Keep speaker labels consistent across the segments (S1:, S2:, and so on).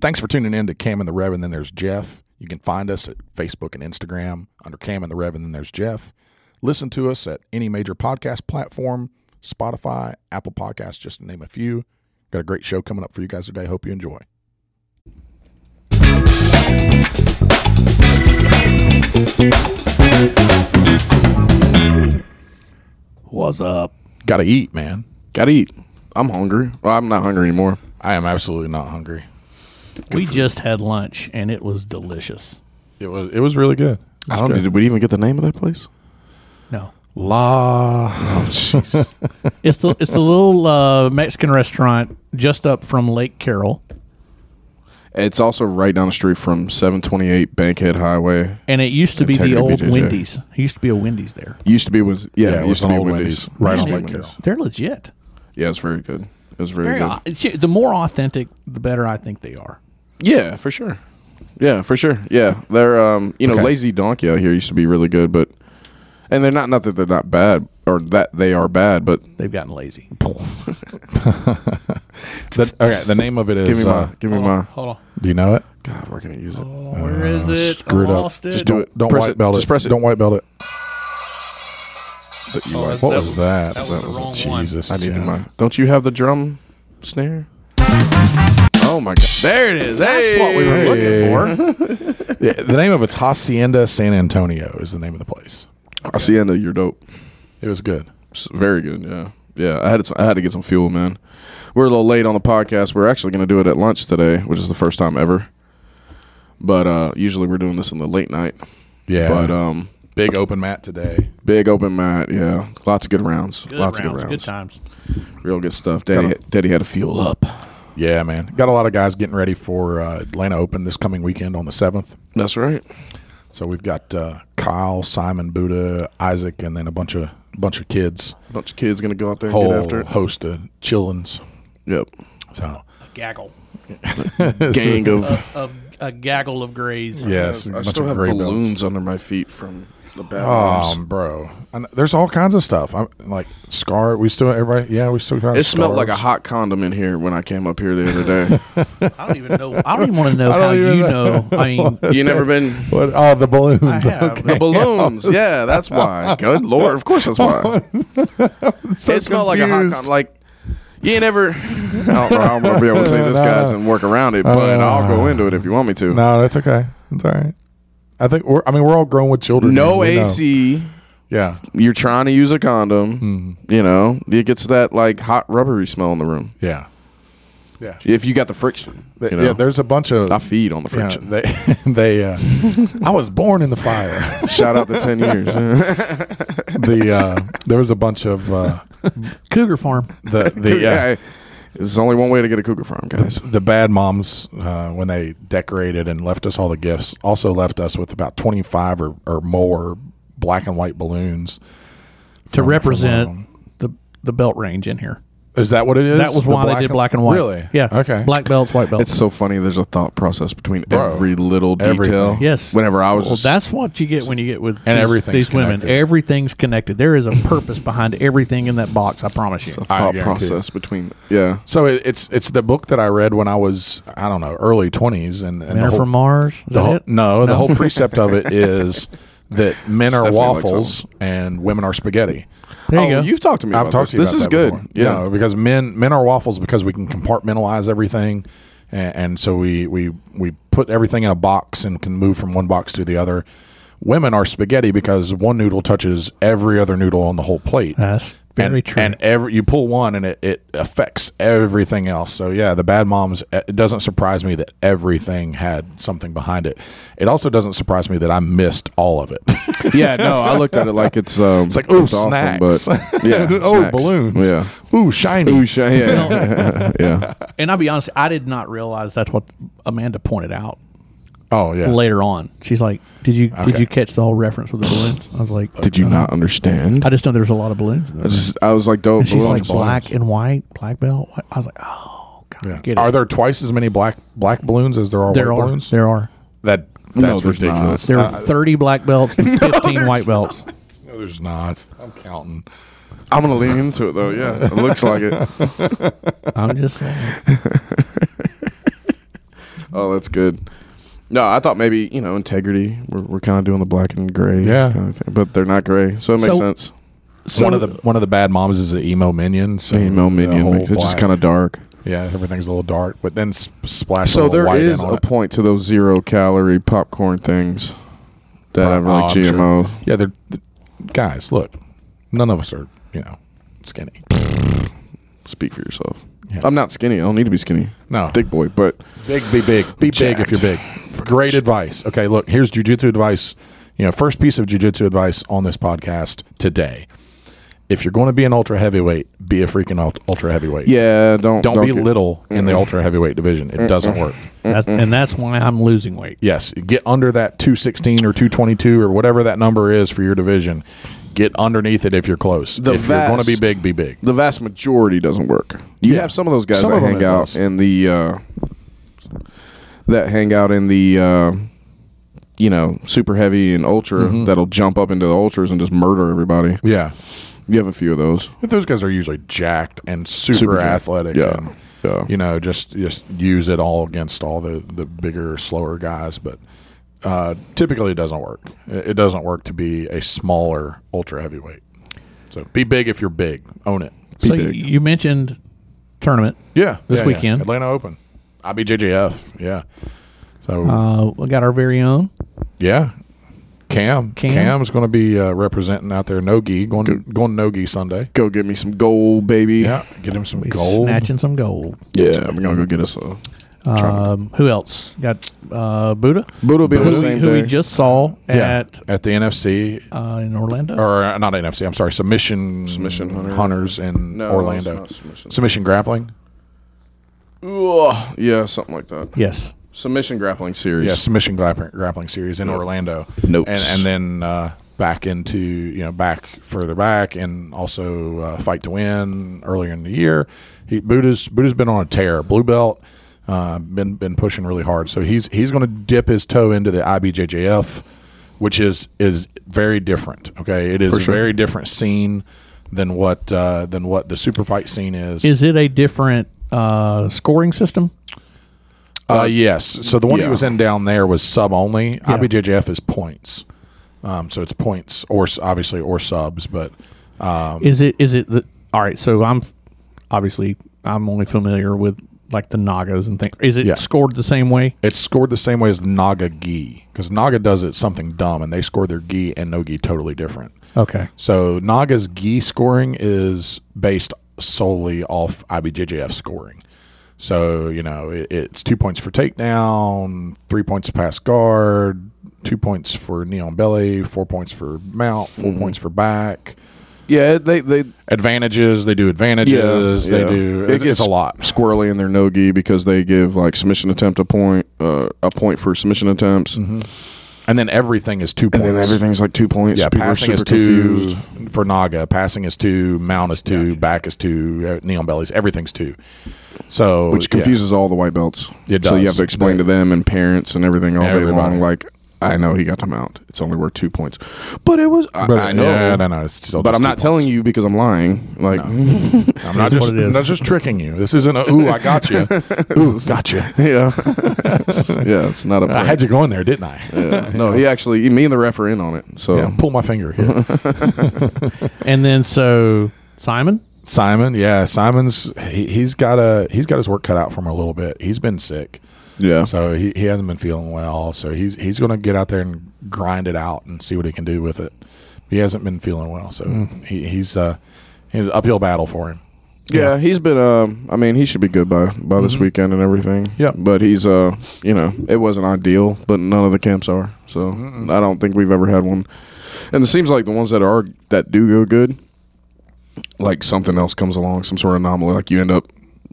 S1: Thanks for tuning in to Cam and the Rev, and then there's Jeff. You can find us at Facebook and Instagram under Cam and the Rev, and then there's Jeff. Listen to us at any major podcast platform Spotify, Apple Podcasts, just to name a few. Got a great show coming up for you guys today. Hope you enjoy.
S2: What's up?
S1: Got to eat, man.
S3: Gotta eat. I'm hungry. Well, I'm not hungry anymore.
S1: I am absolutely not hungry.
S2: we just had lunch and it was delicious.
S1: It was it was really good.
S3: I don't. Did we even get the name of that place?
S2: No,
S1: La.
S2: it's the it's the little uh, Mexican restaurant just up from Lake Carroll,
S3: It's also right down the street from 728 Bankhead Highway.
S2: and it used to be the
S3: Integrity
S2: old
S3: BJJ.
S2: Wendy's. It used to be a Wendy's there.
S3: Used to be was yeah,
S1: Yeah, it
S3: it
S1: was
S3: used to
S1: an
S3: be
S1: old
S3: Wendy's.
S1: Wendy's, right
S3: Used
S1: on
S3: to be
S1: Lake
S3: Wendy's.
S1: Carroll.
S2: They're legit.
S3: Yeah, it's very good. It was very,
S2: Very
S3: good.
S2: au- it's- the more authentic, the better I think they are.
S3: Yeah, for sure. Yeah, for sure. Yeah, they're um, you know,
S1: Okay.
S3: lazy donkey out here used to be really good, but and they're not not that they're not bad or that they are bad, but
S2: They've gotten lazy.
S1: That- okay, the name of it is.
S3: give me
S1: uh,
S3: my
S2: Oh.
S3: give me my.
S2: Hold on,
S1: do you know it?
S3: God, we're gonna use it.
S2: where is it?
S1: Screwed
S2: I
S1: up.
S2: lost it.
S1: Just
S3: Do
S1: don't
S3: it.
S1: don't
S3: Press
S1: white
S3: it.
S1: belt it.
S3: Just press it.
S1: Don't white belt it.
S3: But you
S2: Oh,
S3: are-
S2: that's-
S1: What
S2: That
S1: was,
S2: was-
S1: that?
S2: that was the wrong one.
S1: Jesus.
S3: I needed
S1: Jeff.
S3: my. Don't you have the drum snare? Oh my god! There it is. That's what we were
S1: Hey.
S3: looking for.
S1: Yeah, the name of it's Hacienda San Antonio is the name of the place.
S3: Hacienda, you're dope.
S1: It was good.
S3: It's very good. Yeah, yeah. I had to, I had to get some fuel, man. We're a little late on the podcast. We're actually going to do it at lunch today, which is the first time ever. But uh, usually we're doing this in the late night.
S1: Yeah,
S3: But um,
S1: uh, big open mat today.
S3: big open mat. Yeah, lots of good rounds.
S2: Good
S3: lots
S2: rounds,
S3: of
S2: good times.
S3: Real good stuff. Daddy, Daddy had to fuel up.
S1: Yeah, man, got a lot of guys getting ready for uh, Atlanta Open this coming weekend on the seventh.
S3: That's right.
S1: So we've got uh, Kyle, Simon, Buddha, Isaac, and then a bunch of bunch of kids.
S3: A bunch of kids going to go out there and
S1: Whole
S3: get after it.
S1: host of chillins.
S3: Yep.
S1: So
S2: Gaggle
S3: Gang of.
S2: of a gaggle of grays.
S1: yes,
S3: I still have
S1: gray belts.
S3: balloons under my feet from the bad bombs.
S1: Um, bro, and there's all kinds of stuff. I'm like scar. We still everybody. Yeah, we still got.
S3: It smelled like a
S1: scarves.
S3: hot condom in here when I came up here the other
S2: I don't even know. I don't even want to know
S1: don't
S2: how
S1: even
S2: you
S1: know.
S2: know. I mean,
S3: day. You never been
S1: What? Oh, the balloons.
S2: I have.
S3: The balloons. Yeah, that's why. Good lord, of course that's why.
S1: so
S3: it smelled like a hot
S1: confused.
S3: con- like you ain't ever. I don't, I don't want to be able to say this, guys, and work around it, but I'll go into it if you want me to.
S1: Uh, No, that's okay. It's all right. I think we're. I mean, we're all grown with children.
S3: No
S1: man. We know.
S3: AC.
S1: Yeah,
S3: You're trying to use a condom.
S1: Mm-hmm.
S3: You know, it gets that like hot rubbery smell in the room
S1: yeah, yeah.
S3: if you got the friction. You know?
S1: Yeah, there's a bunch of.
S3: I feed on the
S1: yeah,
S3: friction.
S1: they, they. Uh, I was born in the fire.
S3: Shout out to ten years.
S1: The uh, there was a bunch of uh,
S2: Cougar Farm.
S1: the the
S3: yeah.
S1: uh,
S3: There's only one way to get a cougar farm, guys.
S1: the bad moms uh, when they decorated and left us all the gifts. Also left us with about twenty five or, or more black and white balloons.
S2: to
S1: from
S2: represent
S1: Long.
S2: the the belt range in here.
S1: Is that what it is?
S2: That was
S1: The
S2: why they did black and white.
S1: Really?
S2: Yeah.
S1: Okay.
S2: Black belts, white belts.
S3: It's so funny. There's a thought process between
S1: Bro,
S3: every little detail.
S1: everything.
S2: yes.
S3: Whenever I was,
S2: well, that's what you get when you get with
S1: And
S2: these,
S1: everything's
S2: these women.
S1: connected.
S2: Everything's connected. There is a purpose behind everything in that box. I promise you.
S3: just a
S1: I
S3: thought
S1: guarantee
S3: process between. Yeah.
S1: So it, it's it's the book that I read when I was I don't know early twenties and, and the
S2: Men are
S1: whole-
S2: from Mars. Is
S1: the
S2: that
S1: whole-
S2: it?
S1: no, the whole precept of it is that men are
S3: Stephanie likes
S1: waffles and women are spaghetti.
S2: There you
S3: oh,
S2: go.
S3: you've talked to me.
S1: I've
S3: about
S1: talked
S3: this.
S1: to you.
S3: This
S1: about
S3: is
S1: that
S3: good.
S1: before.
S3: Yeah.
S1: No, because men men are waffles because we can compartmentalize everything, and, and so we we we put everything in a box and can move from one box to the other. Women are spaghetti because one noodle touches every other noodle on the whole plate.
S2: That's Uh, very
S1: and,
S2: true.
S1: And every you pull one, and it, it affects everything else. So yeah, the bad moms. uh, It doesn't surprise me that everything had something behind it. It also doesn't surprise me that I missed all of it.
S3: yeah. No, I looked at it like it's. Um, it's
S1: like, ooh,
S3: awesome,
S1: snacks.
S3: but yeah.
S1: oh,
S3: snacks.
S1: balloons.
S3: Yeah.
S1: Ooh, shiny.
S3: Ooh, sh- yeah. yeah.
S2: and I'll be honest, I did not realize that's what Amanda pointed out
S1: oh yeah.
S2: later on. She's like, "Did you did
S1: Okay.
S2: you catch the whole reference with the balloons?" I was like,
S3: Did you not understand?
S2: "I just know there's a lot of balloons." In
S3: I
S2: there.
S3: just, I was like, dope.
S2: And she's like,
S3: balloons,
S2: "Black and white, black belt." white." I was like, "Oh, God, I
S1: Yeah.
S2: get it."
S1: Are there twice as many black black balloons as there are
S2: there
S1: white
S2: are
S1: balloons?
S2: there are
S1: That
S3: No,
S1: that's
S3: there's
S1: ridiculous.
S2: There are 30 black belts and 15 white belts.
S1: No, there's not. I'm counting.
S3: balloons. I'm gonna lean into it though. Yeah, it looks like it.
S2: I'm just saying.
S3: Oh, that's good. No, I thought maybe you know integrity. We're, we're kind of doing the black and gray,
S1: Yeah.
S3: kind of thing, but they're not gray, so it makes
S2: So-
S3: sense.
S2: So,
S1: one of the one of the bad moms is an emo minion. So the
S3: Emo minion,
S1: whole
S3: makes, it's just
S1: black-
S3: kind of dark.
S1: yeah, everything's a little dark. But then s- splash. a
S3: So
S1: little
S3: there
S1: white
S3: is
S1: in on
S3: a
S1: it.
S3: point to those zero calorie popcorn things that
S1: Pro-
S3: have
S1: oh,
S3: like
S1: I'm sure.
S3: GMO.
S1: Yeah, they're, th- guys. Look, none of us are you know skinny.
S3: Speak for yourself.
S1: Yeah.
S3: I'm not skinny. I don't need to be skinny.
S1: No,
S3: Thick boy, but
S1: Big, be big. Be big if you're big. Great advice. Okay, look, here's jujitsu advice. You know, first piece of jujitsu advice on this podcast today. If you're going to be an ultra heavyweight, be a freaking ult- ultra heavyweight.
S3: yeah, don't
S1: Don't, be
S3: get-
S1: little in the ultra heavyweight division. It doesn't work.
S2: that's, and that's why I'm losing weight.
S1: Yes, get under that 216 or 222 or whatever that number is for your division. Get underneath it if you're close.
S3: The
S1: if you're going to be
S3: vast-
S1: big, be big.
S3: The vast majority doesn't work. You
S1: Yeah.
S3: have some of those guys
S1: Some
S3: that
S1: of them
S3: hang
S1: it
S3: out
S1: does.
S3: in the uh, that hang out in the uh, you know super heavy and ultra
S1: Mm-hmm.
S3: that'll jump up into the ultras and just murder everybody.
S1: Yeah.
S3: You have a few of those.
S1: But those guys are usually jacked and super,
S3: Super jacked.
S1: athletic.
S3: Yeah.
S1: and-
S3: Yeah.
S1: you know, just just use it all against all the the bigger, slower guys. But uh, typically, it doesn't work. It it doesn't work to be a smaller ultra heavyweight. So be big if you're big. Own it.
S2: So you,
S3: big.
S2: you mentioned tournament.
S1: Yeah,
S2: This
S1: yeah,
S2: weekend.
S1: yeah. Atlanta Open, IBJJF. Yeah. So
S2: Uh, we got our very own.
S1: yeah, Cam
S2: Cam?
S1: Cam's going to be uh, representing out there. No gi going going no gi Sunday.
S3: Go get me some gold, baby.
S1: Yeah, get him some
S2: He's
S1: gold.
S2: snatching some gold.
S3: yeah. I'm gonna go get us a.
S2: Um, who else? Got uh, Buddha,
S3: Buddha will be on
S2: who,
S3: the
S2: we-
S3: same
S2: who we
S3: day.
S2: just saw
S1: Yeah,
S2: at
S1: at the NFC
S2: uh, in Orlando.
S1: or uh, not NFC. I'm sorry, submission
S3: Submission hunter.
S1: hunters in
S3: No,
S1: Orlando.
S3: it's not submission.
S1: submission grappling.
S3: Ugh. yeah, something like that.
S2: yes,
S3: Submission grappling series.
S1: Yeah, submission grappling, grappling series in Orlando.
S3: Nope.
S1: and and then uh, back into you know back further back, and also uh, fight to win earlier in the year. He Buddha's Buddha's been on a tear, blue belt. Uh, been been pushing really hard, so he's he's going to dip his toe into the IBJJF, which is is very different. Okay, it is a very different scene than what uh, than what the super fight scene is.
S2: is it a different uh, scoring system?
S1: Uh, yes. So the one
S3: yeah.
S1: he was in down there was sub only. IBJJF is points. Um, so it's points or s- obviously or subs, but
S2: Is it is it the all right? So I'm obviously I'm only familiar with like the Nagas and things. Is it
S1: Yeah.
S2: scored the same way?
S1: it's scored the same way as Naga gi because Naga does it something dumb and they score their gi and no gi totally different.
S2: Okay,
S1: So Naga's gi scoring is based solely off IBJJF scoring. So you know it, it's two points for takedown, three points pass guard, two points for knee on belly, four points for mount, 4 points for back.
S3: yeah. They they
S1: advantages. They do advantages. they
S3: yeah.
S1: do.
S3: It
S1: It's,
S3: gets
S1: it's a lot.
S3: Squirrely in their no gi because they give like submission attempt a point, uh, a point for submission attempts,
S1: And then everything is two Mm-hmm. points.
S3: and everything's like two points.
S1: yeah,
S3: People are
S1: passing
S3: super
S1: is two
S3: confused.
S1: for Naga. Passing is two. Mount is two. Back is two. uh, Neon bellies. Everything's two. So
S3: which
S1: yeah.
S3: confuses all the white belts.
S1: It
S3: So you
S1: does.
S3: have to explain
S1: They-
S3: to them and parents and everything all day
S1: Everybody.
S3: long. Like, I know he got to mount. It's only worth two points, but it was. I,
S1: But,
S3: I know.
S1: Yeah, no, no. It's still
S3: But
S1: just
S3: I'm
S1: two
S3: not telling you because I'm lying. Like,
S1: points. I'm not
S2: Here's
S1: just.
S2: what it is.
S1: That's just tricking you. This isn't a. Ooh, I got you. ooh, gotcha.
S3: yeah, yeah, it's not a.
S1: I
S3: prank.
S1: had you going there, didn't I?
S3: Yeah. No, he actually, me and the ref are in on it. So
S1: Yeah, pull my finger here.
S2: and then so Simon.
S1: Simon, yeah, Simon's he, he's got a he's got his work cut out for him a little bit. He's been sick.
S3: yeah.
S1: So he, he hasn't been feeling well. So he's he's going to get out there and grind it out and see what he can do with it. He hasn't been feeling well, so
S2: Hmm.
S1: he, he's uh, he's uphill battle for him.
S3: Yeah, he's been. Um, I mean, he should be good by by this weekend and everything.
S1: Mm-hmm. Yeah.
S3: but he's. Uh, you know, it wasn't ideal, but none of the camps are. So I don't think we've ever had one. And it seems like the ones that are that do go good, like something else comes along, some sort of anomaly, like you end up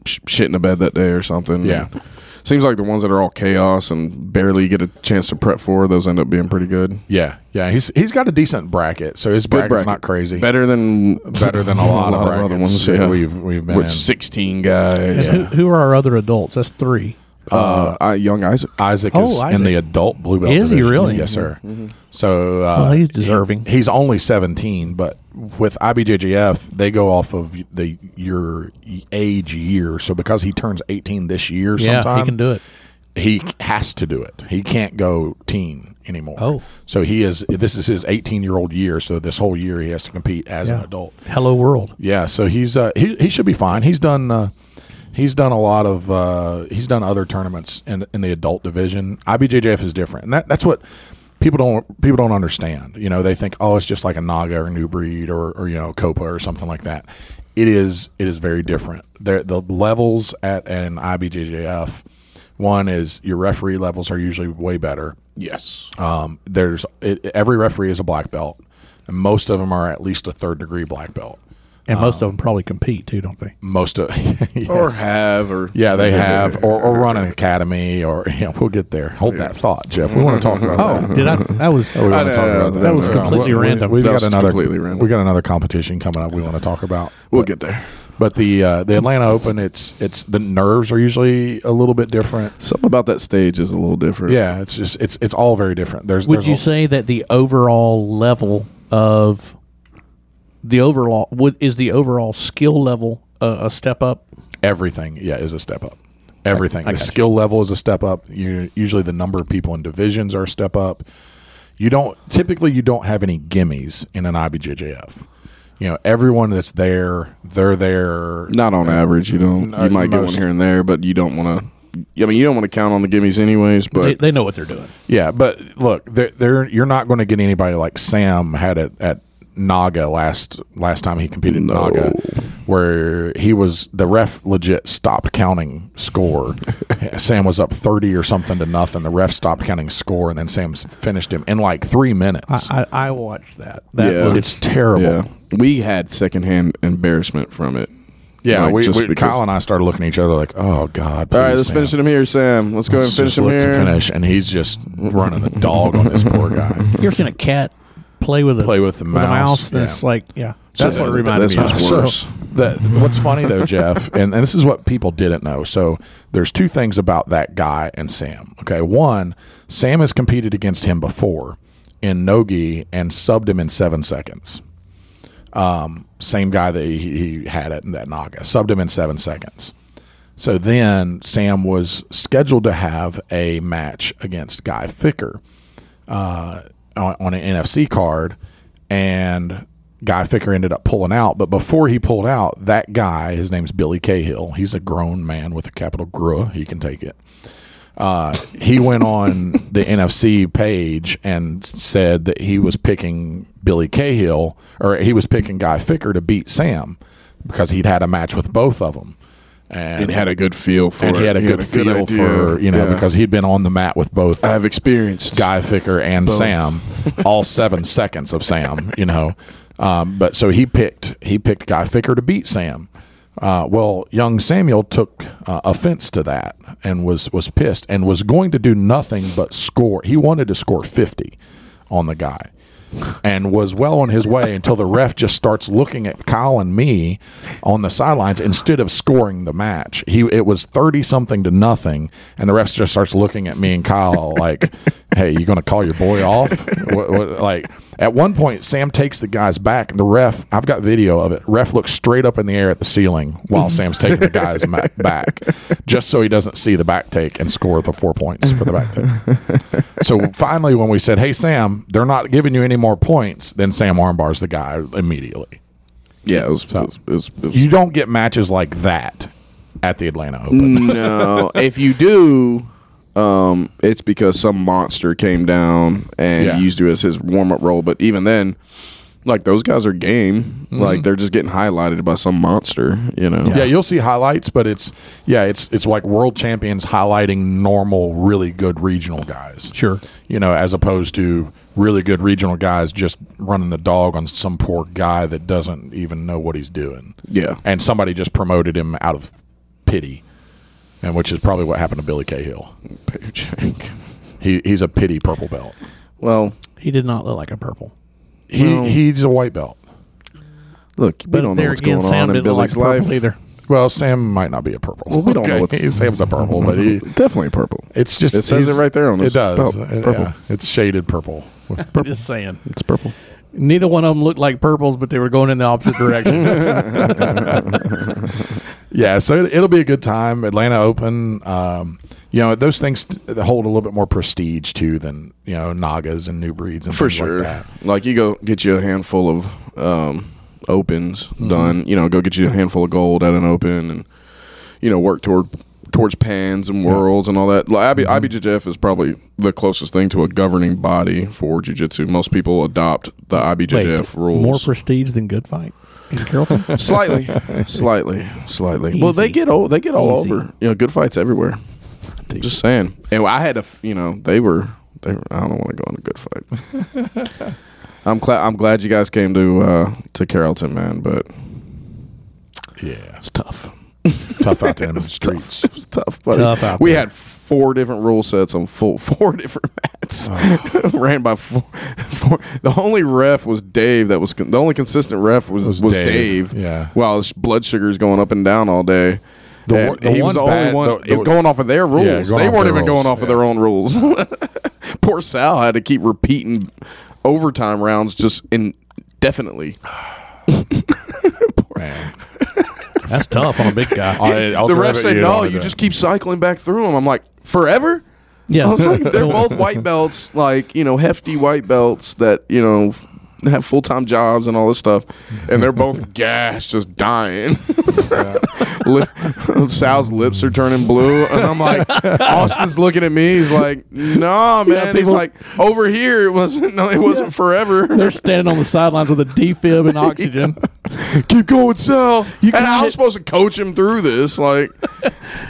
S3: sh- shitting a bed that day or something.
S1: Yeah.
S3: And seems like the ones that are all chaos and barely get a chance to prep for those end up being pretty good.
S1: Yeah, yeah. He's he's got a decent bracket, so his
S3: Good
S1: bracket's
S3: bracket.
S1: not crazy.
S3: Better than
S1: Better than a lot, of brackets
S3: other ones.
S1: that
S3: Yeah.
S1: we've we've been
S3: with
S1: in.
S3: sixteen guys.
S2: Who, who are our other adults? That's three.
S3: Uh, I, young Isaac.
S1: Isaac
S2: Oh,
S1: is in
S2: Isaac.
S1: the adult blue belt.
S2: Is he
S1: division.
S2: really?
S1: Yes, sir. So uh,
S2: Well, he's deserving.
S1: he- he's only seventeen, but with IBJJF, they go off of the your age year. So because he turns eighteen this year,
S2: Yeah,
S1: sometime,
S2: he can do it.
S1: he has to do it. He can't go teen anymore.
S2: Oh.
S1: so he is. This is his 18 year old year. So this whole year he has to compete as an
S2: Yeah.
S1: adult.
S2: Hello world.
S1: Yeah, so he's uh, he he should be fine. He's done uh, he's done a lot of uh, he's done other tournaments in in the adult division. IBJJF is different, and that that's what people don't people don't understand. You know, they think oh, it's just like a Naga or New Breed or or you know Copa or something like that. It is it is very different. There the levels at an IBJJF one is your referee levels are usually way better.
S3: Yes.
S1: Um, there's it, every referee is a black belt, and most of them are at least a third degree black belt
S2: And most of them probably compete too, don't they?
S1: most of yes.
S3: Or have or
S1: yeah they have or, or run an academy or yeah we'll get there hold that thought jeff we want to talk about that
S2: Oh, Did I? That was.
S1: Oh, we want
S3: Oh, I
S1: to talk
S3: know,
S1: about that
S3: that
S2: was completely
S1: we,
S2: random.
S1: we,
S3: That
S1: got
S3: was
S1: another
S3: completely random.
S1: we got another competition coming up we want to talk about
S3: We'll get there.
S1: but the uh, the atlanta open it's it's the nerves are usually a little bit different
S3: Something about that stage is a little different.
S1: yeah it's just it's it's all very different there's
S2: Would
S1: there's
S2: you
S1: a-
S2: say that the overall level of the overall would is the overall skill level uh, a step up?
S1: everything yeah is a step up everything the
S2: got you.
S1: skill level is a step up you usually the number of people in divisions are a step up you don't typically you don't have any gimmies in an ibjjf you know everyone that's there they're there
S3: Not on average, you know.
S1: No,
S3: you might get one
S1: most-
S3: here and there, but you don't want to. I mean, you don't want to count on the gimmies, anyways. But
S2: they, they know what they're doing.
S1: yeah but look they're, they're you're not going to get anybody like sam had it at naga last last time he competed in
S3: No.
S1: naga where he was the ref legit stopped counting score sam was up 30 or something to nothing the ref stopped counting score and then sam s- finished him in like three minutes
S2: I, I, I watched that. That
S3: Yeah.
S2: was
S1: it's terrible
S3: yeah,
S1: yeah,
S3: we had secondhand embarrassment from it. Like,
S1: we,
S3: just
S1: we,
S3: because-
S1: kyle and i started looking at each other like oh god
S3: All right,
S1: please,
S3: let's
S1: Sam.
S3: finish him here, Sam. Let's go ahead
S1: Let's
S3: and finish
S1: just
S3: him
S1: look to
S3: here.
S1: finish and he's just running the dog on this poor guy
S2: You ever seen a cat play with a
S1: Play with the
S2: a
S1: mouse,
S2: and
S1: yeah.
S2: It's like yeah, that's
S1: So
S2: what it reminded
S3: that's
S2: me.
S3: what's
S2: of.
S1: So,
S3: worse.
S1: the- what's funny though, Jeff, and, and this is what people didn't know. So there's two things about that guy and Sam. Okay, one, Sam has competed against him before in nogi and subbed him in seven seconds. Um, same guy that he, he had it in that naga subbed him in seven seconds. So then Sam was scheduled to have a match against Guy Ficker on, on an NFC card, and Guy Ficker ended up pulling out. But before he pulled out, that guy, his name's Billy Cahill. He's a grown man with a capital GRUH. He can take it. Uh, he went on the NFC page and said that he was picking Billy Cahill, or he was picking Guy Ficker to beat Sam because he'd had a match with both of them. And,
S3: It had a good feel for
S1: and
S3: it.
S1: he had a good feel
S3: idea.
S1: for, you know,
S3: Yeah.
S1: because he'd been on the mat with both
S3: I have experienced.
S1: Guy Ficker and Sam, all seven seconds of Sam, you know. Um, but so he picked he picked Guy Ficker to beat Sam. Uh, well, young Samuel took uh, offense to that and was was pissed and was going to do nothing but score. He wanted to score fifty on the guy and was well on his way until the ref just starts looking at Kyle and me on the sidelines instead of scoring the match. He it was thirty something to nothing, and the ref just starts looking at me and Kyle like, "Hey, you gonna call your boy off?" what, what, like at one point, Sam takes the guy's back, and the ref I've got video of it. Ref looks straight up in the air at the ceiling while Sam's taking the guy's ma- back, just so he doesn't see the back take and score the four points for the back take. So finally, when we said, "Hey Sam, they're not giving you any more points," then Sam armbars the guy immediately.
S3: yeah, it was. it was- it was- it was-
S1: You don't get matches like that at the Atlanta Open.
S3: no, if you do, um, it's because some monster came down and
S1: Yeah.
S3: used you as his warm up role. But even then, like those guys are game.
S2: Mm-hmm.
S3: Like they're just getting highlighted by some monster. You know.
S1: Yeah, you'll see highlights, but it's yeah, it's it's like world champions highlighting normal, really good regional guys.
S2: Sure.
S1: you know, as opposed to really good regional guys just running the dog on some poor guy that doesn't even know what he's doing.
S3: Yeah.
S1: and somebody just promoted him out of pity, and which is probably what happened to Billy Cahill.
S3: Paycheck.
S1: He he's a pity purple belt.
S3: Well,
S2: He did not look like a purple.
S1: He
S3: Well-
S1: he's a white belt.
S3: look, we
S2: But
S3: don't know
S2: there
S3: what's
S2: again,
S3: going
S2: Sam
S3: on in
S2: didn't look
S3: Billy's
S2: like purple
S3: life.
S2: either.
S1: Well, Sam might not be a purple. Well,
S3: we don't know what's-
S1: Sam's a purple, but he
S3: Definitely purple.
S1: it's just
S3: It says
S1: he's-
S3: it right there on
S1: It
S3: his
S1: does.
S3: belt.
S1: Yeah,
S3: Purple.
S1: it's shaded purple.
S2: Just saying.
S3: It's purple.
S2: Neither one of them looked like purples, but they were going in the opposite direction.
S1: yeah, so it- it'll be a good time. Atlanta Open. Um, You know, those things t- hold a little bit more prestige too than you know Nagas and new breeds and
S3: for
S1: things
S3: sure.
S1: Like that.
S3: Like you go get you a handful of um, opens
S2: Mm-hmm.
S3: done. You know, go get you a handful of gold at an open, and you know work toward towards pans and worlds and all that. Like,
S2: Mm-hmm.
S3: IB, IBJJF is probably the closest thing to a governing body for jiu-jitsu. Most people adopt the IBJJF rules.
S2: more prestige than good fight in Carrollton.
S3: slightly, slightly, slightly. Well, they
S2: Easy.
S3: get all they get all
S2: Easy.
S3: over. You know, good fights everywhere. Just saying. And I had a, f- you know, they were they. Were, I don't want to go on a good fight. I'm glad I'm glad you guys came to uh to Carrollton, man. But
S1: Yeah,
S3: it's tough.
S1: tough out there in the streets.
S3: It was tough, buddy.
S2: Tough out
S3: we
S2: there.
S3: had four different rule sets on full four different mats ran by four, four. The only ref was Dave. That was con- the only consistent ref was was,
S1: Was
S3: Dave.
S1: Dave, yeah.
S3: While his blood sugar's going up and down all day.
S1: The
S3: And
S1: one- the
S3: he
S1: one
S3: was the only
S1: bad-
S3: one
S1: the- the-
S3: going off of their rules.
S1: going off
S3: they
S1: their
S3: weren't even going
S1: rules,
S3: off of
S1: yeah.
S3: their own rules. Poor Sal had to keep repeating overtime rounds just indefinitely.
S1: Man.
S2: That's tough on a big guy.
S1: I- I'll
S3: the
S1: drive
S3: ref
S1: at
S3: said,
S1: you,
S3: "No,
S1: I'll
S3: you
S1: drive."
S3: just keep cycling back through them." I'm like, "Forever?"
S2: Yeah,
S3: I was like, they're
S2: till-
S3: both white belts, like you know, hefty white belts that you know f- have full time jobs and all this stuff, and they're both gassed, just dying. Lip- Sal's lips are turning blue, and I'm like, Austin's looking at me. He's like, "No, man." he's
S2: people-
S3: like, "Over here, it wasn't. No, it wasn't forever."
S2: They're standing on the sidelines with a defib and oxygen.
S3: Keep going, Sal. and
S2: got
S3: I was
S2: it.
S3: supposed to coach him through this. Like,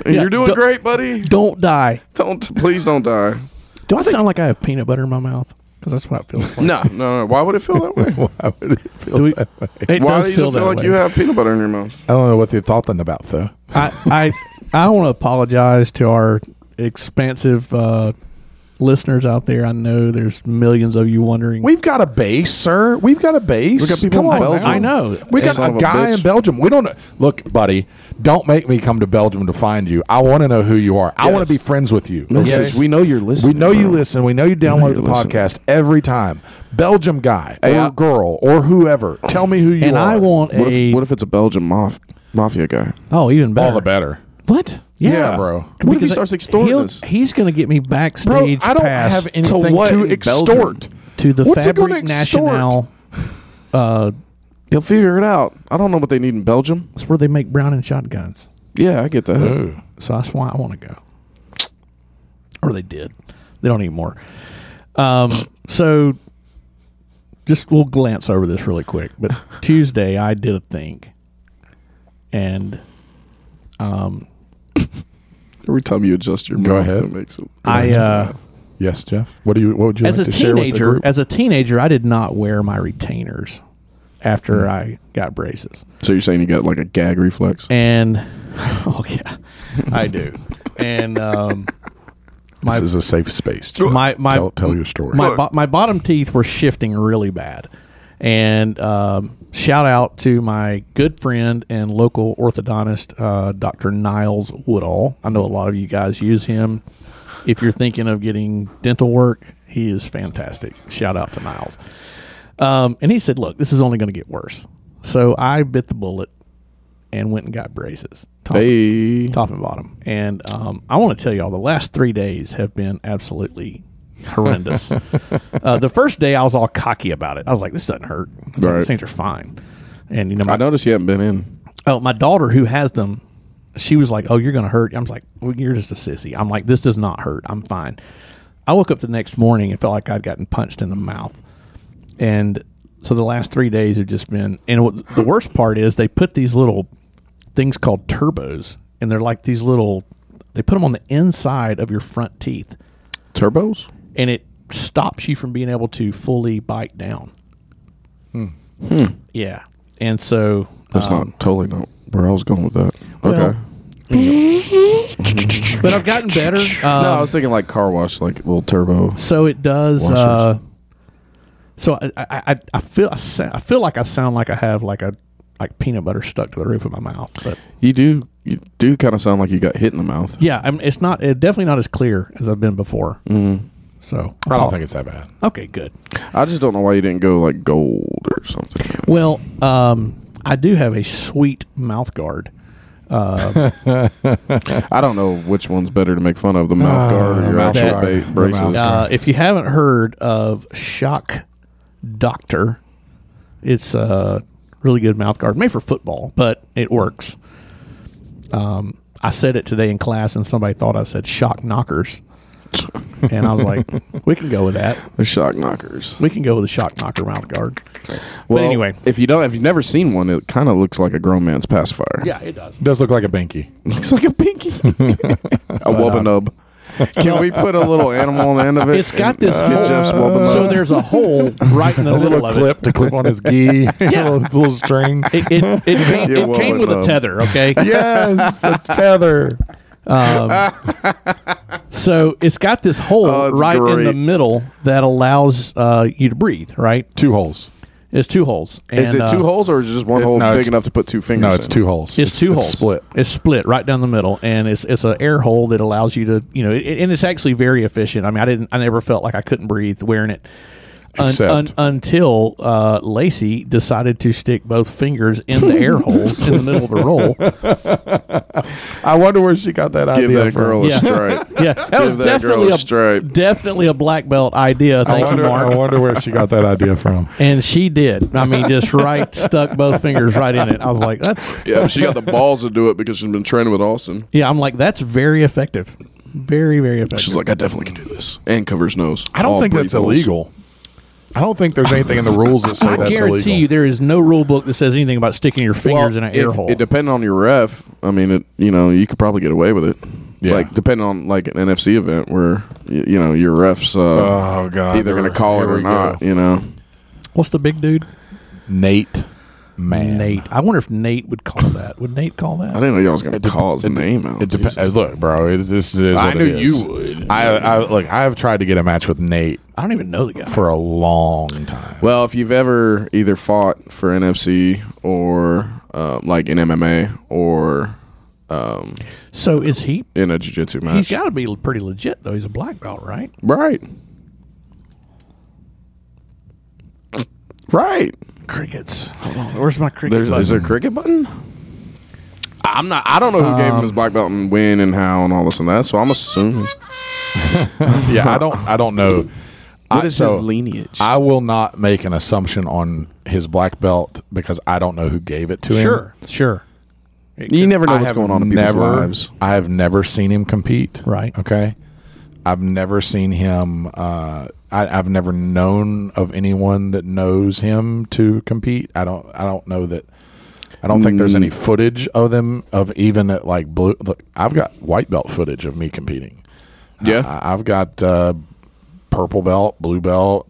S3: you're doing
S2: don't-
S3: great, buddy.
S2: Don't die.
S3: Don't please don't die.
S2: Do I sound like I have peanut butter in my mouth? Because that's what it feels like.
S3: No, no, no. Why would it feel that way?
S1: Why would it feel
S2: Do we,
S1: that way?
S2: it
S3: Why
S2: does
S3: do you
S2: feel
S3: feel,
S2: that
S3: like
S2: way.
S3: you have peanut butter in your mouth?
S1: I don't know what they thought then about though.
S2: I I, I want to apologize to our expansive uh, listeners out there. I know there's millions of you wondering.
S1: We've got a base, sir. We've got a base.
S3: We got people
S1: Come
S3: in
S1: on,
S3: Belgium.
S1: now.
S2: I know.
S1: We got
S3: Son of
S1: a
S3: a
S1: guy
S3: bitch.
S1: in Belgium. We don't look, buddy. Don't make me come to Belgium to find you. I want to know who you are. I want to be friends with you. okay?
S3: know you're
S1: We
S3: listening.
S1: know you listen. We know you download
S3: you
S1: the
S3: listen.
S1: podcast every time. Belgium guy or
S3: I-
S1: girl or whoever. Tell me who you
S2: and
S1: are.
S2: I want
S3: What
S2: a
S3: if, what if it's a Belgian maf- mafia guy?
S2: oh even better.
S1: all the better.
S2: What?
S1: Yeah, bro.
S3: What if he
S2: Because
S3: starts extorting
S2: he'll-
S3: us?
S2: He's going to get me
S1: Bro,
S2: backstage
S1: I don't
S2: pass
S1: have anything to,
S3: what in
S1: extort.
S3: Belgium?
S2: to the
S1: What's he gonna
S2: Fabric
S1: extort?
S2: National. Uh,
S3: They'll figure it out. I don't know what they need in Belgium.
S2: that's where they make Brown and shotguns.
S3: Yeah, I get that.
S1: Ooh.
S2: So that's why I want to go. Or they did. They don't need more. Um, so just we'll glance over this really quick. But Tuesday I did a thing. And um,
S3: Every time you adjust your
S1: Go
S3: mouth,
S1: ahead.
S3: it makes it.
S2: I uh,
S1: Yes, Jeff. What do you? What would you
S2: as
S1: like
S2: a
S1: to share with the
S2: teenager
S1: group?
S2: as a teenager I did not wear my retainers after
S1: Hmm.
S2: I got braces.
S3: so you're saying you got like a gag reflex?
S2: And oh yeah. I do. And um my
S1: this is a safe space.
S2: my my
S1: tell, tell your story.
S2: My, bo- my bottom teeth were shifting really bad, and um, shout out to my good friend and local orthodontist, uh, Dr. Niles Woodall. I know a lot of you guys use him. If you're thinking of getting dental work, he is fantastic. Shout out to Niles. Um, and he said, "Look, this is only going to get worse." So I bit the bullet and went and got braces. Tom-
S3: Hey,
S2: top and bottom. And um, I want to tell y'all, the last three days have been absolutely horrendous. uh, the first day, I was all cocky about it. I was like, "This doesn't hurt. I was like,
S3: Right.
S2: These things are fine." And you know,
S3: I
S2: my,
S3: noticed you haven't been in.
S2: oh, my daughter who has them, she was like, "Oh, you're gonna hurt." I was like, well, "You're just a sissy." I'm like, "This does not hurt. I'm fine." I woke up the next morning and felt like I'd gotten punched in the mouth, and so the last three days have just been. And what, the worst part is they put these little things called turbos, and they're like these little. They put them on the inside of your front teeth,
S3: Turbos?
S2: and it stops you from being able to fully bite down. Hmm. Yeah, and so
S3: That's
S2: Uh,
S3: not totally not where I was going with that. okay.
S2: but I've gotten better. Um,
S3: no, I was thinking like car wash, like little turbo.
S2: so it does.
S3: Washers.
S2: Uh, so I, I, I, I feel I, sa- I feel like I sound like I have like a like peanut butter stuck to the roof of my mouth. But
S3: You do, you do kind of sound like you got hit in the mouth.
S2: yeah, I'm, it's not it definitely not as clear as I've been before. So
S1: Mm-hmm.
S2: oh,
S1: I don't think it's that bad.
S2: okay, good.
S3: I just don't know why you didn't go like gold or something.
S2: Well, um, I do have a sweet mouth guard.
S3: I don't know which one's better to make fun of the mouth guard or your
S1: Ah, mouth
S3: actual
S1: guard.
S3: ba-
S1: The mouth
S3: braces.
S1: guard.
S2: Uh, if you haven't heard of Shock Doctor, it's a really good mouth guard made for football, but it works. Um, I said it today in class, and somebody thought I said shock knockers, and I was like, "We can go with that.
S3: The shock knockers.
S2: We can go with a shock knocker mouth guard." but anyway,
S3: if you don't, if you've never seen one, it kind of looks like a grown man's pacifier.
S2: yeah, it does.
S1: does look like a binky.
S3: looks like a pinky, a wubbanub. Can we put a little animal on the end of it?
S2: It's got
S3: And
S2: this
S3: Uh, get
S2: hole,
S3: Jeff's wubbanub.
S2: so there's a hole right in the middle of it.
S1: clip to clip on his gi.
S2: Yeah.
S1: little, little string.
S2: It, it, it came,
S3: Yeah,
S2: it
S3: well,
S2: came with a
S3: um,
S2: tether, okay?
S1: yes, a tether.
S2: So it's got this hole
S3: Oh, it's
S2: right in the
S3: great.
S2: middle that allows uh, you to breathe, right?
S1: Two holes.
S2: It's two holes.
S3: Is
S2: And,
S3: it two
S2: uh,
S3: holes or is it just one
S1: it-
S3: hole
S1: no,
S3: big
S1: it's-
S3: enough to put two fingers?
S1: No, it's
S3: in?
S1: two holes.
S2: It's two holes.
S1: Split.
S2: It's split right down the middle, and it's it's an air hole that allows you to you know, it, and it's actually very efficient. I mean, I didn't, I never felt like I couldn't breathe wearing it, Un-
S1: Except-
S2: until uh, Lacey decided to stick both fingers in the air holes in the middle of the roll.
S1: I wonder where she got that
S3: Give
S1: idea
S3: that
S1: from.
S3: girl
S2: Yeah.
S3: a stripe.
S2: Yeah, that
S3: Give
S2: was
S3: that
S2: definitely
S3: girl a
S2: a
S3: stripe.
S2: definitely a black belt idea.
S1: I
S2: Thank
S1: wonder,
S2: you, Mark.
S1: I wonder where she got that idea from.
S2: And she did. I mean, just right, stuck both fingers right in it. I was like, that's,
S3: Yeah, she got the balls to do it because she's been training with Austin.
S2: yeah, I'm like, that's very effective. Very, very effective.
S3: She's like, I definitely can do this, and covers nose.
S1: I don't
S3: All
S1: think that's
S3: breathe holes.
S1: illegal. I don't think there's anything in the rules that say
S2: I
S1: "Oh, that's
S2: guarantee
S1: illegal.
S2: you there is no rule book that says anything about sticking your fingers in an
S3: if-
S2: air hole.
S3: It depending on your ref. I mean, it you know you could probably get away with it.
S1: Yeah.
S3: Like depending on like an NFC event where you, you know your refs uh,
S1: Oh god!
S3: either going
S1: Here-
S3: to call it
S1: here
S3: or
S1: we
S3: not.
S1: go.
S3: You know.
S2: What's the big dude?
S1: Nate, man,
S2: Nate. I wonder if Nate would call that. Would Nate call
S3: I
S2: that?
S3: didn't know y'all was going to call his name out.
S1: It depends. Look, bro, it is, this is.
S3: I
S1: what
S3: knew
S1: it is.
S3: you would.
S1: I, I look. I have tried to get a match with Nate
S2: I don't even know the guy.
S1: for a long time.
S3: Well, if you've ever either fought for NFC or uh, like in MMA or um,
S2: So is he?
S3: in a jiu-jitsu match,
S2: He's got to be pretty legit though. He's a black belt, right?
S3: right, right.
S2: Crickets. Hold on. Where's my cricket?
S3: There's
S2: button?
S3: is there a cricket button? Uh, I'm not. I don't know who gave him his black belt and when and how and all this and that. So I'm assuming.
S1: yeah, I don't. I don't know. I, so
S3: lineage?
S1: I will not make an assumption on his black belt because I don't know who gave it to him.
S2: sure, sure.
S3: you never know
S1: I
S3: what's
S1: have
S3: going on in people's
S1: never,
S3: lives.
S1: I have never seen him compete.
S2: Right.
S1: Okay. I've never seen him. Uh, I, I've never known of anyone that knows him to compete. I don't. I don't know that. I don't think
S3: Mm.
S1: there's any footage of them of even at like blue. Look, I've got white belt footage of me competing.
S3: Yeah,
S1: I, I've got uh, purple belt, blue belt,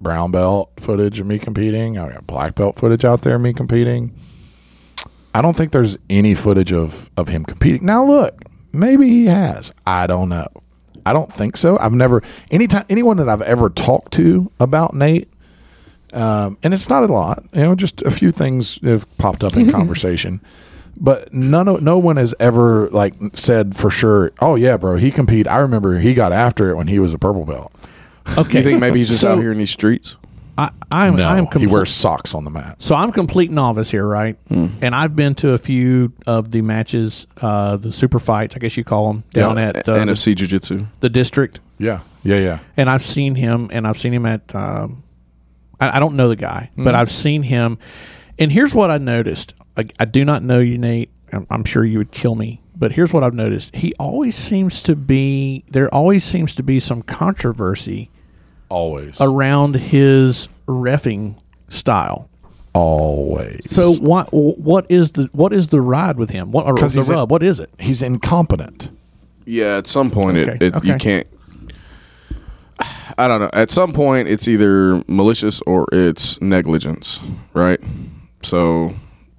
S1: brown belt footage of me competing. I've got black belt footage out there of me competing. I don't think there's any footage of, of him competing. Now, look, maybe he has. I don't know. I don't think so. I've never, anytime, anyone that I've ever talked to about Nate, um, and it's not a lot, you know, just a few things have popped up in conversation. But none of, no one has ever like said for sure, oh yeah, bro, he compete. I remember he got after it when he was a purple belt.
S2: Okay.
S3: you think maybe he's just
S2: So-
S3: out here in these streets?
S2: I, I'm
S1: No,
S2: I'm
S1: he
S2: complete-
S1: wears socks on the mat.
S2: So I'm complete novice here, right? And I've been to a few of the matches, uh, the super fights, I guess you call them, down
S1: Yeah,
S2: at
S3: A-
S2: uh, the,
S3: NFC jiu-jitsu.
S2: the district.
S1: Yeah, yeah, yeah.
S2: And I've seen him, and I've seen him at. Um, I, I don't know the guy, but I've seen him. And here's what I noticed. I, I do not know you, Nate. I'm, I'm sure you would kill me, but here's what I've noticed. He always seems to be there. Always seems to be some controversy
S1: Always,
S2: around his refing style.
S1: always.
S2: So what what is the what is the ride with him? What or
S1: 'Cause
S2: the
S1: he's a-
S2: rub? what is it?
S1: he's incompetent.
S3: Yeah, at some point
S2: Okay,
S3: it, it
S2: okay.
S3: you can't. I don't know. At some point, it's either malicious or it's negligence, right? So,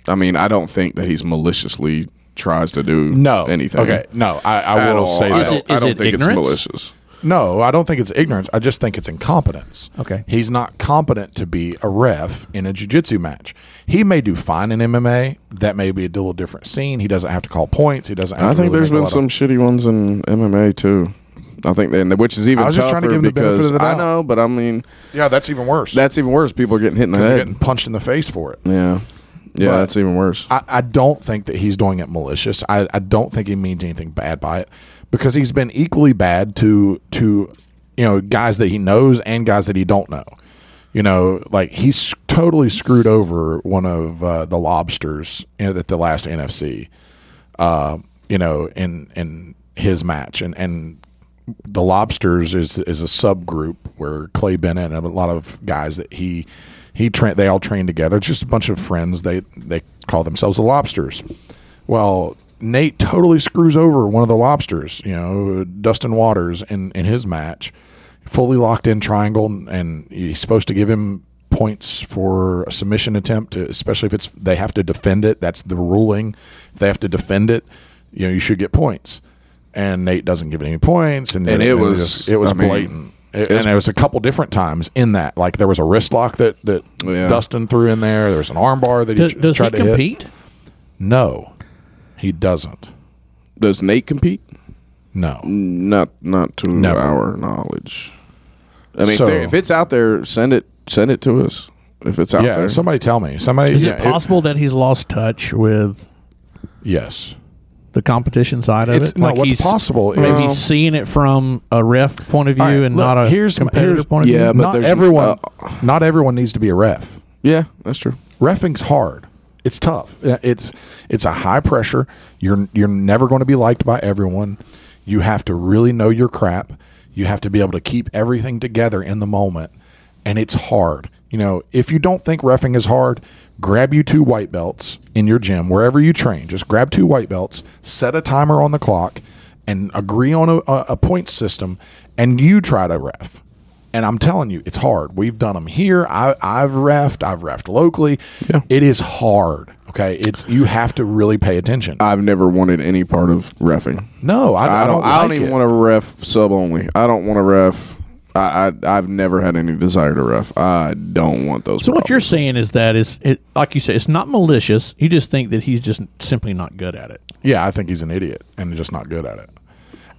S3: I mean, I don't think that he's maliciously tries to do
S1: No,
S3: anything.
S1: Okay, no, I, I
S3: at
S1: will
S3: all.
S1: say
S3: I
S1: that.
S2: Is
S3: don't,
S2: it-
S3: I
S2: is
S3: don't
S2: it
S3: think
S2: ignorance?
S3: it's malicious.
S1: No, I don't think it's ignorance. I just think it's incompetence.
S2: Okay.
S1: He's not competent to be a ref in a jiu-jitsu match. He may do fine in MMA. That may be a little different scene. He doesn't have to call points. He doesn't have
S3: I
S1: to
S3: think
S1: really
S3: there's
S1: make a
S3: been
S1: lot
S3: some
S1: of-
S3: shitty ones in MMA too. I think, and which is even
S1: I was just
S3: tougher
S1: trying to give him the benefit
S3: because
S1: of the
S3: I
S1: doubt.
S3: know, but I mean,
S1: Yeah, that's even worse.
S3: that's even worse. People are getting hit in the
S1: He's
S3: head.
S1: getting punched in the face for it.
S3: yeah, Yeah,
S1: But-
S3: that's even worse.
S1: I, I don't think that he's doing it malicious. I, I don't think he means anything bad by it because he's been equally bad to to you know guys that he knows and guys that he don't know. You know, like he's totally screwed over one of uh, the lobsters in- at the last NFC. Uh, you know, in in his match and and the lobsters is is a subgroup where Clay Bennett and a lot of guys that he he train they all train together. It's just a bunch of friends. They they call themselves the lobsters. Well, Nate totally screws over one of the lobsters. You know, Dustin Waters in in his match, fully locked in triangle, and, and he's supposed to give him points for a submission attempt, especially if it's they have to defend it. That's the ruling. If they have to defend it, you know, you should get points. And Nate doesn't give it any points, and,
S3: And it was-
S1: just- it was
S3: I mean,
S1: blatant. It- and there was a couple different times in that, like there was a wrist lock that that
S3: Yeah.
S1: Dustin threw in there. There was an arm bar that he
S2: Does,
S1: tr-
S2: does he
S1: tried to hit.
S2: compete?
S1: No, he doesn't.
S3: Does Nate compete?
S1: No,
S3: Not not to
S1: Never.
S3: our knowledge. I mean,
S1: So-
S3: if, there- if it's out there, send it send it to us. If it's out
S1: yeah.
S3: there,
S1: Somebody tell me. Somebody.
S2: Is
S1: yeah,
S2: it possible that he's lost touch with
S1: yes.
S2: the competition side of
S1: It's,
S2: it?
S1: no, what's
S2: he's-
S1: possible
S2: Maybe
S1: is
S2: he's seeing it from a ref point of view
S1: All right,
S2: and
S1: look,
S2: not a
S1: here's-
S2: competitor
S1: here's-
S2: point of
S3: yeah,
S2: view.
S3: but
S1: not
S3: there's-
S1: everyone.
S3: uh,
S1: not everyone needs to be a ref.
S3: yeah, that's true.
S1: Refing's hard. It's tough. It's it's a high pressure. You're you're never going to be liked by everyone. You have to really know your crap. You have to be able to keep everything together in the moment, and it's hard. You know, if you don't think refing is hard, grab you two white belts in your gym wherever you train. Just grab two white belts, set a timer on the clock, and agree on a, a, a point system, and you try to ref. And I'm telling you, it's hard. We've done them here. I, I've refed. I've refed locally.
S3: Yeah.
S1: It is hard. Okay, it's you have to really pay attention.
S3: I've never wanted any part of refing.
S1: no, I,
S3: I don't. I don't
S1: like
S3: even
S1: it.
S3: want to ref sub only. I don't want to ref. I, I I've never had any desire to ref. I don't want those.
S2: So what you're
S3: problems.
S2: saying is that is it like you say it's not malicious. You just think that he's just simply not good at it.
S1: Yeah, I think he's an idiot and just not good at it.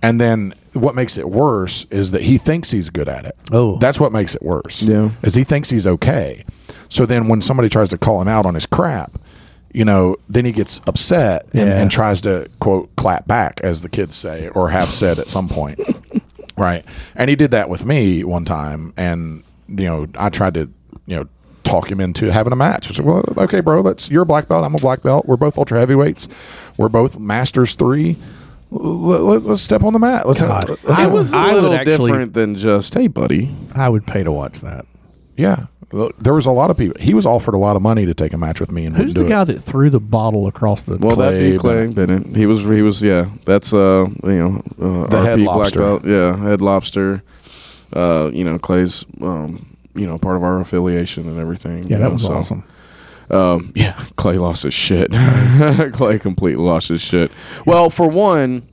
S1: And then what makes it worse is that he thinks he's good at it.
S2: Oh.
S1: that's what makes it worse.
S3: Yeah.
S1: is he thinks he's okay. So then when somebody tries to call him out on his crap, you know, then he gets upset and,
S2: Yeah.
S1: and tries to quote clap back, as the kids say or have said at some point. Right. And he did that with me one time. And, you know, I tried to, you know, talk him into having a match. I said, well, okay, bro, let's, you're a black belt. I'm a black belt. We're both ultra heavyweights. We're both masters three. Let, us step on the mat. Let's,
S2: God.
S1: let's-
S2: I
S3: it was a
S2: I would
S3: little
S2: actually-
S3: different than just hey, buddy.
S2: I would pay to watch that.
S1: yeah. Look, There was a lot of people. He was offered a lot of money to take a match with me and
S2: Who's
S1: wouldn't do
S2: the guy that threw the bottle across the?
S3: Well, that'd
S1: Clay
S3: be Clay Bennett. He was. He was. Yeah, that's uh, you know, uh,
S1: The
S3: RP
S1: head
S3: Black
S1: lobster.
S3: Belt. Yeah, head lobster. Uh, you know, Clay's. Um, you know, part of our affiliation and everything.
S2: yeah,
S3: you
S2: that
S3: know,
S2: was
S3: so,
S2: awesome.
S3: Um, yeah, Clay lost his shit. Clay completely lost his shit. Well, for one.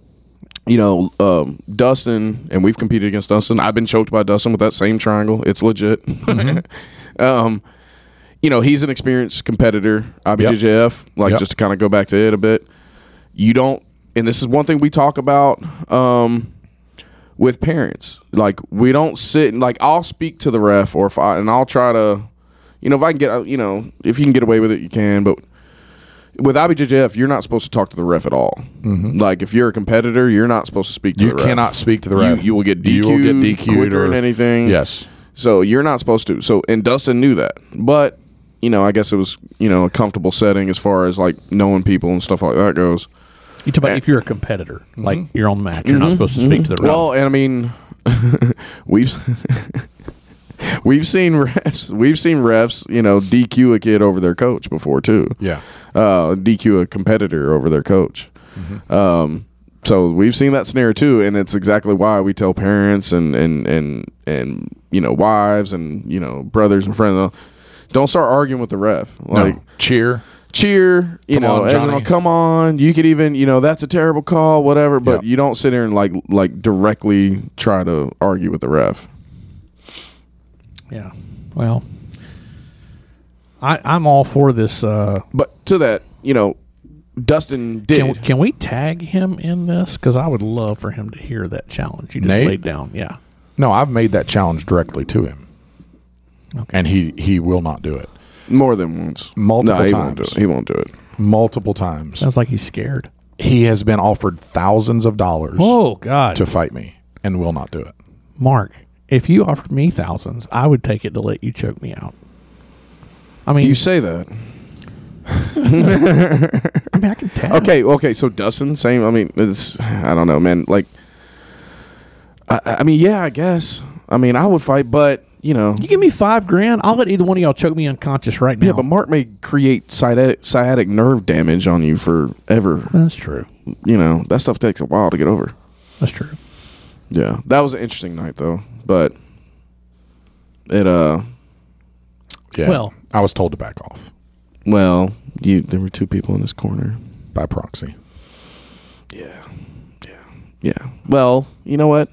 S3: You know, um, Dustin, and we've competed against Dustin. I've been choked by Dustin with that same triangle. It's legit.
S1: Mm-hmm.
S3: um, you know, he's an experienced competitor. IBJJF, like
S1: Yep.
S3: just to kind of go back to it a bit. You don't, and this is one thing we talk about um, with parents. Like we don't sit and like I'll speak to the ref or if I and I'll try to, you know, if I can get, uh, you know, if you can get away with it, you can. But with IBJJF, you're not supposed to talk to the ref at all. Like if you're a competitor, you're not supposed to speak to
S1: Mm-hmm. You
S3: the ref.
S1: cannot speak to the
S3: You-
S1: ref.
S3: You, will get DQ'd,
S1: You will get DQ'd
S3: quicker
S1: or-
S3: than anything.
S1: Yes.
S3: So you're not supposed to. So and Dustin knew that, but you know, I guess it was you know a comfortable setting as far as like knowing people and stuff like that goes.
S2: You talk about if you're a competitor, like
S1: Mm-hmm.
S2: you're on the match, you're not supposed to speak to the ref.
S3: Well, and I mean, we've we've seen refs, we've seen refs, you know, DQ a kid over their coach before too.
S1: Yeah.
S3: uh, DQ a competitor over their coach.
S2: Mm-hmm.
S3: Um, so we've seen that snare too, and it's exactly why we tell parents and and and and you know wives and you know brothers and friends, don't start arguing with the ref. Like
S1: no. Cheer.
S3: cheer, you
S1: Come
S3: know,
S1: on,
S3: everyone,
S1: Johnny.
S3: come on. You could even you know that's a terrible call, whatever.
S1: Yep.
S3: But you don't sit there and like like directly try to argue with the ref.
S2: yeah. Well, I, I'm all for this. Uh,
S3: But to that, you know, Dustin did.
S2: can, can we tag him in this? Because I would love for him to hear that challenge you just
S1: Nate?
S2: laid down. Yeah.
S1: No, I've made that challenge directly to him,
S2: Okay.
S1: and he he will not do it.
S3: more than once,
S1: Multiple
S3: no, he Won't do
S1: times.
S3: it. He won't do it.
S1: multiple times.
S2: Sounds like he's scared.
S1: He has been offered thousands of dollars
S2: Oh God,
S1: to fight me and will not do it.
S2: Mark! If you offered me thousands, I would take it to let you choke me out. I mean,
S3: You say that.
S2: I mean, I can tell.
S3: Okay, okay. So Dustin, same. I mean, it's I don't know, man. Like, I, I mean, yeah, I guess. I mean, I would fight, but you know,
S2: You give me five grand, I'll let either one of y'all choke me unconscious right now.
S3: yeah. But Mark may create sciatic, sciatic nerve damage on you forever.
S2: that's true.
S3: You know, that stuff takes a while to get over.
S2: That's true.
S3: Yeah, that was an interesting night though. But it uh,
S1: Yeah.
S2: Well-
S1: I was told to back off
S3: well, you there were two people in this corner.
S1: by proxy.
S3: Yeah. Yeah. Yeah. Well, you know what?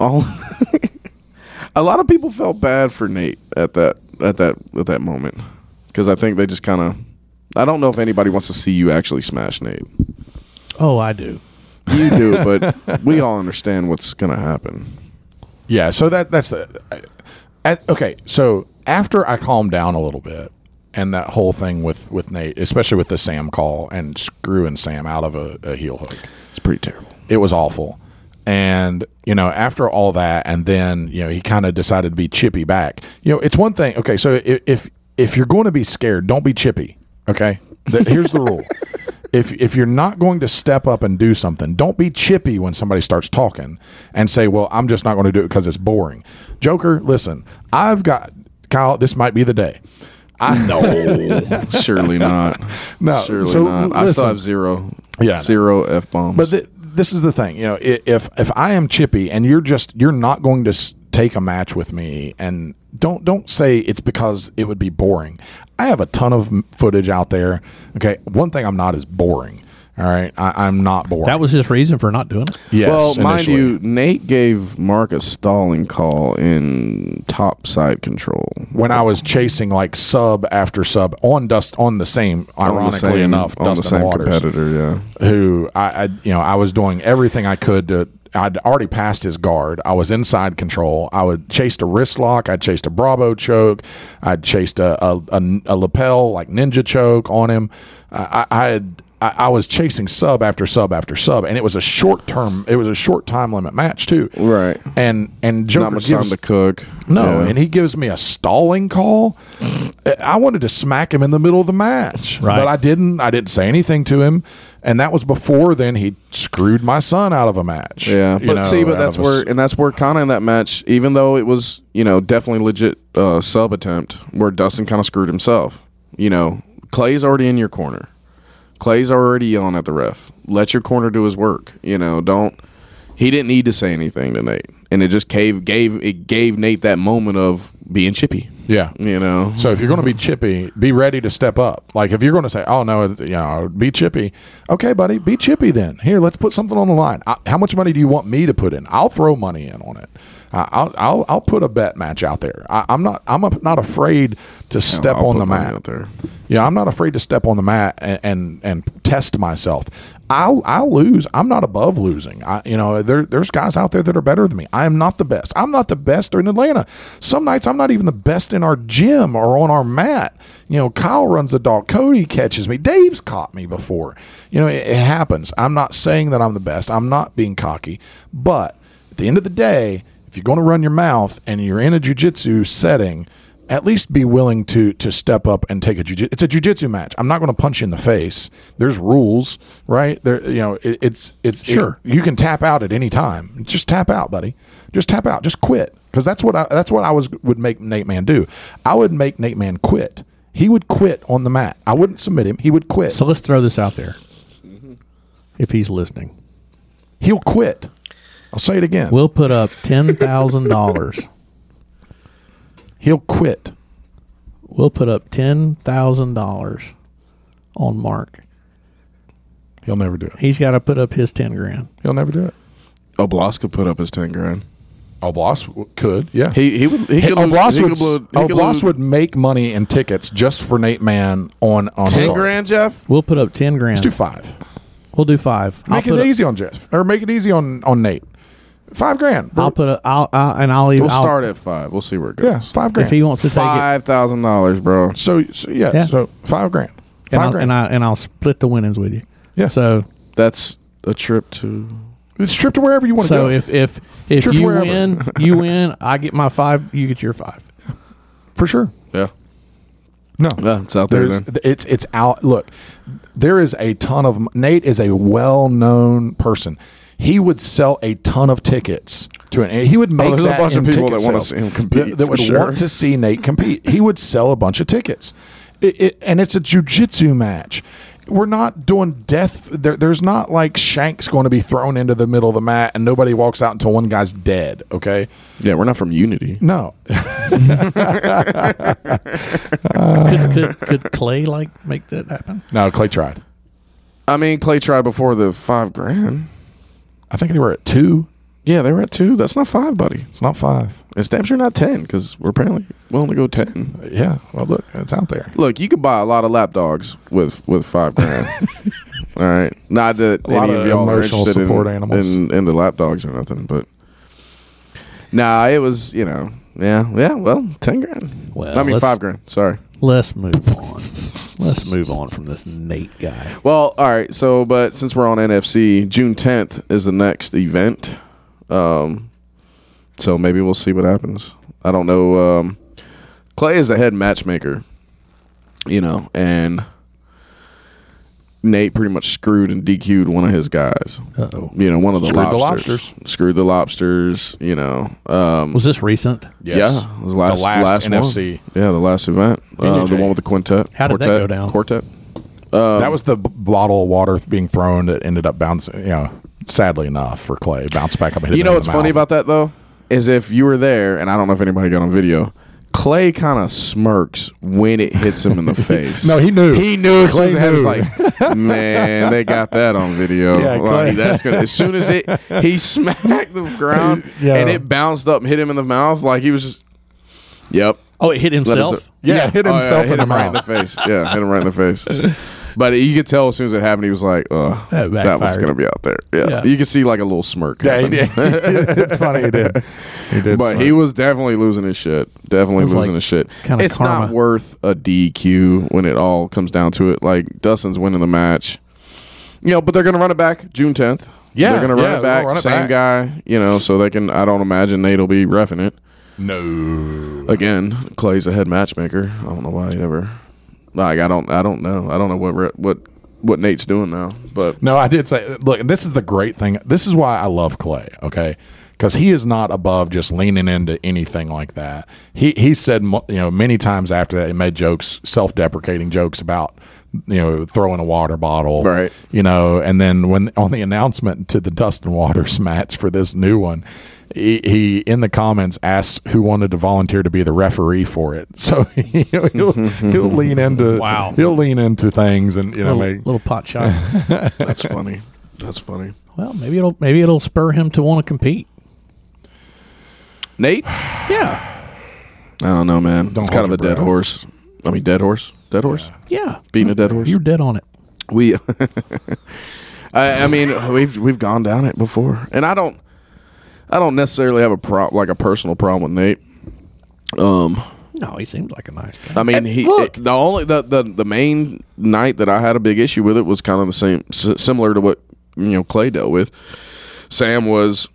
S3: All A lot of people felt bad for Nate at that at that at that moment cuz I think they just kind of I don't know if anybody wants to see you actually smash Nate.
S2: Oh, I do.
S3: You do, but we all understand what's going to happen.
S1: Yeah. So that that's the. I- I- okay. So after I calmed down a little bit and that whole thing with with Nate, especially with the Sam call and screwing Sam out of a, a heel hook,
S3: It's pretty terrible.
S1: it was awful. And you know, after all that, and then you know, he kind of decided to be chippy back. You know, it's one thing. Okay, so i- if if you're going to be scared, don't be chippy. Okay, Th- here's the rule: if if you're not going to step up and do something, don't be chippy when somebody starts talking and say, "Well, I'm just not going to do it because it's boring." Joker, listen, I've got Kyle. This might be the day. I know.
S3: Surely not.
S1: No,
S3: Surely
S1: so
S3: not. I still
S1: listen.
S3: have zero.
S1: Yeah.
S3: Zero F bombs.
S1: But th- this is the thing, you know, i- if if I am chippy and you're just you're not going to s- take a match with me, and don't don't say it's because it would be boring. I have a ton of m- footage out there. Okay, one thing I'm not is boring. All right, I, I'm not boring.
S2: That was his reason for not doing it.
S1: yes,
S3: well, mind
S1: initially.
S3: you, Nate gave Mark a stalling call in top side control.
S1: when I was chasing like sub after sub on dust on the same,
S3: On the
S1: ironically
S3: same-
S1: enough,
S3: on the
S1: Dustin
S3: same
S1: Waters.
S3: competitor, yeah.
S1: who I, I you know I was doing everything I could to I'd already passed his guard. I was inside control. I would chased a wrist lock. I chased a Bravo choke. I chased a a, a, a lapel like ninja choke on him. I, I I had. I I was chasing sub after sub after sub, and it was a short term. It was a short time limit match too.
S3: Right.
S1: And and Joker
S3: Not much time
S1: gives-
S3: to cook.
S1: no,
S3: Yeah.
S1: and he gives me a stalling call. I- I wanted to smack him in the middle of the match,
S2: Right.
S1: but I didn't. I didn't say anything to him, and that was before then he screwed my son out of a match.
S3: yeah,
S1: You
S3: but
S1: know,
S3: see, but
S1: out
S3: that's
S1: of a
S3: where
S1: s-
S3: and that's where kind of in that match, even though it was you know definitely legit uh, sub attempt, where Dustin kind of screwed himself. You know, Clay's already in your corner. Clay's already yelling at the ref. Let your corner do his work. You know, don't. He didn't need to say anything to Nate, and it just gave gave it gave Nate that moment of being chippy.
S1: yeah.
S3: You know,
S1: So if you're going to be chippy, be ready to step up. Like if you're going to say, "Oh no, it- you know, be chippy," okay, buddy, be chippy. Then here, let's put something on the line. I, how much money do you want me to put in? I'll throw money in on it. I, I'll, I'll I'll put a bet match out there. I, I'm not I'm not afraid to step
S3: I'll
S1: on
S3: put
S1: the
S3: money
S1: mat.
S3: out there.
S1: Yeah, I'm not afraid to step on the mat and and, and test myself. I'll I'll lose. I'm not above losing. I, you know, there there's guys out there that are better than me. I am not the best. I'm not the best in Atlanta. Some nights I'm not even the best in our gym or on our mat. You know, Kyle runs the dog. Cody catches me. Dave's caught me before. You know, it, it happens. I'm not saying that I'm the best. I'm not being cocky, but at the end of the day, if you're going to run your mouth and you're in a jujitsu setting, at least be willing to to step up and take a jujitsu. It's a jujitsu match. I'm not going to punch you in the face. There's rules, right? There, you know, it, it's it's it-
S2: Sure.
S1: you can tap out at any time. Just tap out, buddy. Just tap out. Just quit. Because that's what I, that's what I was would make Nate Man do. I would make Nate Man quit. He would quit on the mat. I wouldn't submit him. He would quit.
S2: So let's throw this out there.
S3: Mm-hmm.
S2: If he's listening,
S1: He'll quit. I'll say it again.
S2: we'll put up ten thousand dollars.
S1: He'll quit.
S2: We'll put up ten thousand dollars on Mark.
S1: He'll never do it.
S2: He's got to put up his ten grand.
S1: He'll never do it.
S3: Oblaska put up his ten grand.
S1: Oblas w- could, yeah.
S3: He he would he
S1: Hey,
S3: could lose-
S1: Oblas
S3: he
S1: would,
S3: could blow- he could
S1: Oblas
S3: lose-
S1: would make money in tickets just for Nate Man on on a
S3: ten
S1: card.
S3: grand, Jeff.
S2: We'll put up ten grand.
S1: Let's do five.
S2: We'll do five. I'll
S1: Make
S2: put
S1: it
S2: up-
S1: easy on Jeff, or make it easy on on Nate. Five grand.
S2: I'll put a I'll, I'll and I'll even
S3: We'll
S2: I'll-
S3: start at five. We'll see where it goes.
S1: yeah, five grand.
S2: if he wants to take it.
S3: Five thousand dollars, bro.
S1: so, so yeah,
S2: Yeah.
S1: so five grand.
S2: and
S1: Five
S2: I'll,
S1: grand.
S2: and I and I'll split the winnings with you.
S1: Yeah.
S2: So
S3: That's a trip to.
S1: it's trip to wherever you want to
S2: so
S1: go.
S2: if if if
S1: Trip
S2: you
S1: wherever.
S2: win, you win. I get my five. You get your five.
S1: for sure.
S3: Yeah,
S1: No.
S3: yeah, it's out there.
S1: There's,
S3: Then
S1: th- it's it's out. Look, there is a ton of Nate is a well known person. He would sell a ton of tickets to an. He would make
S3: Oh, there's a
S1: that
S3: bunch of
S1: in
S3: people
S1: ticket
S3: that wanna
S1: sales.
S3: see him compete,
S1: That, that
S3: for
S1: would
S3: sure.
S1: want to see Nate compete. He would sell a bunch of tickets, it, it, and it's a jujitsu match. We're not doing death. There, there's not like shanks going to be thrown into the middle of the mat, and nobody walks out until one guy's dead. Okay,
S3: yeah, we're not from Unity.
S1: no,
S2: could, could could Clay like make that happen?
S1: no. Clay tried.
S3: I mean, Clay tried before the five grand.
S1: I think they were at two.
S3: Yeah, they were at two. That's not five, buddy.
S1: It's not five.
S3: It's damn sure not ten because we're apparently willing to go ten.
S1: Yeah. Well, look, it's out there.
S3: Look, you could buy a lot of lapdogs with with five grand. All right, not that
S1: A lot
S3: any of
S1: of
S3: y'all are
S1: emotional
S3: interested in-
S1: support animals.
S3: in, in the lapdogs or nothing, but nah, it was you know yeah yeah well ten grand.
S1: Uh,
S2: Well,
S3: I mean
S2: let's-
S3: five grand. Sorry.
S2: Let's move on. Let's move on from this Nate guy.
S3: Well, all right. So, but since we're on NFC, June 10th is the next event. Um, so maybe we'll see what happens. I don't know. Um, Clay is the head matchmaker, you know, and Nate pretty much screwed and DQ'd one of his guys.
S2: Uh-oh.
S3: You know, one of the
S1: Screwed the
S3: lobsters. Screwed the lobsters. You know. Um,
S2: Was this recent?
S3: Yeah, it was last,
S1: The last
S3: one.
S1: NFC.
S3: Yeah, the last event. Uh, the
S1: NJJ.
S3: one with the quintet.
S2: How did that
S3: quartet,
S2: go down?
S3: Quartet. Um,
S1: that was the b- bottle of water th- being thrown that ended up bouncing. You know, sadly enough for Clay, bounced back up. and hit
S3: You
S1: him
S3: know
S1: in
S3: what's
S1: the
S3: funny
S1: mouth.
S3: about that though is if you were there, and I don't know if anybody got on video. Clay kind of smirks when it hits him in the face.
S1: No, he knew.
S3: He knew. As soon
S1: Clay
S3: as it happened,
S1: knew.
S3: he was like, man, they got that on video.
S1: Yeah,
S3: Like,
S1: Clay-
S3: that's gonna. As soon as it, he smacked the ground,
S1: Yeah.
S3: and it bounced up and hit him in the mouth. Like he was just, yep.
S2: Oh, it hit
S3: Let us-
S2: himself.
S1: Yeah, hit
S3: Oh, yeah,
S1: himself
S3: hit
S1: in the
S3: him right in the
S1: mouth.
S3: face. Yeah, hit him right in the face. But you could tell as soon as it happened, he was like, "Oh,
S2: That
S3: that, was
S2: backfired.
S3: gonna be out there." Yeah,
S2: Yeah.
S3: you could see like a little smirk.
S1: Yeah, he
S3: happen.
S1: did. it's funny he did. He did.
S3: but
S1: so.
S3: he was definitely losing his shit. Definitely
S2: It was
S3: losing
S2: like
S3: his shit.
S2: kinda
S3: it's
S2: karma.
S3: not worth a DQ when it all comes down to it. Like Dustin's winning the match, you know. But they're gonna run it back June tenth.
S1: Yeah,
S3: they're gonna
S1: yeah,
S3: run
S1: they'll
S3: it back.
S1: run it back.
S3: same guy, you know. So they can. I don't imagine Nate'll be refing it
S1: no.
S3: again. Clay's a head matchmaker. I don't know why he ever. Like I don't. I don't know. I don't know what re- what what Nate's doing now. But
S1: No, I did say. Look, and this is the great thing. This is why I love Clay. Okay, because he is not above just leaning into anything like that. He he said mu- you know many times after that he made jokes, self deprecating jokes about you know throwing a water bottle,
S3: Right.
S1: You know, and then when on the announcement to the Dustin Waters match for this new one. He, he in the comments asks who wanted to volunteer to be the referee for it. So he'll, he'll, he'll lean into
S2: Wow.
S1: He'll lean into things and you know
S2: Little,
S1: make
S2: little pot shot.
S3: that's funny. That's funny.
S2: well, maybe it'll maybe it'll spur him to want to compete.
S3: Nate.
S2: Yeah.
S3: I don't know, man.
S1: Don't
S3: it's kind of
S1: hold
S3: a
S1: your
S3: dead
S1: breath.
S3: horse. I mean, dead horse. Dead horse.
S2: Yeah.
S3: Beating a dead horse.
S2: You're dead on it.
S3: We, I, I mean, we've we've gone down it before, and I don't, I don't necessarily have a prop like a personal problem with Nate. Um,
S2: No, he seems like a nice guy.
S3: I mean, he
S1: look-
S3: it- the only the, the the main night that I had a big issue with it was kind of the same, s- similar to what you know Clay dealt with. Sam was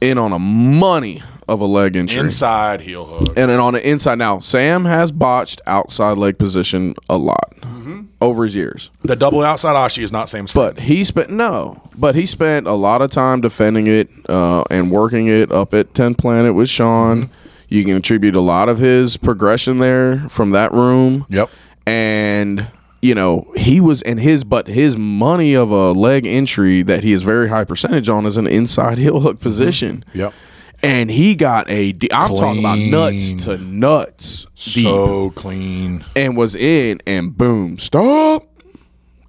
S3: in on a money of a leg injury.
S1: inside heel hook.
S3: and then on the inside now, Sam has botched outside leg position a lot over his years.
S1: The double outside Ashi is not Sam's
S3: But he spent no, but he spent a lot of time defending it uh, and working it up at Ten Planet with
S1: Mm-hmm.
S3: Sean. You can attribute a lot of his progression there from that room.
S1: Yep.
S3: And you know he was in his but his money of a leg entry that he is very high percentage on is an inside heel
S1: Mm-hmm.
S3: hook position.
S1: Yep.
S3: And he got a de- I'm talking about nuts
S1: Clean.
S3: to nuts deep
S1: So clean.
S3: and was in and boom stop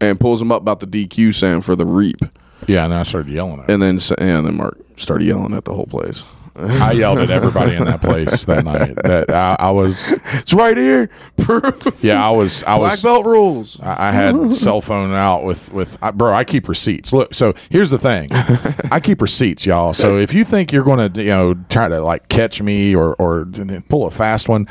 S3: and pulls him up about the DQ Sam for the reap.
S1: Yeah, and then I started yelling at him.
S3: And then, and then Mark started yelling at the whole place.
S1: I yelled at everybody in that place that night. That I, I was,
S3: It's right here.
S1: yeah, I was, I
S3: Black
S1: was.
S3: belt rules.
S1: I I had cell phone out with with I, bro. I keep receipts. Look, so here's the thing, I keep receipts, y'all. So if you think you're going to you know try to like catch me or or pull a fast one,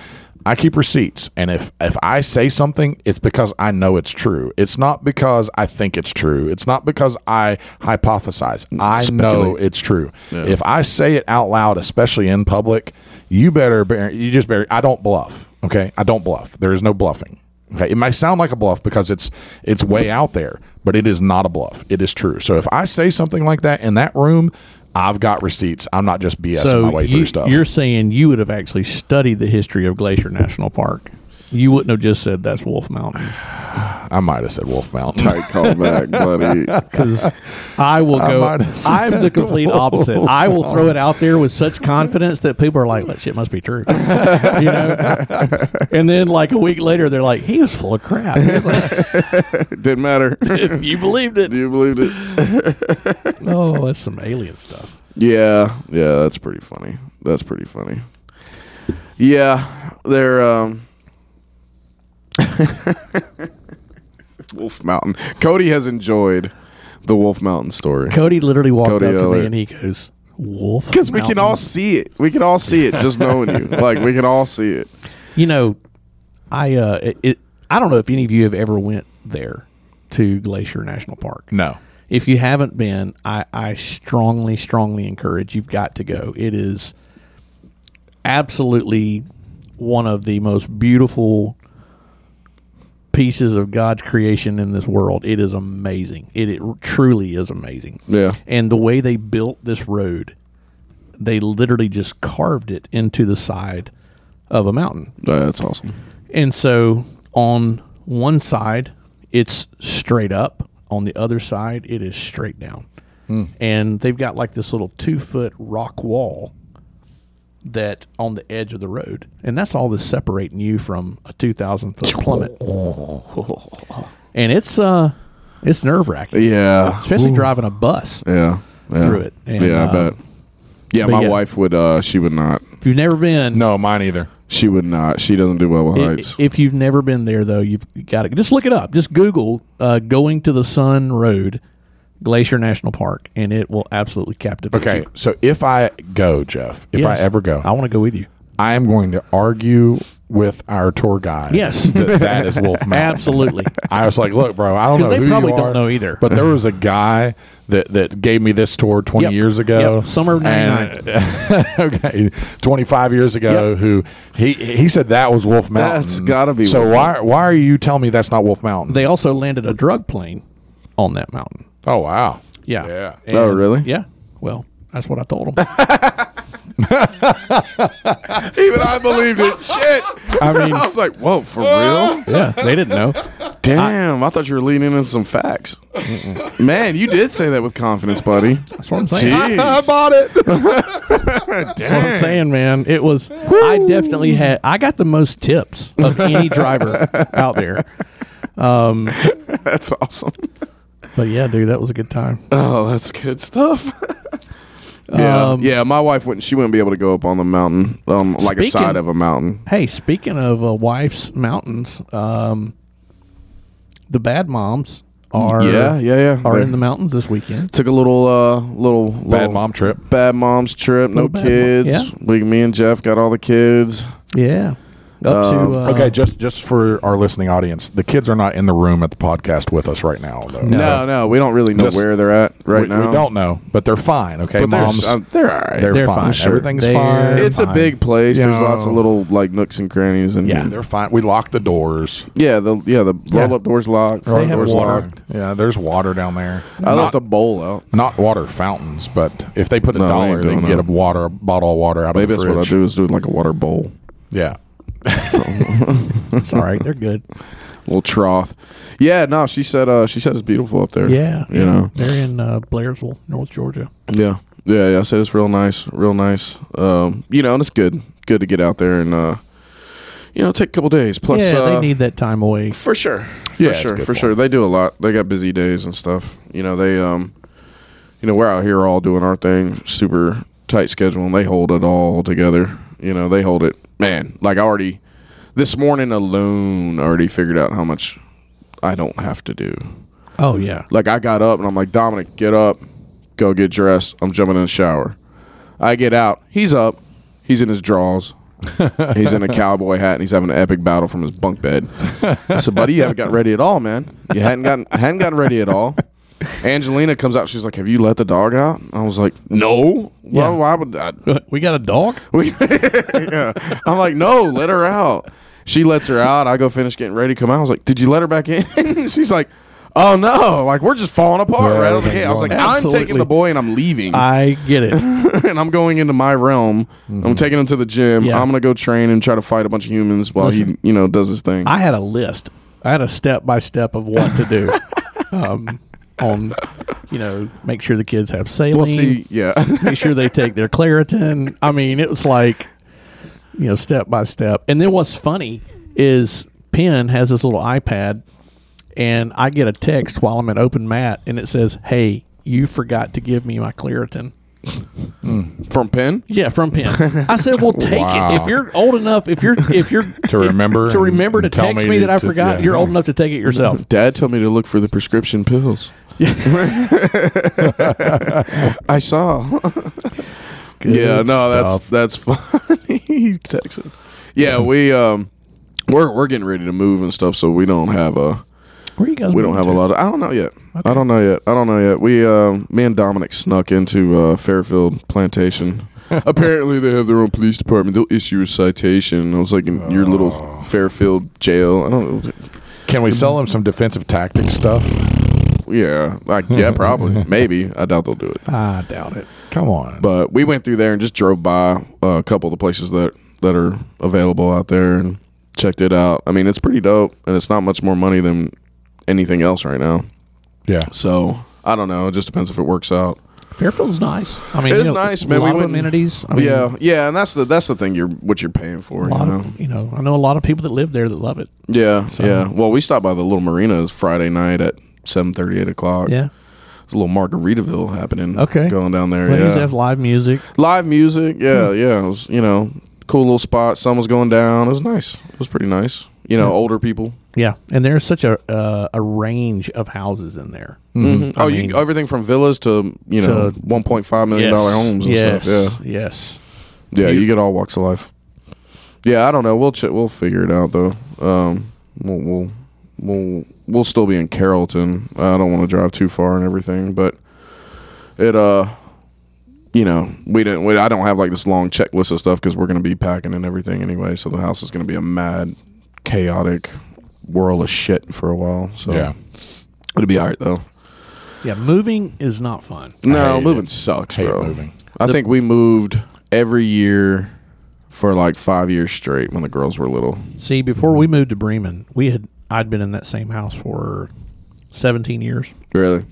S1: I keep receipts. And if if I say something, it's because I know it's true. It's not because I think it's true. It's not because I hypothesize. I know it's true. If I say it out loud, especially in public, you better bear, you just better. I don't bluff. Okay, I don't bluff. There is no bluffing. Okay, it may sound like a bluff because it's it's way out there, but it is not a bluff. It is true. So if I say something like that in that room, I've got receipts. I'm not just BSing my way
S2: you,
S1: through stuff.
S2: are saying you would have actually studied the history of Glacier National Park. You wouldn't have just said that's Wolf Mountain
S1: I might have said Wolf Mountain.
S3: Tight call back, buddy.
S2: because I will go.
S1: might have said
S2: I'm the complete opposite. I will throw it out there with such confidence that people are like, "That shit must be true," you know. And then, like a week later, they're like, "He was full of crap." He was like,
S3: It didn't matter.
S2: you believed it?
S3: Do you believe it?
S2: Oh, that's some alien stuff.
S3: Yeah, yeah, that's pretty funny. That's pretty funny. Yeah, they're um Wolf Mountain. Cody has enjoyed the Wolf Mountain story.
S2: Cody literally walked
S3: Cody
S2: up to
S3: Elliott.
S2: me and he goes, "Wolf,"
S3: Because we can
S2: Mountain."
S3: all see it. We can all see it just knowing you. Like we can all see it.
S2: You know, I uh, it, it, I don't know if any of you have ever went there to Glacier National Park.
S1: No,
S2: If you haven't been, I, I strongly, strongly encourage you've got to go. It is absolutely one of the most beautiful pieces of God's creation in this world. It is amazing. It, it truly is amazing.
S3: Yeah.
S2: And the way they built this road, they literally just carved it into the side of a mountain.
S3: That's awesome.
S2: And so on one side, it's straight up. On the other side, it is straight down. And they've got like this little two foot rock wall that on the edge of the road. And that's all that's separating you from a 2,000 foot plummet. and it's, uh, it's nerve wracking,
S3: Yeah.
S2: especially driving a bus.
S3: Yeah. yeah.
S2: Through it. And,
S3: yeah, I
S2: uh,
S3: bet. Yeah,
S2: but
S3: my
S2: yeah.
S3: wife would uh she would not.
S2: If you've never been,
S1: no, mine either.
S3: She would not. She doesn't do well with
S2: I-
S3: heights.
S2: If you've never been there, though, you've got to just look it up. Just Google uh, "Going to the Sun Road, Glacier National Park," and it will absolutely captivate you.
S1: Okay, so if I go, Jeff, if
S2: Yes.
S1: I ever go,
S2: I want to go with you.
S1: I am going to argue with our tour guide.
S2: Yes.
S1: that, that is Wolf Mountain.
S2: Absolutely.
S1: I was like, look, bro, I don't know.
S2: 'Cause they
S1: who
S2: probably
S1: you
S2: don't
S1: are,
S2: know either.
S1: But there was a guy that that gave me this tour twenty
S2: Yep.
S1: years ago,
S2: Yep. Summer of
S1: and- okay, twenty five years ago, who he he said that was Wolf Mountain.
S3: That's gotta be
S1: So
S3: Wolf
S1: why why are you telling me that's not Wolf Mountain?
S2: they also landed a drug plane on that mountain.
S1: oh wow,
S2: Yeah.
S1: yeah.
S3: Oh, really?
S2: Yeah. Well, that's what I told them.
S3: Even I believed it. Shit.
S2: I mean, uh,
S3: I was like, whoa, for real?
S2: yeah, they didn't know.
S3: Damn, I, thought you were leaning in some facts. Man, you did say that with confidence, buddy.
S2: That's what I'm saying.
S1: I
S3: Jeez.
S1: bought it.
S2: That's what I'm saying, man. It was. I definitely had. I got the most tips of any driver out there.
S3: That's awesome.
S2: But yeah, dude, that was a good time.
S3: Oh, that's good stuff. yeah,
S2: Um,
S3: yeah. My wife wouldn't. She wouldn't be able to go up on the mountain, um, like a
S2: Speaking-
S3: side of a mountain.
S2: Hey, speaking of uh, wife's mountains, um, the bad moms are
S3: yeah, yeah, yeah.
S2: are
S3: They
S2: in the mountains this weekend.
S3: took a little, uh, little
S1: Bad
S3: little
S1: mom trip.
S3: bad mom's trip. No
S2: Little bad mom,
S3: kids.
S2: yeah.
S3: We, me and Jeff got all the kids.
S2: Yeah, up
S3: Um,
S2: to uh,
S1: Okay, just just for our listening audience, the kids are not in the room at the podcast with us right now. Though.
S2: No.
S3: No, no, we don't really know
S1: Just-
S3: where they're at right
S1: we,
S3: now.
S1: we don't know, but they're fine. Okay,
S3: But they're,
S1: moms,
S3: um, they're all right.
S1: they're,
S2: They're
S1: fine.
S2: fine, sure.
S1: Everything's
S2: They're-
S1: fine.
S2: They're
S3: it's a
S2: fine.
S3: big place. There's
S1: Yeah.
S3: lots of little like nooks and crannies and
S2: Yeah.
S1: They're fine. We locked the doors.
S3: Yeah, the yeah the roll up doors locked. front
S2: have
S3: doors
S2: water.
S3: locked.
S1: Yeah, there's water down there.
S3: I
S1: not,
S3: left a bowl out.
S1: not water fountains, but if they put a
S3: No, they
S1: dollar,
S3: ain't
S1: they
S3: doing
S1: can get a
S3: that.
S1: water a bottle of water out
S3: Maybe
S1: of
S3: that's
S1: the
S3: what I
S1: fridge.
S3: do is do like a water bowl,
S1: Yeah,
S2: it's all right. They're good.
S3: little trough. Yeah, no, she said uh she said it's beautiful up there.
S2: Yeah,
S3: you know.
S2: they're in uh, Blairsville, North Georgia.
S3: Yeah, yeah, yeah. I said it's real nice, real nice. Um, you know, and it's good, good to get out there and uh, you know, take a couple days. Plus,
S2: yeah,
S3: uh,
S2: they need that time away.
S3: for sure, for
S1: Yeah, it's
S3: sure,
S1: good for
S3: for sure. They do a lot. They got busy days and stuff. You know, they um, you know, we're out here all doing our thing, super tight schedule and they hold it all together. You know, they hold it. Man, like I already this morning alone already figured out how much I don't have to do.
S2: Oh yeah.
S3: Like I got up and I'm like, Dominic, get up, go get dressed. I'm jumping in the shower. I get out. He's up. He's in his drawers. he's in a cowboy hat and he's having an epic battle from his bunk bed. I said, buddy, you haven't gotten ready at all, man. You hadn't gotten hadn't gotten ready at all. Angelina comes out. She's like, "Have you let the dog out?" I was like, "No. Well,
S2: Yeah.
S3: why would I?"
S2: We got a dog.
S3: We, yeah. I'm like, no, let her out. She lets her out. I go finish getting ready to come out. I was like, did you let her back in? She's like, oh no, like we're just falling apart
S1: Yeah,
S3: right over here.
S1: everything's
S3: I was like,
S1: going-
S3: I'm taking
S2: Absolutely.
S3: the boy and I'm leaving,
S2: I get it.
S3: and I'm going into my realm. I'm taking him to the gym.
S2: Mm-hmm. Yeah.
S3: I'm gonna go train and try to fight a bunch of humans while
S2: Listen.
S3: he, you know, does his thing.
S2: I had a list. I had a step by step of what to do. um, on you know, make sure the kids have saline.
S3: well, see, yeah.
S2: make sure they take their Claritin. I mean, it was like, you know, step by step. And then what's funny is Penn has this little iPad, and I get a text while I'm at open mat, and it says, "Hey, you forgot to give me my Claritin."
S3: From Penn,
S2: Yeah, from Penn. I said, "Well, take it
S1: Wow.
S2: if you're old enough. If you're if you're
S1: To remember
S2: to
S1: and-
S2: remember
S1: and
S2: to
S1: tell
S2: text
S1: me
S2: me
S1: to-
S2: that I
S1: to-
S2: forgot.
S1: yeah.
S2: You're old enough to take it yourself."
S3: Dad told me to look for the prescription pills. I saw. yeah,
S1: Good
S3: no,
S1: stuff.
S3: that's that's funny. Texas. Yeah, we um, we're we're getting ready to move and stuff, so we don't have a
S2: Where you guys?
S3: we don't have a lot of. I don't know yet. I don't know yet. I don't know yet. We um, me and Dominic snuck into uh, Fairfield Plantation. Apparently, they have their own police department. They'll issue a citation. I was like, in your little Fairfield jail. I don't. know.
S1: Can we sell them some defensive tactics stuff?
S3: Yeah, like yeah, probably, maybe. I doubt they'll do it.
S2: I doubt it.
S1: Come on.
S3: But we went through there and just drove by uh, a couple of the places that that are available out there and checked it out. I mean, it's pretty dope, and it's not much more money than anything else right now.
S1: yeah.
S3: So I don't know. It just depends if it works out.
S2: Fairfield's nice. I mean,
S3: It's
S2: you know,
S3: nice, man.
S2: A lot
S3: We
S2: of
S3: went-
S2: amenities. I mean,
S3: yeah, yeah, and that's the that's the thing. You're what you're paying for.
S2: a
S3: You
S2: lot
S3: know?
S2: of you know i know a lot of people that live there that love it
S3: yeah, yeah. Well, we stopped by the little marinas Friday night at seven thirty, eight o'clock.
S2: yeah
S3: It's a little Margaritaville happening.
S2: Okay.
S3: going down there.
S2: they used to
S3: yeah.
S2: have live music
S3: live music. Yeah,
S2: Hmm.
S3: yeah. It was you know cool little spot. Sun was going down. It was nice. It was pretty nice. You know, older people.
S2: yeah and there's such a uh, a range of houses in there
S3: Mm-hmm. Oh,
S2: I mean-
S3: you oh, everything from villas to you know
S2: To-
S3: one point five million dollar homes and
S2: yes.
S3: stuff.
S2: yes
S3: Yeah, yeah.
S2: You-
S3: You get all walks of life. Yeah, I don't know. We'll ch- we'll figure it out though. Um, we'll we'll we'll, we'll still be in Carrollton. I don't want to drive too far and everything, but it uh. You know, we didn't. We, I don't have like this long checklist of stuff because we're going to be packing and everything anyway. So the house is going to be a mad, chaotic whirl of shit for a while. So
S1: Yeah.
S3: it'll be all right though.
S2: yeah moving is not fun
S1: I
S3: No,
S1: hate
S3: moving
S1: it.
S3: sucks,
S1: Hate
S3: bro.
S1: moving.
S3: I think we moved every year for like five years straight when the girls were little.
S2: see before we moved to bremen we had i'd been in that same house for 17 years
S3: Really?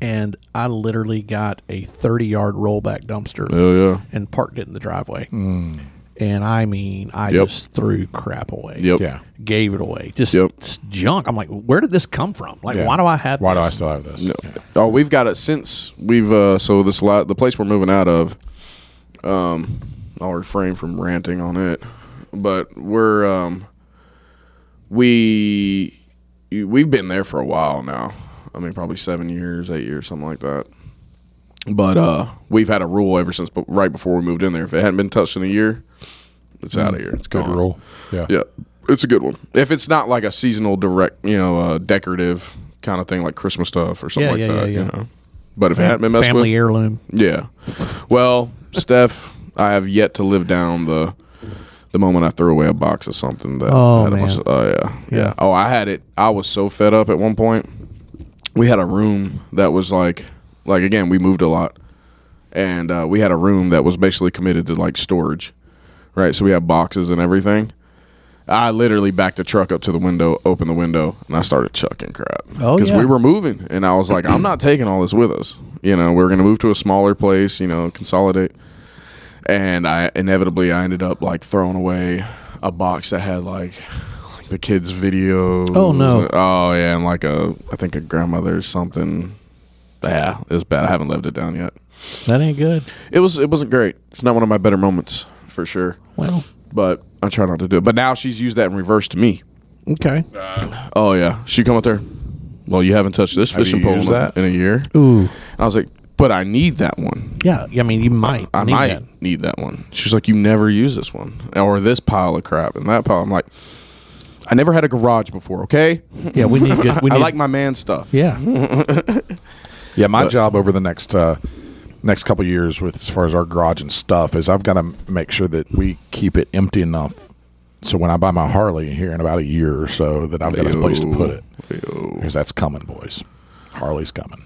S2: and i literally got a 30 yard rollback dumpster
S3: Oh yeah. Mm.
S2: and parked it in the driveway and i mean i
S3: Yep.
S2: just threw crap away
S3: Yep.
S1: Yeah.
S2: gave it away. Just
S3: Yep.
S2: s- junk. I'm like, where did this come from? Like,
S1: Yeah.
S2: why do I have?
S1: Why do
S2: this?
S1: I still have this?
S3: No.
S1: Yeah.
S3: Oh, we've got it since we've uh so this la- the place we're moving out of. Um, I'll refrain from ranting on it, but we're um we we've been there for a while now. I mean, probably seven years, eight years, something like that. But uh, we've had a rule ever since, but right before we moved in there, if it hadn't been touched in a year, it's out of here. It's
S1: Mm. Good
S3: gone.
S1: rule. Yeah.
S3: Yeah, it's a good one. If it's not like a seasonal direct, you know, uh, decorative kind of thing like Christmas stuff or something
S2: Yeah,
S3: like
S2: yeah,
S3: that.
S2: yeah, yeah.
S3: You know, but if it hadn't been messed
S2: Family
S3: with,
S2: heirloom.
S3: yeah. Well, Steph, I have yet to live down the the moment I threw away a box of something that
S2: Oh,
S3: had a bunch
S2: man.
S3: of- oh yeah, yeah
S2: Yeah.
S3: oh I had it I was so fed up at one point we had a room that was like like again we moved a lot and uh, we had a room that was basically committed to like storage right so we had boxes and everything I literally backed the truck up to the window opened the window and I started chucking crap
S2: Oh, yeah.
S3: we were moving and I was like I'm not taking all this with us you know we we're gonna move to a smaller place you know consolidate and I inevitably I ended up like throwing away a box that had like the kids' videos.
S2: Oh, no.
S3: Oh yeah, and like a I think a grandmother's something. Yeah, it was bad. I haven't lived it down yet.
S2: That ain't good.
S3: It was it wasn't great. It's not one of my better moments for sure.
S2: Well,
S3: But I try not to do it. But now she's used that in reverse to me.
S2: okay.
S3: Oh yeah, she come up there. Well, you haven't touched this fishing
S1: you
S3: pole
S1: used
S3: in a-
S1: that?
S3: in a year.
S2: Ooh.
S3: I was like, but I need that one.
S2: Yeah. I mean, you might.
S3: I
S2: need
S3: might
S2: that.
S3: need that one. She's like, you never use this one or this pile of crap and that pile. I'm like, I never had a garage before. Okay,
S2: Yeah, we need good. We
S3: I
S2: need,
S3: like my Mm. man stuff.
S2: Yeah.
S1: Yeah, my job over the next uh, next couple years, with as far as our garage and stuff, is I've got to make sure that we keep it empty enough. So when I buy my Harley here in about a year or so, that I've got a place to put it
S3: Ew.
S1: because that's coming, boys. Harley's coming.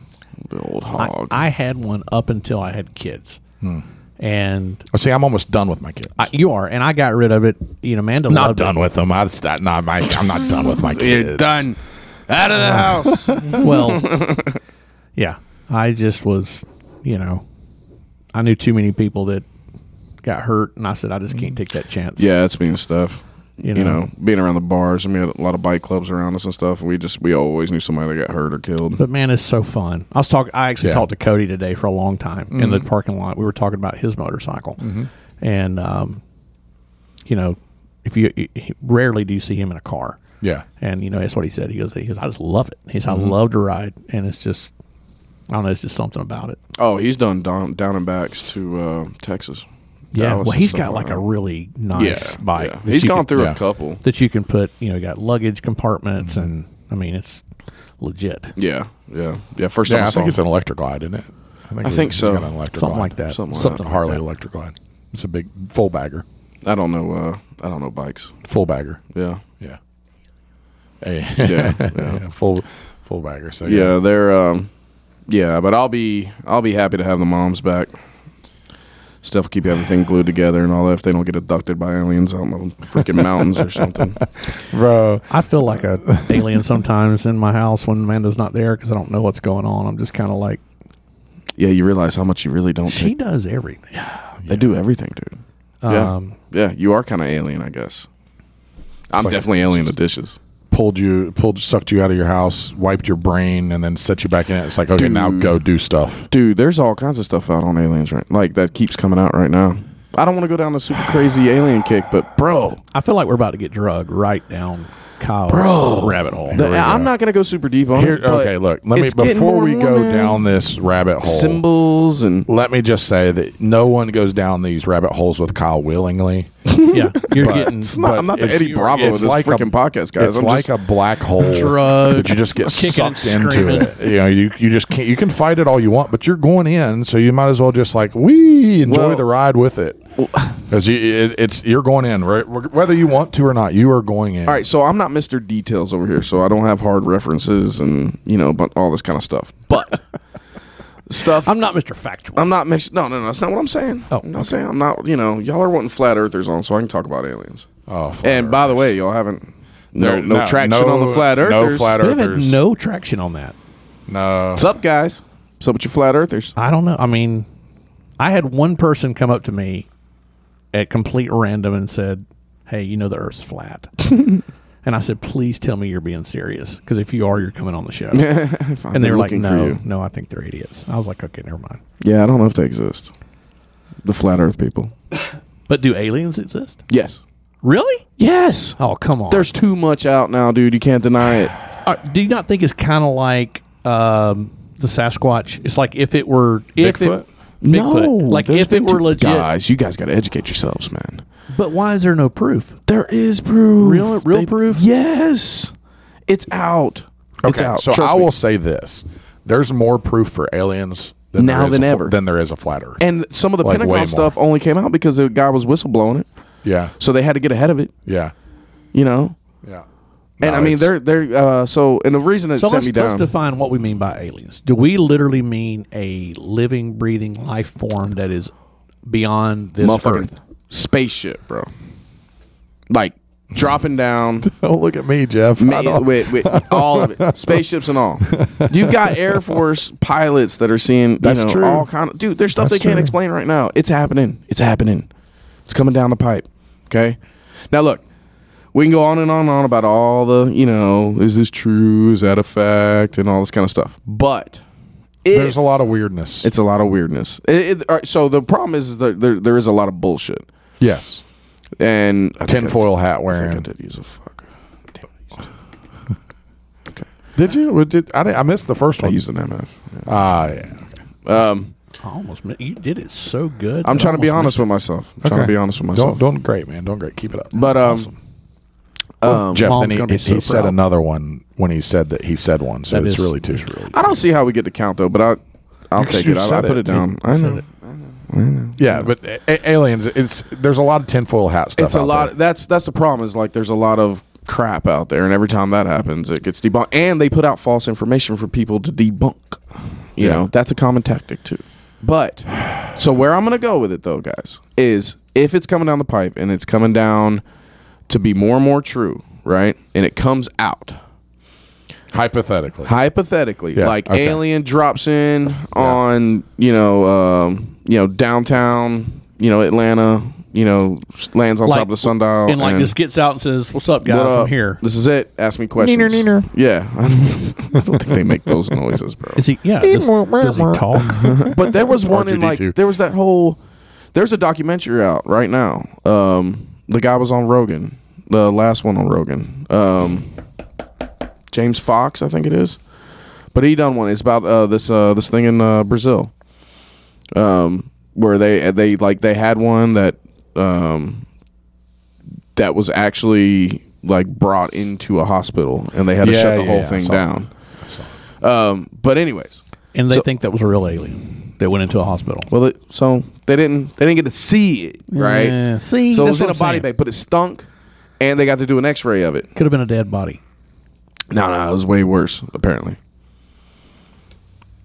S3: The old
S2: I,
S3: hog.
S2: I had one up until I had kids,
S3: Hmm.
S2: and
S1: Oh, See, I'm almost done with my kids.
S2: I, you are, and I got rid of it. You know, Amanda
S1: not
S2: loved
S1: done with them. I, I, not my, I'm not done with my kids.
S3: You're done. Out of the house.
S2: It. Well, yeah, I just was, you know, I knew too many people that got hurt, and I said I just can't take that chance.
S3: Mm. yeah, it's mean stuff.
S2: You
S3: You
S2: know.
S3: know, being around the bars. I mean, we had a lot of bike clubs around us and stuff. And we just we always knew somebody that got hurt or killed.
S2: But man, it's so fun. I was talking. I actually
S1: Yeah.
S2: talked to Cody today for a long time in
S3: Mm-hmm.
S2: the parking lot. We were talking about his motorcycle, and um, you know, if you he- rarely do you see him in a car,
S1: Yeah.
S2: and you know that's what he said. He goes, he goes, I just love it. He
S3: Mm-hmm.
S2: said, I love to ride, and it's just, I don't know, it's just something about it.
S3: Oh, he's done down down and backs to uh, Texas.
S2: Yeah.
S3: Dallas
S2: well,
S3: and
S2: he's
S3: stuff
S2: got like
S3: that.
S2: a really nice bike. that
S3: He's
S2: you
S3: gone
S2: can-
S3: through
S1: yeah.
S3: a Mm-hmm. couple.
S2: that you can put. You know, you got luggage compartments, and I mean, it's legit.
S3: Yeah, yeah, yeah. First time
S1: Yeah,
S3: I,
S1: I
S3: saw
S1: think it's
S3: him.
S1: an electric glide, isn't it? think,
S3: I
S1: he-
S3: think
S1: he's
S3: so.
S1: got an electric
S2: Something
S1: glide.
S2: like that.
S3: Something like
S2: Something like
S1: Harley
S2: that.
S1: electric glide. It's a big full bagger.
S3: I don't know. Uh, I don't know bikes.
S1: Full bagger.
S3: Yeah,
S1: Yeah. Hey.
S3: Yeah, yeah.
S1: Full full bagger. So
S3: yeah. They're um, yeah, but I'll be I'll be happy to have the moms back. Stuff keep everything glued together and all that. If they don't get abducted by aliens out in the freaking mountains or something.
S1: Bro.
S2: I feel like a alien sometimes in my house when Amanda's not there because I don't know what's going on. I'm just kind of like
S3: Yeah, you realize how much you really don't.
S2: she
S3: Take.
S2: does everything.
S3: They do everything, dude.
S2: Um,
S3: yeah, yeah. You are kind of alien, I guess. I'm
S1: like-
S3: definitely alien to dishes.
S1: Pulled you pulled sucked you out of your house, wiped your brain, and then set you back in it. It's like, okay, now
S3: Dude.
S1: go do stuff.
S3: dude there's all kinds of stuff out on aliens right like that keeps coming out right now i don't want to go down the super crazy alien kick but bro
S2: I feel like we're about to get drugged right down Kyle's
S3: Bro.
S2: rabbit hole.
S3: the-
S1: we go.
S3: i'm not gonna go super deep on
S1: Here
S3: it but
S1: okay, look, let me
S3: it's getting
S1: before
S3: more
S1: we
S3: and
S1: go
S3: more, man.
S1: down this rabbit hole.
S3: symbols and
S1: let me just say that no one goes down these rabbit holes with Kyle willingly.
S2: yeah, you're getting
S3: it's not, i'm not the
S1: it's-
S3: eddie bravo
S1: it's
S3: of this
S1: like a-
S3: freaking podcast guys
S1: it's
S3: I'm
S1: like
S3: just,
S1: a black hole
S2: Drugs,
S1: that you just get
S2: kicking and
S1: sucked into
S2: screaming.
S1: it. You know, you, you just can't. You can fight it all you want, but you're going in, so you might as well just like we enjoy
S3: Well-
S1: the ride with it. Because you, it, it's you're going in, right? Whether you want to or not, you are going in.
S3: all right so i'm not mr details over here so i don't have hard references and you know but all this kind of stuff but stuff
S2: I'm not Mr. Factual.
S3: I'm not mixed. No, no, no. That's not what I'm saying.
S2: Oh,
S3: I'm not saying. I'm not. You know, y'all are wanting flat earthers on, so I can talk about aliens.
S1: Oh, flat
S3: and by the way, y'all haven't. No, no, traction on the flat earthers.
S1: No flat
S2: we have had
S1: earthers.
S2: no traction on that.
S1: no.
S3: What's up, guys? What's up with your flat earthers?
S2: I don't know. I mean, I had one person come up to me at complete random and said, "Hey, you know the Earth's flat." And I said, please tell me you're being serious. Because if you are, you're coming on the show. and they were like,
S3: looking for
S2: no,
S3: you.
S2: no, I think they're idiots. I was like, okay, never mind.
S3: Yeah, I don't know if they exist. The flat Earth people.
S2: But do aliens exist?
S3: Yes.
S2: Really?
S3: Yes.
S2: Oh, come on.
S3: There's too much out now, dude. You can't deny it.
S2: Uh, do you not think it's kind of like um, the Sasquatch? It's like if it were if
S1: Bigfoot?
S2: It, Bigfoot. like
S3: there's
S2: if it
S3: been
S2: were
S3: too-
S2: legit.
S3: guys. You guys got to educate yourselves, man.
S2: But why is there no proof?
S3: There is proof.
S2: Real- real proof?
S3: Yes. It's out. It's
S1: Okay,
S3: out.
S1: so
S3: Trust
S1: I
S3: me.
S1: will say this: there's more proof for aliens than
S3: Now
S1: there is
S3: than
S1: a fl-
S3: ever.
S1: than there is a flat earth.
S3: And some of the
S1: Like, way more.
S3: Pentagon stuff only came out because the guy was whistleblowing it,
S1: yeah,
S3: so they had to get ahead of it.
S1: yeah,
S3: You know.
S1: yeah.
S3: And
S1: No,
S3: I mean,
S1: it's-
S3: they're they're uh, so and the reason it
S2: So
S3: sent
S2: let's,
S3: me
S2: let's
S3: down.
S2: define what we mean by aliens. Do we literally mean a living, breathing life form that is beyond this
S3: motherfucking
S2: earth?
S3: spaceship, bro. Like dropping down,
S1: Don't look at me, Jeff. I
S3: man,
S1: don't-
S3: with, with all of it, spaceships and all. You've got Air Force pilots that are seeing, you
S1: That's
S3: know,
S1: true.
S3: all kind of dude. There's stuff
S1: That's
S3: they can't
S1: true.
S3: explain right now. It's happening. It's happening. It's coming down the pipe. Okay. Now look, we can go on and on and on about all the, you know, is this true? Is that a fact? And all this kind of stuff. But
S1: There's a lot of weirdness.
S3: It's a lot of weirdness. It, it, all right, so the problem is that there there is a lot of bullshit
S1: yes.
S3: and I think I-
S1: Tinfoil hat
S3: I think I
S1: wearing.
S3: did use a fuck. Damn it, I used it.
S1: Did you? Well, Did, I, didn't- I missed the first
S3: I
S1: one.
S3: used an MF.
S1: Ah, yeah.
S3: yeah. Um,
S2: I almost mi- you did it so good.
S3: I'm
S2: that I
S3: trying to be
S2: almost
S3: honest with myself. I'm trying to
S1: Okay.
S3: be honest with
S1: Don't,
S3: myself.
S1: don't great, man. Don't great. Keep it up.
S3: but um, um,
S1: Jeff,
S2: Mom's
S1: then he,
S2: gonna
S1: he,
S2: be
S1: he
S2: so
S1: said
S2: proud.
S1: another one when he said that he said one. So
S2: That
S1: it's
S2: is-
S1: really two.
S3: I don't see how we get the count though. But I, I'll
S1: Because
S3: take
S1: you
S3: it. I, I
S1: said
S3: put
S1: it.
S3: it down.
S1: You
S3: I
S1: said
S3: know.
S1: it. Yeah, but a- aliens. It's there's a lot of tinfoil hat stuff.
S3: It's a
S1: out
S3: lot.
S1: there.
S3: That's that's the problem. Is like there's a lot of crap out there, and every time that happens, it gets debunked. And they put out false information for people to debunk. You
S1: Yeah.
S3: know, that's a common tactic too. But so where I'm going to go with it though, guys, is if it's coming down the pipe and it's coming down to be more and more true, right? And it comes out
S1: Hypothetically,
S3: hypothetically,
S1: Yeah,
S3: like
S1: okay.
S3: alien drops in on you know um, you know downtown you know Atlanta you know s- lands on
S2: Like-
S3: top of the sundial
S2: and like just gets out and says, "What's up, guys?
S3: what
S2: I'm
S3: up?
S2: here."
S3: This is it. Ask me questions.
S4: neener.
S3: Yeah, I don't, I don't think they make those noises, bro.
S2: Is he? Yeah. Does, does he talk?
S3: But there was one in like
S1: R2D2.
S3: there was that whole there's a documentary out right now. Um, the guy was on Rogan, the last one on Rogan. Um, James Fox, I think it is. But he done one. It's about uh, this uh, this thing in uh, Brazil, um, where they they like they had one that um, that was actually like brought into a hospital, and they had to
S1: Yeah,
S3: shut the
S1: yeah,
S3: whole
S1: yeah, I
S3: thing
S1: saw that.
S3: down. Um, but anyways,
S2: and they
S3: So-
S2: think that was a real alien that went into a hospital.
S3: well, it, so they didn't they didn't get to see it, right?
S2: Yeah, see,
S3: so it
S2: that's
S3: was in
S2: what I'm
S3: a body
S2: saying.
S3: bag, but it stunk, and they got to do an X-ray of it.
S2: Could have been a dead body.
S3: No, no, it was way worse apparently.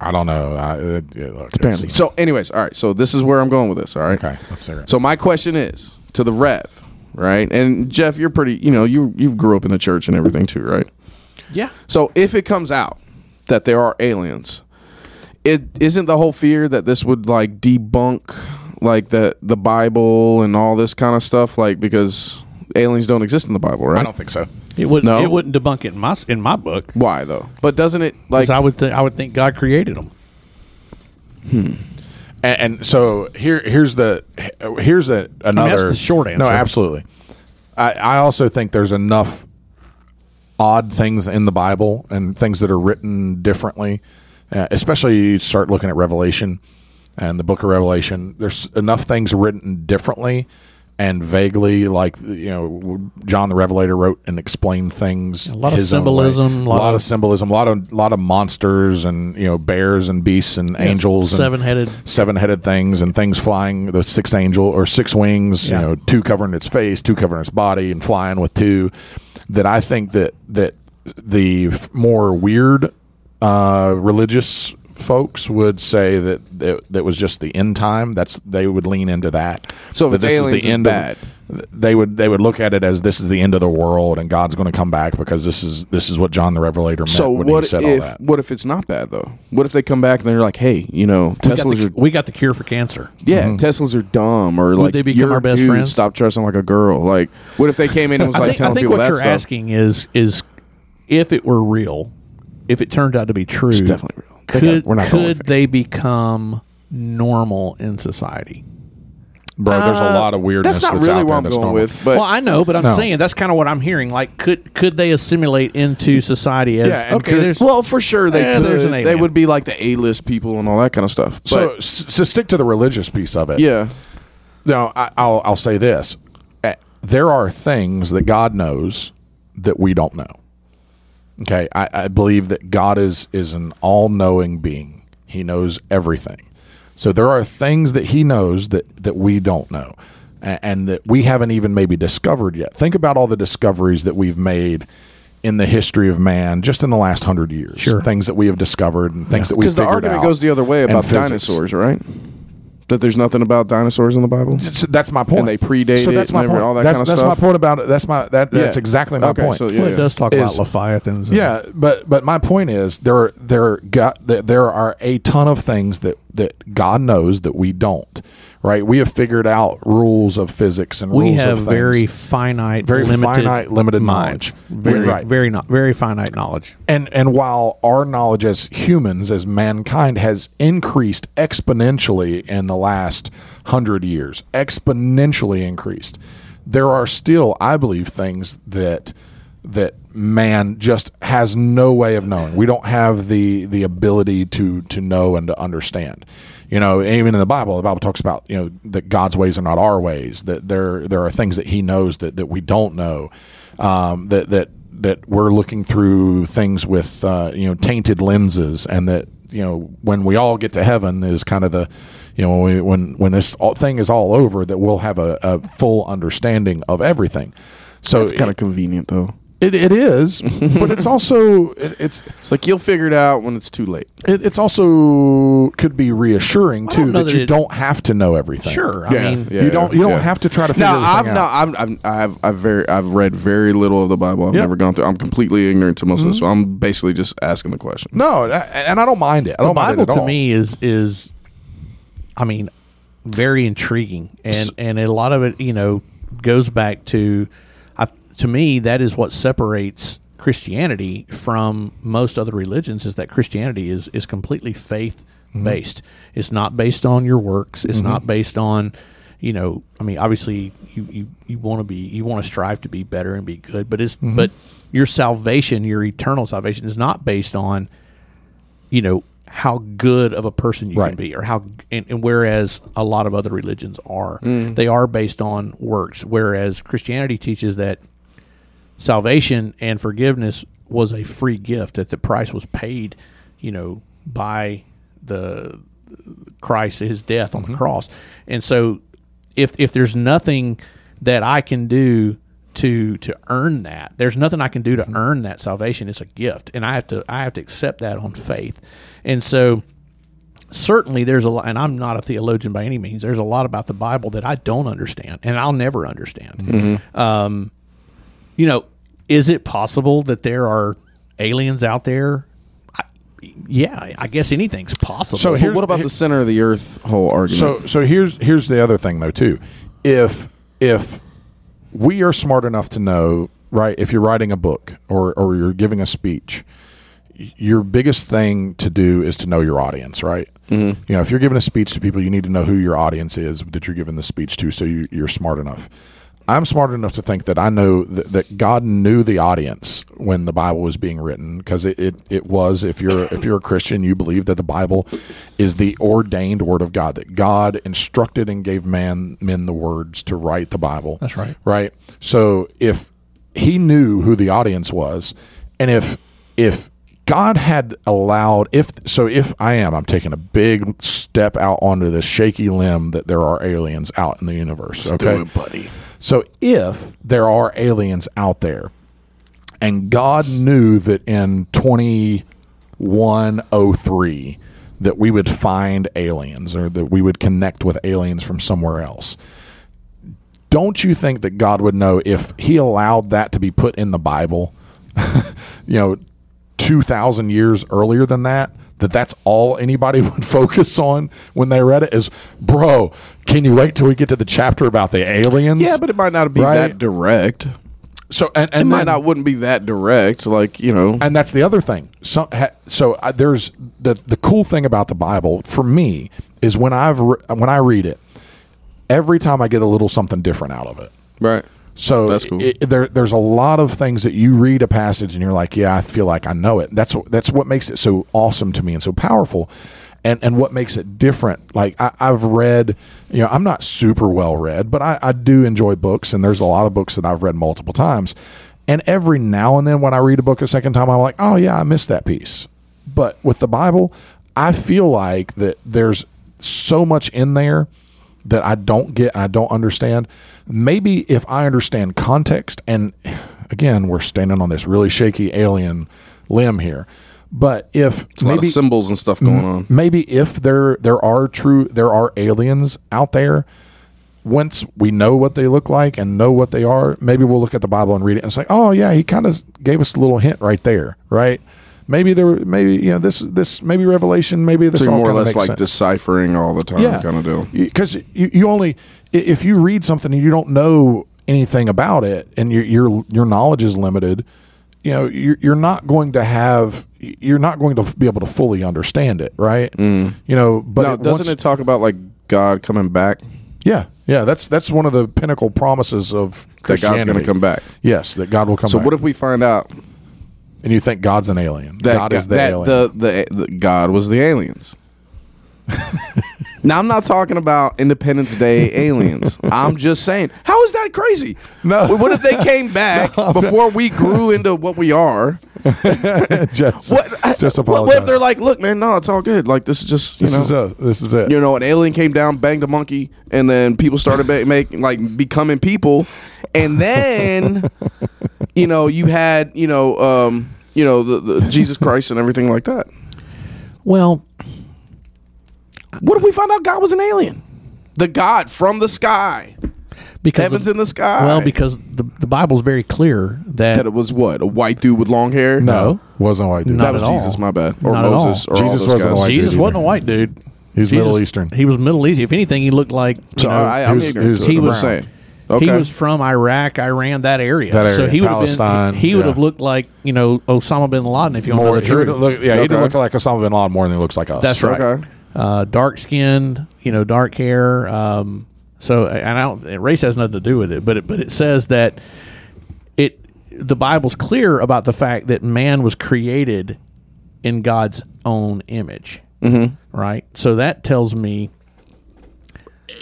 S1: I don't know. I, uh, yeah, look, it's-
S3: Apparently. So, anyways, all right. So this is where I'm going with this. All right.
S1: okay, let's hear it.
S3: So my question is to the Rev, right? And Jeff, you're pretty, you know, you you grew up in the church and everything too, right?
S2: Yeah.
S3: So if it comes out that there are aliens, it isn't the whole fear that this would like debunk like the the Bible and all this kind of stuff, like because aliens don't exist in the Bible, right?
S1: I don't think so.
S2: It wouldn't.
S3: No.
S2: It wouldn't debunk it in my in my book.
S3: Why though? But doesn't it like
S2: Because I would. Th- I would think God created them.
S1: And, and so here, here's the here's a, another
S2: the short answer.
S1: No, absolutely. I, I also think there's enough odd things in the Bible and things that are written differently. Uh, especially you start looking at Revelation and the Book of Revelation. There's enough things written differently and vaguely, like you know, John the Revelator wrote and explained things.
S2: A lot of
S1: his own way.
S2: symbolism,
S1: a lot, of, symbolism, a lot of lot of monsters and you know bears and beasts and angels, and-
S2: Seven headed.
S1: seven headed things and things flying the six angel or six wings
S2: Yeah.
S1: you know two covering its face two covering its body and flying with two that i think that that the f- more weird uh, religious folks would say that, that that was just the end time that's they would lean into that
S3: So if
S1: that
S3: it's aliens, it's bad.
S1: of they would they would look at it as this is the end of the world and god's going to come back because this is this is what john the revelator meant
S3: so
S1: when
S3: what
S1: he said
S3: if
S1: all that
S3: what if it's not bad though? What if they come back and they're like, hey, you know,
S2: We got,
S3: Tesla's
S2: the,
S3: are
S2: we got the cure for cancer.
S3: yeah,
S1: Mm-hmm.
S3: Teslas are dumb, or like
S2: they become
S3: you're
S2: our
S3: a
S2: best
S3: dude,
S2: friends?
S3: Stop dressing like a girl. Like, what if they came in and was
S2: I
S3: like
S2: think, I
S3: telling
S2: think
S3: people
S2: what
S3: that
S2: you're
S3: stuff?
S2: asking is is if it were real, if it turned out to be true,
S3: definitely real. They got-
S2: Could,
S3: we're not going
S2: could
S3: with it.
S2: they become normal in society?
S1: bro there's a lot of weirdness
S3: That's
S1: that's,
S3: not
S1: out
S3: really
S1: there
S3: where I'm
S1: that's
S3: going
S1: normal.
S3: with, but
S2: well, I know, but I'm
S1: No.
S2: saying that's kind of what I'm hearing. Like, could could they assimilate into society as
S1: Yeah, and
S2: okay?
S1: could-
S2: there's
S3: Well, for sure they
S2: Eh,
S3: could.
S2: there's an
S3: They
S2: alien.
S3: would be like the A list people and all that kind of stuff. But
S1: so, s- so stick to the religious piece of it
S3: yeah,
S1: Now, I, I'll I'll say this: Uh, there are things that God knows that we don't know. Okay, I, I believe that God is is an all knowing being. He knows everything. So there are things that He knows that that we don't know, and, and that we haven't even maybe discovered yet. Think about all the discoveries that we've made in the history of man just in the last hundred years. Sure, things that we have discovered and things that we've
S3: because the
S1: figured
S3: argument
S1: out.
S3: goes the other way
S1: and
S3: about
S1: physics.
S3: dinosaurs, right? That there's nothing about dinosaurs in the Bible.
S1: So that's my point.
S3: And they predate
S1: So
S3: it
S1: that's my
S3: and
S1: point.
S3: every- all that
S1: that's,
S3: kinda
S1: that's
S3: stuff?
S1: my point about it. That's my that, that's
S3: Yeah.
S1: exactly my
S3: Okay,
S1: point.
S3: so,
S1: yeah.
S3: yeah.
S2: well, it does talk
S1: Is-
S2: about leviathans. and-
S1: but but my point is there there got there there are a ton of things that that God knows that we don't. right? We have figured out rules of physics and
S2: We
S1: rules
S2: have
S1: of things.
S2: very finite,
S1: Very
S2: limited
S1: finite, limited
S2: knowledge.
S1: knowledge.
S2: Very,
S1: Right.
S2: very not very finite knowledge.
S1: And and while our knowledge as humans, as mankind, has increased exponentially in the last hundred years, exponentially increased, there are still, I believe, things that that man just has no way of knowing. We don't have the the ability to to know and to understand. You know, even in the Bible, the Bible talks about you know that God's ways are not our ways. That there there are things that He knows that that we don't know. Um, that that that we're looking through things with uh, you know tainted lenses, and that you know when we all get to heaven is kind of the you know when we, when, when this all, thing is all over that we'll have a, a full understanding of everything. So
S3: It's kind of convenient though.
S1: it, it is, but it's also it, it's
S3: It's like you'll figure it out when it's too late.
S1: it, it's also could be reassuring
S2: don't
S1: too
S2: know
S1: that,
S2: that
S1: you
S2: it-
S1: don't have to know everything.
S2: Sure, I mean,
S1: you don't you don't have to try to figure
S3: No,
S1: everything
S3: I've
S1: out.
S3: not. I've, I've I've I've very I've read very little of the Bible. I've
S1: Yeah.
S3: never gone through. I'm completely ignorant to most of this, so I'm basically just asking the question.
S1: no, a- and I don't mind it. I
S2: The
S1: don't mind it
S2: Bible
S1: at
S2: to
S1: all.
S2: me is is, I mean, very intriguing, and and a lot of it you know goes back to, I, to me that is what separates Christianity from most other religions is that Christianity is is completely faith based.
S1: Mm-hmm.
S2: It's not based on your works. It's not based on. You know, I mean, obviously, you, you, you want to be, you want to strive to be better and be good, but it's,
S1: Mm-hmm.
S2: but your salvation, your eternal salvation, is not based on you know how good of a person you
S1: Right.
S2: can be or how and, and whereas a lot of other religions are they are based on works whereas christianity teaches that salvation and forgiveness was a free gift that the price was paid you know by the christ his death on the cross and so if if there's nothing that i can do to to earn that there's nothing i can do to earn that salvation it's a gift and i have to i have to accept that on faith and so certainly there's a lot and i'm not a theologian by any means there's a lot about the bible that i don't understand and i'll never understand
S3: Mm-hmm.
S2: Um, you know, is it possible that there are aliens out there? I, yeah, I guess anything's possible.
S1: So
S3: But
S1: here's-
S3: what about the center of the earth whole argument?
S1: So so here's here's the other thing though too. If if we are smart enough to know, right, if you're writing a book or or you're giving a speech, y- your biggest thing to do is to know your audience, right? Mm-hmm. You know, if you're giving a speech to people, you need to know who your audience is that you're giving the speech to, so you, you're smart enough. I'm smart enough to think that I know that, that God knew the audience when the Bible was being written, because it, it, it was. If you're if you're a Christian, you believe that the Bible is the ordained word of God. That God instructed and gave man men the words to write the Bible.
S2: That's right.
S1: Right. So if he knew who the audience was, and if if God had allowed if so if I am I'm taking a big step out onto this shaky limb that there are aliens out in the universe. Okay.
S3: buddy.
S1: So if there are aliens out there, and God knew that in 2103 that we would find aliens or that we would connect with aliens from somewhere else. Don't you think that God would know if he allowed that to be put in the Bible, you know, 2000 years earlier than that? That that's all anybody would focus on when they read it is, bro. Can you wait till we get to the chapter about the aliens?
S3: Yeah, but it might not be
S1: Right.
S3: that direct.
S1: so and, and
S3: It might
S1: then-
S3: not wouldn't be that direct. Like you know,
S1: and that's the other thing. So, ha, so I, there's the the cool thing about the Bible for me is when I've re, when I read it, every time I get a little something different out of it.
S3: right?
S1: So
S3: That's cool.
S1: it- there, there's a lot of things that you read a passage and you're like, yeah, I feel like I know it. That's wh- that's what makes it so awesome to me and so powerful, and and what makes it different. Like I, I've read, you know, I'm not super well read, but I, I do enjoy books, and there's a lot of books that I've read multiple times, and every now and then when I read a book a second time, I'm like, oh yeah, I missed that piece. But with the Bible, I feel like that there's so much in there that I don't get, I don't understand. Maybe if I understand context, and again, we're standing on this really shaky alien limb here, but if
S3: A lot
S1: maybe
S3: of symbols and stuff going on.
S1: maybe if there there are true there are aliens out there, once we know what they look like and know what they are, maybe we'll look at the Bible and read it and say, "Oh yeah, he kind of gave us a little hint right there, right?" maybe there, maybe you know this, this maybe Revelation, maybe this
S3: So you're
S1: all
S3: more or
S1: kinda
S3: less
S1: makes
S3: like
S1: sense.
S3: deciphering all the time
S1: yeah.
S3: kind of deal.
S1: Because you, you only i- if you read something and you don't know anything about it, and your your your knowledge is limited, you know you're, you're not going to have you're not going to f- be able to fully understand it, right? Mm. You know, but
S3: Now,
S1: it-
S3: doesn't
S1: once-
S3: it talk about like God coming back?
S1: Yeah, yeah. That's that's one of the pinnacle promises of
S3: That God's
S1: Christianity. Oh
S3: going to come back.
S1: Yes, that God will come.
S3: So
S1: back.
S3: what if we find out
S1: and you think God's an alien?
S3: that
S1: God is the
S3: that
S1: alien.
S3: The, the the God was the aliens? now I'm not talking about Independence Day aliens. I'm just saying, how is that crazy?
S1: No.
S3: What if they came back before we grew into what we are?
S1: just, Just
S3: What? what,
S1: apologize.
S3: what if they're like, look, man, no, it's all good. Like this is just you
S1: this
S3: know,
S1: is us. This is it.
S3: you know, an alien came down, banged a monkey, and then people started ba- making like becoming people, and then you know you had you know um, you know the, the Jesus Christ and everything like that.
S2: Well,
S3: What if we found out God was an alien, the God from the sky,
S2: because
S3: heavens
S2: of-
S3: in the sky?
S2: well, because the the Bible's very clear that,
S3: that it was what a white dude with long hair.
S2: no,
S1: wasn't white dude.
S2: Not
S3: that was
S2: at all.
S3: Jesus. My bad. Or
S2: Not at all.
S3: Moses. Or
S1: Jesus
S3: all those
S1: wasn't a
S3: guys.
S1: white
S2: Jesus
S1: dude
S2: wasn't a
S1: either.
S2: white dude.
S1: He was
S2: Jesus-
S1: Middle Eastern.
S2: He was Middle Eastern. If anything, he looked like you
S3: So
S2: know,
S3: I, I'm
S1: he was-
S3: ignorant.
S1: he was
S3: to
S2: he
S3: the
S2: was-
S3: brown. Okay.
S2: He was from Iraq, Iran, that area.
S1: That area,
S2: so he would have
S1: Palestine,
S2: been. He, would
S1: yeah.
S2: have looked like you know Osama bin Laden if you want to know
S1: More,
S2: the
S1: he would
S2: truth.
S1: look, yeah, he
S3: Okay.
S1: didn't look like Osama bin Laden more than he looks like us.
S2: That's right.
S3: Okay.
S2: Uh, dark skinned, you know, dark hair. Um, so and I don't. and Race has nothing to do with it, but it, but it says that it. The Bible's clear about the fact that man was created in God's own image. Mm-hmm. Right. So that tells me.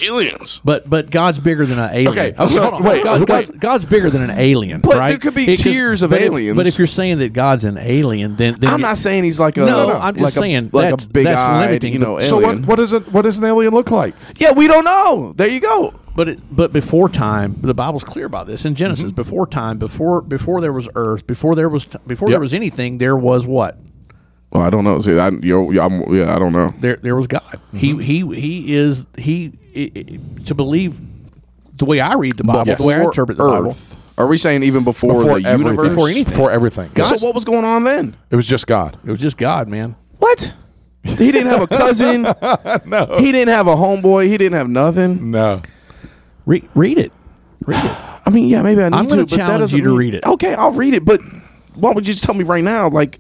S3: aliens.
S2: But but God's bigger than an alien.
S1: Okay,
S2: Oh,
S1: so-
S2: hold on.
S1: wait,
S2: God-
S1: wait.
S2: God- God's bigger than an alien.
S3: But
S2: right?
S3: there could be
S2: It could-
S3: tiers of
S2: but if-
S3: aliens.
S2: but if you're saying that God's an alien, then, then
S3: I'm not saying he's like a
S2: No, no,
S3: like
S2: I'm just
S3: a,
S2: saying
S3: like
S2: that's-
S3: a big
S2: that's
S3: eyed,
S2: limiting.
S3: you know. Alien.
S1: So what? What is it? What does an alien look like?
S3: Yeah, we don't know. There you go.
S2: But it, but before time, the Bible's clear about this in Genesis.
S1: Mm-hmm.
S2: Before time, before before there was Earth, before there was t- before there
S1: Yep.
S2: was anything, there was what
S3: Well, I don't know. See, I, yo, I'm, yeah, I don't know.
S2: there there was God.
S1: Mm-hmm.
S2: He he he is he i i to believe the way I read the Bible, the way I
S3: Before
S2: interpret the Bible.
S3: Earth. Are we saying even before, the
S1: everything.
S3: universe?
S2: Before anything.
S1: Before everything.
S3: So
S1: So
S3: what was going on then?
S1: It was just God.
S2: It was just God, man.
S3: What? He didn't have a cousin. no. He didn't have a homeboy. He didn't have nothing.
S1: No.
S2: Re- read it. Read it.
S3: I mean, yeah, maybe I need
S2: I'm
S3: to.
S2: gonna
S3: but that
S2: challenge
S3: doesn't
S2: you to
S3: mean-
S2: read it.
S3: Okay, I'll read it. But why would you just tell me right now? Like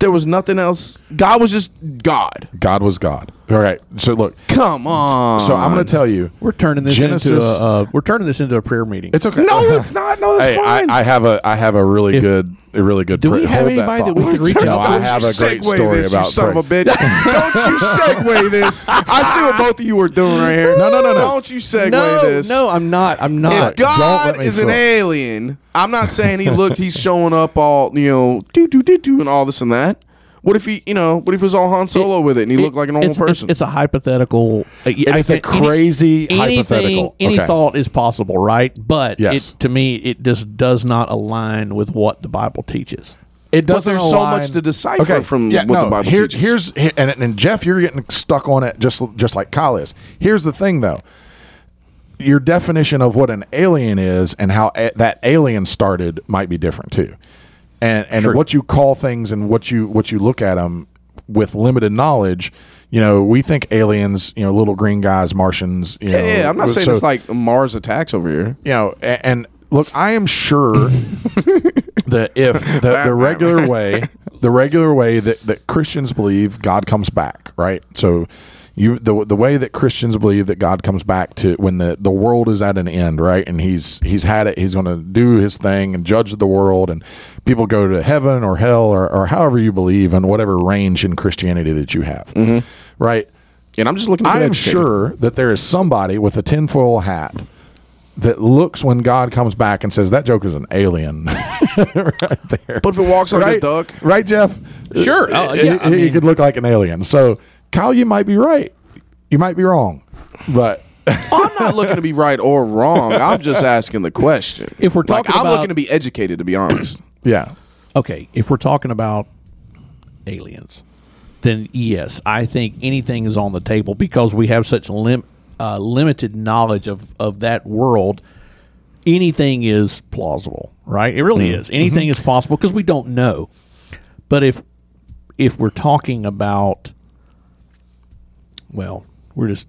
S3: there was nothing else. God was just God.
S1: God was God. All right. So look.
S3: Come on.
S1: So I'm going to tell you.
S2: We're turning this into
S1: Genesis-
S2: a uh, we're turning this into a prayer meeting.
S1: It's okay.
S3: No, it's not. No, that's
S1: Uh-huh. Hey, I,
S3: fine.
S1: I have a I have a really
S2: If-
S1: good a really good.
S2: Do we
S1: prayer.
S2: have
S1: Hold
S2: anybody that
S1: thought.
S2: we could reach
S1: No,
S2: out to?
S1: I have a great
S3: Segue
S1: story
S3: this,
S1: about
S3: you son of a
S1: prayer.
S3: bitch. Don't you segue this. I see what both of you are doing right here.
S1: No, no, no, no.
S3: Don't you segue
S2: no,
S3: this.
S2: no, I'm not. I'm
S3: If
S2: not.
S1: let
S3: God
S1: me
S3: is an
S1: cook.
S3: alien, I'm not saying he looked. He's showing up all you know, do do do do, and all this and that. What if he, you know, what if it was all Han Solo with it and he looked like a normal
S2: it's, it's-
S3: person?
S2: It's, a hypothetical. uh,
S1: It is a crazy hypothetical.
S2: Any
S1: Okay.
S2: thought is possible, right? But
S1: Yes.
S2: it, to me, it just does not align with what the Bible teaches.
S1: It doesn't.
S3: there's so
S1: align-
S3: much to decipher from what the Bible
S1: here,
S3: teaches.
S1: Here's here- and, and Jeff, you're getting stuck on it just just like Kyle is. Here's the thing, though. Your definition of what an alien is and how a, that alien started might be different too, and and what you call things and what you what you look at them with limited knowledge. You know, we think aliens. You know, little green guys, Martians. You know,
S3: yeah, yeah, I'm not saying
S1: so-
S3: it's like Mars attacks over here.
S1: you know, and, and look, I am sure that if the, the regular way, the regular way that, that Christians believe God comes back, right? So you the the way that Christians believe that God comes back to when the, the world is at an end, right? And he's he's had it, he's going to do his thing and judge the world and people go to heaven or hell or, or however you believe and whatever range in Christianity that you have. Right?
S3: And I'm just looking. To
S1: I
S3: get
S1: am
S3: educated.
S1: sure that there is somebody with a tinfoil hat that looks when God comes back and says that joke is an alien, right there.
S3: But if it walks like
S1: right,
S3: a duck,
S1: right, Jeff?
S2: Sure. Uh,
S1: He-
S2: yeah, I
S1: he,
S2: mean-
S1: could look like an alien. So Kyle, you might be right. You might be wrong, but
S3: I'm not looking to be right or wrong. I'm just asking the question.
S2: If we're
S3: Like,
S2: talking
S3: I'm
S2: about-
S3: looking to be educated. To be honest,
S1: yeah,
S2: Okay, if we're talking about aliens, then yes, I think anything is on the table because we have such lim- uh, limited knowledge of, of that world. Anything
S1: Mm-hmm.
S2: is plausible, right? It really is. Anything is possible because we don't know. But if if we're talking about, well, we're just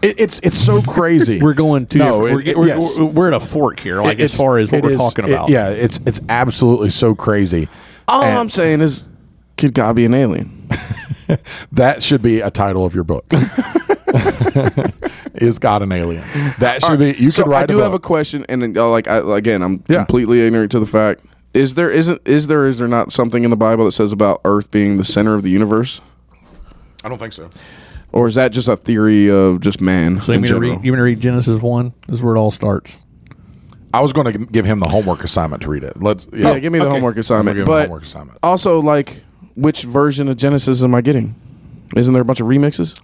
S1: It, it's it's so crazy.
S2: we're going to
S1: No,
S2: we're,
S1: it-
S2: we're,
S1: yes.
S2: we're, we're at a fork here, like as
S1: It's-
S2: far as what
S1: it
S2: we're
S1: is-
S2: talking
S1: it-
S2: about.
S1: yeah, it's it's absolutely so crazy.
S3: All
S1: And-
S3: I'm saying is, could God be an alien?
S1: That should be a title of your book. Is God an alien? That should be. You
S3: So
S1: could write.
S3: I do
S1: a
S3: have a
S1: book.
S3: question, and then, uh, like I, again, I'm
S1: Yeah.
S3: completely ignorant to the fact. Is there isn't is there is there not something in the Bible that says about Earth being the center of the universe,
S1: I don't think so.
S3: or is that just a theory of just man
S2: So you mean
S3: in
S2: to
S3: general?
S2: read, you mean to read Genesis one? Is where it all starts.
S1: I was going to give him the homework assignment to read it. Let's. Yeah,
S3: yeah, give me the
S1: Okay.
S3: homework
S1: I'm gonna
S3: assignment.
S1: give him the
S3: but
S1: homework assignment. Uh,
S3: also, like, which version of Genesis am I getting? Isn't there a bunch of remixes?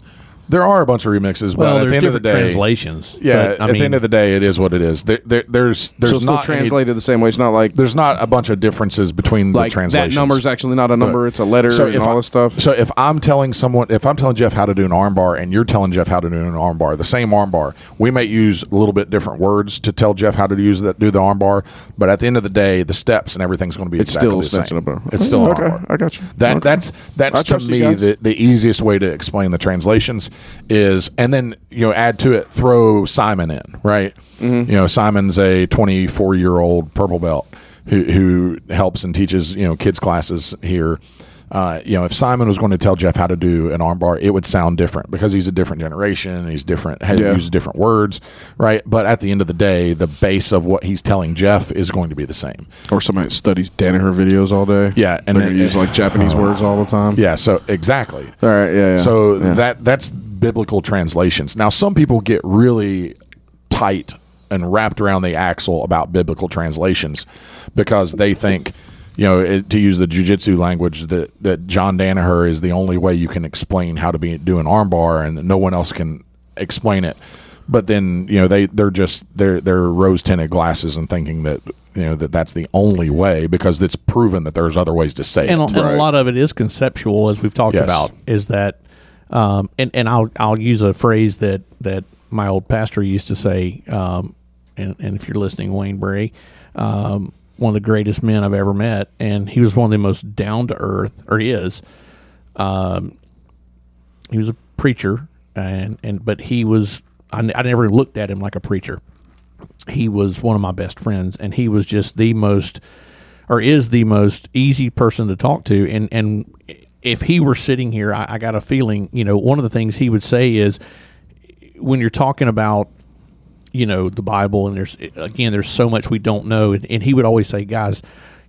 S1: There are a bunch of remixes,
S2: Well,
S1: but at
S2: there's
S1: the end of
S2: different
S1: the day,
S2: translations.
S1: Yeah,
S2: but, I
S1: at the
S2: mean,
S1: end of the day, it is what it is. There, there, there's there's
S3: so it's
S1: not
S3: not
S1: any-
S3: translated the same way. It's not like
S1: there's not a bunch of differences between
S3: like
S1: the translations.
S3: that number's actually not a number; it's a letter and
S1: if
S3: all
S1: I-
S3: this stuff.
S1: So if I'm telling someone, if I'm telling Jeff how to do an armbar, and you're telling Jeff how to do an armbar, the same armbar, we may use a little bit different words to tell Jeff how to use that, do the armbar. But at the end of the day, the steps and everything's going to be
S3: It's
S1: exactly
S3: still
S1: the
S3: snatching
S1: same.
S3: a bar.
S1: It's still an
S3: Okay,
S1: armbar.
S3: I got you.
S1: That
S3: Okay.
S1: that's
S3: I
S1: that's to
S3: trust you
S1: me
S3: guys.
S1: the, the easiest way to explain the translations is, and then you know add to it throw Simon in, right?
S3: Mm-hmm.
S1: You know Simon's a 24 year old purple belt who who helps and teaches you know kids classes here. Uh, you know, if Simon was going to tell Jeff how to do an armbar, it would sound different because he's a different generation. and He's different, has
S3: Yeah.
S1: uses different words, right? But at the end of the day, the base of what he's telling Jeff is going to be the same.
S3: or somebody that studies Danaher videos all day.
S1: Yeah, and
S3: and they're
S1: then-
S3: gonna use like Japanese words all the time.
S1: Yeah. So exactly.
S3: All right. Yeah. yeah.
S1: So
S3: Yeah.
S1: that that's biblical translations. Now some people get really tight and wrapped around the axle about biblical translations because they think you know it, to use the jujitsu language that that John Danaher is the only way you can explain how to be do an armbar and that no one else can explain it. But then you know they they're just they're they're rose tinted glasses and thinking that you know that that's the only way because it's proven that there's other ways to say
S2: and,
S1: it.
S2: a- and a lot of it is conceptual, as we've talked
S1: Yes.
S2: about. Is that um, and and I'll I'll use a phrase that that my old pastor used to say. Um, and, and if you're listening, Wayne Bray, um, one of the greatest men I've ever met, and he was one of the most down to earth, or he is. um, he was a preacher and and but he was I, n- I never looked at him like a preacher he was one of my best friends and he was just the most or is the most easy person to talk to and and if he were sitting here I, I got a feeling you know one of the things he would say is when you're talking about you know the bible and there's again there's so much we don't know and, and he would always say guys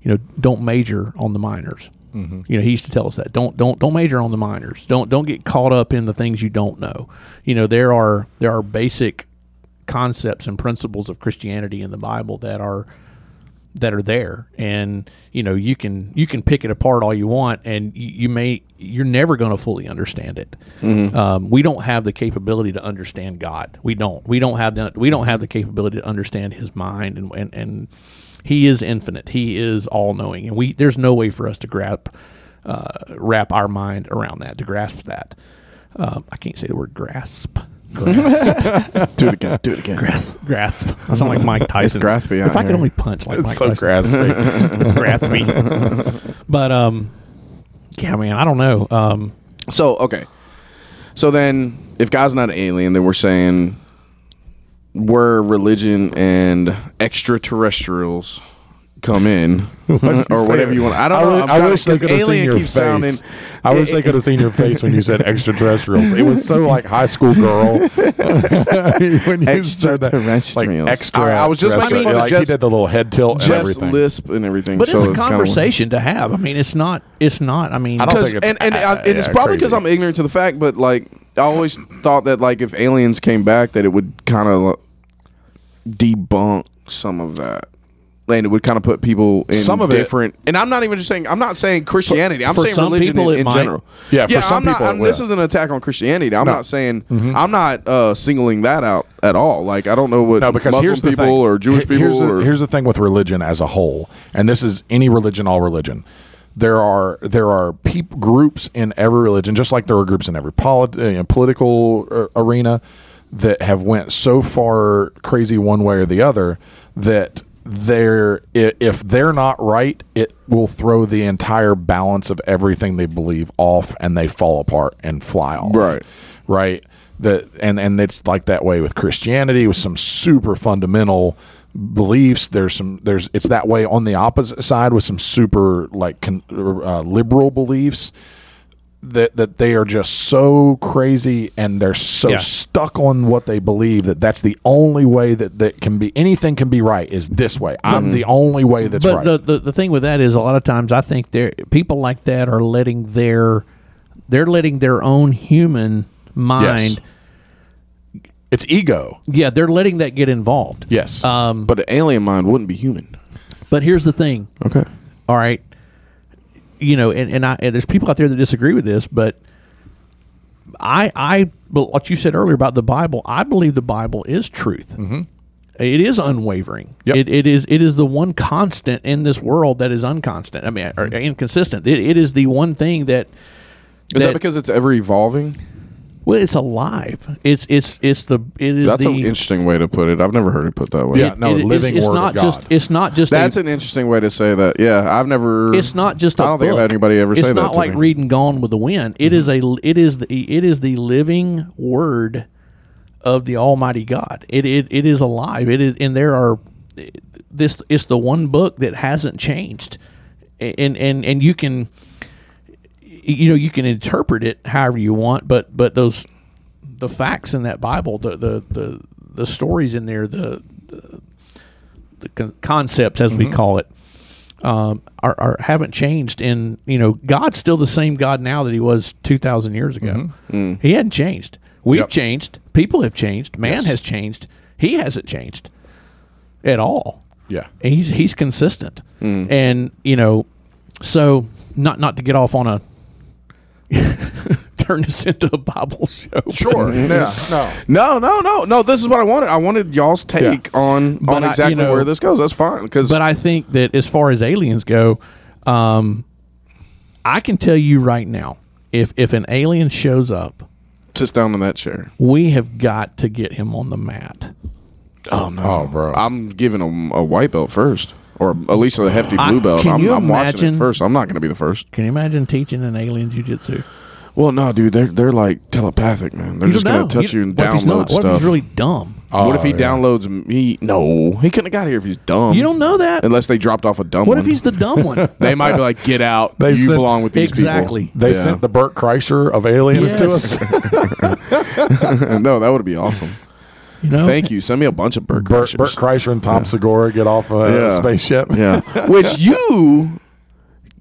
S2: you know don't major on the minors you know he used to tell us that don't don't don't major on the minors don't don't get caught up in the things you don't know you know there are there are basic concepts and principles of christianity in the bible that are that are there and you know you can you can pick it apart all you want and you, you may you're never going to fully understand it
S3: Mm-hmm.
S2: um, we don't have the capability to understand god we don't we don't have the we don't have the capability to understand his mind and and, and he is infinite he is all-knowing and we there's no way for us to grasp uh, wrap our mind around that to grasp that um, i can't say the word grasp grasp
S3: do it again. Do it again.
S2: grasp i sound like mike tyson
S3: graspy out
S2: if i could
S3: here.
S2: only punch like mike
S1: It's so
S2: tyson
S1: graphic.
S2: grab me. But um, yeah, man, I don't know. Um,
S3: So okay. So then, if God's not an alien, then we're saying where religion and extraterrestrials come in, or whatever you want. I don't know. I'm
S1: I,
S3: trying to-
S1: wish they
S3: 'cause
S1: could have seen
S3: alien
S1: your face.
S3: keeps sounding-
S1: I wish they could have seen your face when you said extraterrestrials. It was so like high school girl when you said that. Like
S3: Extraterrestrials.
S1: extra.
S3: I- I was just
S1: terrestrial.
S3: making fun of
S1: like,
S3: Jeff's-
S1: he did the little head tilt and
S3: Jeff's
S1: everything.
S3: lisp and everything.
S2: but
S3: so
S2: it's a
S3: kinda-
S2: conversation to have. I mean, it's not. It's not. I mean,
S1: I don't
S3: Because
S1: think it's
S3: and and,
S1: a-
S3: I, and it's
S1: yeah,
S3: probably because
S1: crazy.
S3: I'm ignorant to the fact, but like I always thought that like if aliens came back, that it would kind of debunk some of that. And it would kind of put people in
S1: Some of it-
S3: different. and I'm not even just saying. I'm not saying Christianity. I'm
S2: for
S3: saying
S2: some
S3: religion
S2: people
S3: in,
S2: it
S3: in
S2: might.
S3: general.
S1: Yeah, for some
S3: I'm not,
S1: people it
S3: I'm, this
S1: will. Mm-hmm.
S3: is an attack on Christianity. I'm not saying. I'm not uh, singling that out at all. Like I don't know what
S1: no, because
S3: Muslim
S1: here's the
S3: people
S1: thing.
S3: or Jewish
S1: Here-
S3: people
S1: here's
S3: or
S1: the, here's the thing with religion as a whole, and this is any religion, all religion. There are there are peop, groups in every religion, just like there are groups in every polit, uh, you know, political uh, arena that have went so far crazy one way or the other that they're i- if they're not right, it will throw the entire balance of everything they believe off, and they fall apart and fly off.
S3: Right.
S1: right. That and and it's like that way with Christianity with some super fundamental beliefs. There's some there's it's that way on the opposite side with some super like con, uh, liberal beliefs. That, that they are just so crazy and they're so
S2: Yeah.
S1: stuck on what they believe that that's the only way that, that can be anything can be right is this way. I'm the only way that's
S2: but
S1: right.
S2: the, the the thing with that is a lot of times I think there people like that are letting their they're letting their own human mind
S1: it's ego.
S2: yeah they're letting that get involved
S1: Yes.
S2: um
S3: But an alien mind wouldn't be human.
S2: but here's the thing
S3: Okay.
S2: all right you know and, and i and there's people out there that disagree with this but i i but what you said earlier about the bible i believe the bible is truth mm-hmm. it is unwavering
S1: Yep.
S2: it, it is it is the one constant in this world that is unconstant i mean or inconsistent it, it is the one thing that
S3: Is that,
S2: That-
S3: because it's ever evolving?
S2: well it's alive it's it's it's the it is
S3: That's
S2: the
S3: an interesting way to put it. I've never heard it put that way.
S1: Yeah. no,
S2: it- it's-
S1: living
S2: it's,
S1: word of
S2: not
S1: God.
S2: just it's not just
S3: That's
S2: a,
S3: an interesting way to say that. Yeah, I've never.
S2: it's not just. I
S3: I don't think I've had anybody ever
S2: it's
S3: say that
S2: not
S3: to
S2: like
S3: me. Mm-hmm.
S2: reading Gone with the Wind. It is a. It is the. It is the living word of the Almighty God. It it, it is alive. It is, and there are this. It's the one book that hasn't changed, and and and you can, you know, you can interpret it however you want, but but those the facts in that Bible, the the the, the stories in there, the the con- concepts as
S3: Mm-hmm.
S2: we call it um, are, are haven't changed and you know god's still the same god now that he was 2000 years ago he hadn't changed we've
S1: Mm-hmm. Yep.
S2: changed people have changed man has changed he hasn't changed at all
S1: yeah.
S2: and he's he's consistent and you know so not not to get off on a turn this into a bible show
S1: Sure. yeah. No.
S3: No, no, no, no. This is what I wanted. I wanted y'all's take on on
S2: I-
S3: exactly
S2: you know-
S3: where this goes. That's fine because
S2: But I think that as far as aliens go, um, I can tell you right now, if if an alien shows up,
S3: sits down in that chair.
S2: we have got to get him on the mat.
S3: Oh no,
S1: Oh, bro.
S3: I'm giving him a white belt first, or at least a hefty
S2: I-
S3: blue belt.
S2: can
S3: I'm,
S2: you
S3: I'm watching it
S2: imagine-
S3: first. I'm not going to be the first.
S2: Can you imagine teaching an alien jujitsu?
S3: Well, no, dude, they're they're like telepathic, man. They're just going to touch you, and
S2: what if he's
S3: download
S2: not? What if
S3: stuff.
S2: he's really dumb?
S3: what if he
S1: Oh, yeah.
S3: downloads me? No, he couldn't have got here if he's dumb.
S2: You don't know that.
S3: unless they dropped off a dumb.
S2: What
S3: one.
S2: if he's the dumb one?
S3: They might be like, "Get out!
S1: They
S3: you
S1: said-
S3: belong with these
S2: Exactly.
S3: people."
S1: They
S3: Yeah.
S1: sent the Burt Kreischer of aliens to
S2: Yes.
S1: us.
S3: no, that would be awesome.
S2: You know.
S3: Thank you. Send me a bunch of Burt
S1: Burt,
S3: Kreischer's.
S1: Burt Kreischer and Tom Segura get off a
S3: Yeah.
S1: spaceship.
S3: Yeah. Which you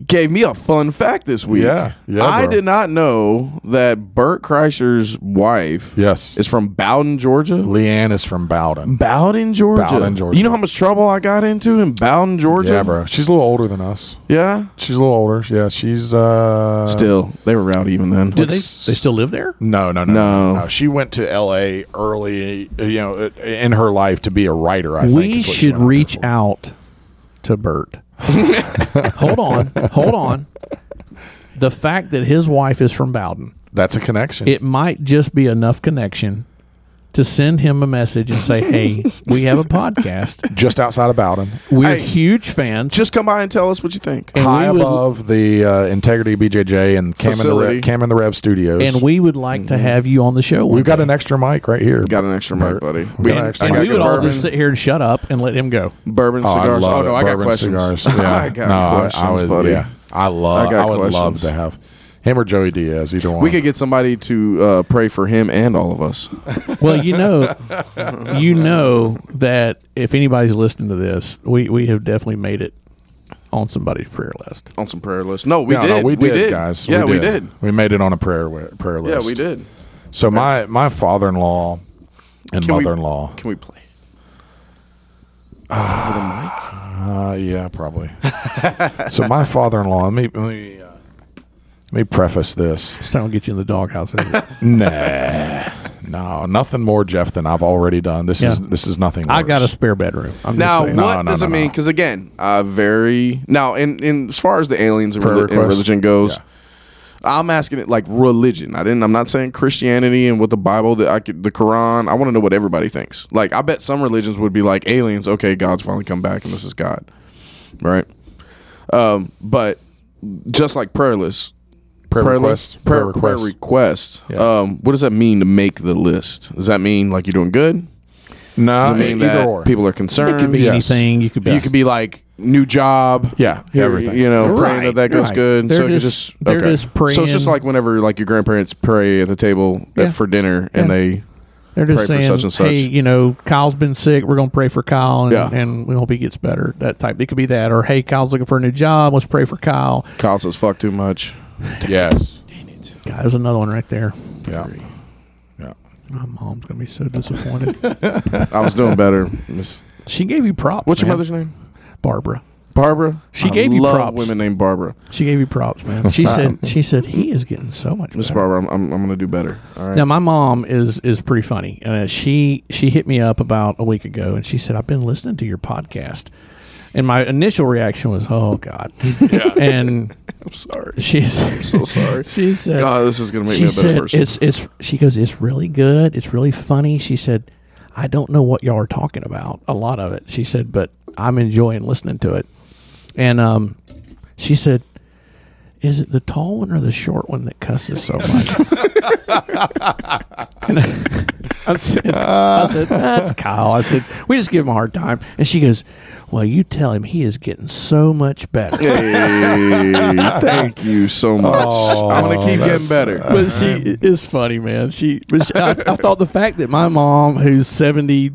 S3: gave me a fun fact this week.
S1: Yeah. Yeah,
S3: I
S1: bro.
S3: did not know that Burt Kreischer's wife
S1: Yes.
S3: is from Bowden, Georgia.
S1: Leanne is from Bowden.
S3: Bowden, Georgia.
S1: Bowden, Georgia.
S3: You know how much trouble I got into in Bowden, Georgia?
S1: Yeah, bro. Uh-huh. She's a little older than us.
S3: Yeah.
S1: She's a little older. Yeah, she's uh
S3: Still, they were rowdy even then.
S2: Do they? They still live there?
S1: No, no, no, no,
S3: No.
S1: no. She went to L.A. early, uh, you know, uh, in her life to be a writer. I think
S2: we
S1: is what she
S2: should
S1: went out there
S2: reach
S1: for.
S2: out to Bert. hold on, hold on. The fact that his wife is from Bowden,
S1: That's a connection.
S2: it might just be enough connection to send him a message and say, "Hey, we have a podcast.
S1: just outside of Bowden,
S2: We're
S3: Hey,
S2: huge fans.
S3: Just come by and tell us what you think.
S2: and
S1: high
S2: we would,
S1: above the uh, Integrity BJJ and Cam and, the
S3: Facility.
S1: Rev, Cam and the Rev Studios.
S2: and we would like to have you on the show.
S1: we've got an extra mic right here.
S3: Got an extra mic, buddy.
S1: We got an extra
S3: I
S1: mic.
S2: and
S3: got
S2: we
S3: good
S2: would all
S3: bourbon,
S2: just sit here and shut up and let him go.
S3: bourbon
S1: Oh, I
S3: cigars.
S1: love
S3: oh no,
S1: it.
S3: I got
S1: Bourbon
S3: questions.
S1: Cigars. Yeah.
S3: I got
S1: no, I-
S3: questions,
S1: I would,
S3: buddy.
S1: Yeah, I love.
S3: I
S1: I,
S3: got
S1: would love
S3: questions.
S1: to have him or Joey Diaz. Either one.
S3: We could get somebody to uh, pray for him and all of us.
S2: Well, you know, you know that if anybody's listening to this, we we have definitely made it on somebody's prayer list.
S3: on some prayer list. No, we
S1: no,
S3: did.
S1: no, we, did, guys.
S3: Yeah, we did.
S1: We made it on a prayer wi- prayer
S3: Yeah,
S1: list.
S3: we did.
S1: So my my father in law and
S3: Can we-
S1: mother in law.
S3: Can we play? it?
S1: Uh, yeah, probably. so my father in law. Let me let me, uh, let me preface this.
S2: It's time to get you in the doghouse. isn't it?
S1: Nah, no, nothing more, Jeff, than I've already done. This is
S2: Yeah.
S1: this is nothing. Worse.
S2: I got a spare bedroom. I'm
S3: Now,
S2: just saying.
S3: what
S1: No, no,
S3: does
S1: no,
S3: it
S1: no.
S3: mean? Because again, uh, very now, in in as far as the aliens and,
S1: Prayer
S3: reli- and
S1: request?
S3: religion goes, I'm asking it like religion. I didn't. I'm not saying Christianity and what the Bible, that I could, the Quran. I want to know what everybody thinks. Like, I bet some religions would be like aliens. Okay, God's finally come back, and this is God, right? Um, but just like prayer lists,
S1: Prayer
S3: li-
S1: requests,
S3: prayer,
S1: prayer
S3: prayer
S1: requests.
S3: requests. Um, what does that mean to make the list? Does that mean like you're doing good?
S1: No,
S3: Does it mean
S1: Uh, either
S3: that
S1: or.
S3: people are concerned?
S2: It could be
S1: Yes.
S2: anything. You could be.
S3: You could be like new job.
S1: Yeah,
S3: Here,
S1: everything.
S3: You know,
S2: You're
S3: praying
S2: right,
S3: that that
S2: you're
S3: goes
S2: right.
S3: good.
S2: They're
S3: so it could
S2: just-
S3: just
S2: they're
S3: okay.
S2: just
S3: So it's
S2: praying.
S3: just like whenever like your grandparents pray at the table at-
S2: Yeah.
S3: for dinner and
S2: Yeah.
S3: they
S2: They're just
S3: pray for
S2: saying,
S3: such and such.
S2: hey, you know, Kyle's been sick. We're gonna pray for Kyle, and,
S3: Yeah.
S2: and we hope he gets better. That type. It could be that, or hey, Kyle's looking for a new job. Let's pray for Kyle.
S3: Kyle says fuck too much.
S1: Yes.
S2: God, there's another one right there.
S1: Yeah. Yeah.
S2: My mom's gonna be so disappointed.
S3: I was doing better. Miss-
S2: she gave you props.
S3: What's your
S2: man.
S3: mother's name?
S2: Barbara.
S3: Barbara.
S2: She
S3: I
S2: gave you
S3: love
S2: props.
S3: Women named Barbara.
S2: She gave you props, man. She said. She said he is getting so much.
S3: Miss
S2: better."
S3: Barbara, I'm, I'm, I'm gonna do better. All right.
S2: Now my mom is is pretty funny. Uh, she she hit me up about a week ago, and she said, "I've been listening to your podcast," and my initial reaction was, "Oh God," and
S3: I'm sorry.
S2: she's
S3: So sorry.
S2: she said,
S3: God, this is gonna make
S2: she
S3: me a better
S2: said,
S3: person.
S2: "It's it's." She goes, "It's really good. It's really funny." She said, "I don't know what y'all are talking about. A lot of it." She said, "But I'm enjoying listening to it." And um, she said, "Is it the tall one or the short one that cusses so much?" and I, I said, "I said that's Kyle." I said, "We just give him a hard time." And she goes, "Well, you tell him he is getting so much better."
S3: hey, thank you so much. I'm gonna keep getting better.
S2: Oh. but she is funny, man. She, but she I, I thought the fact that my mom, who's seventy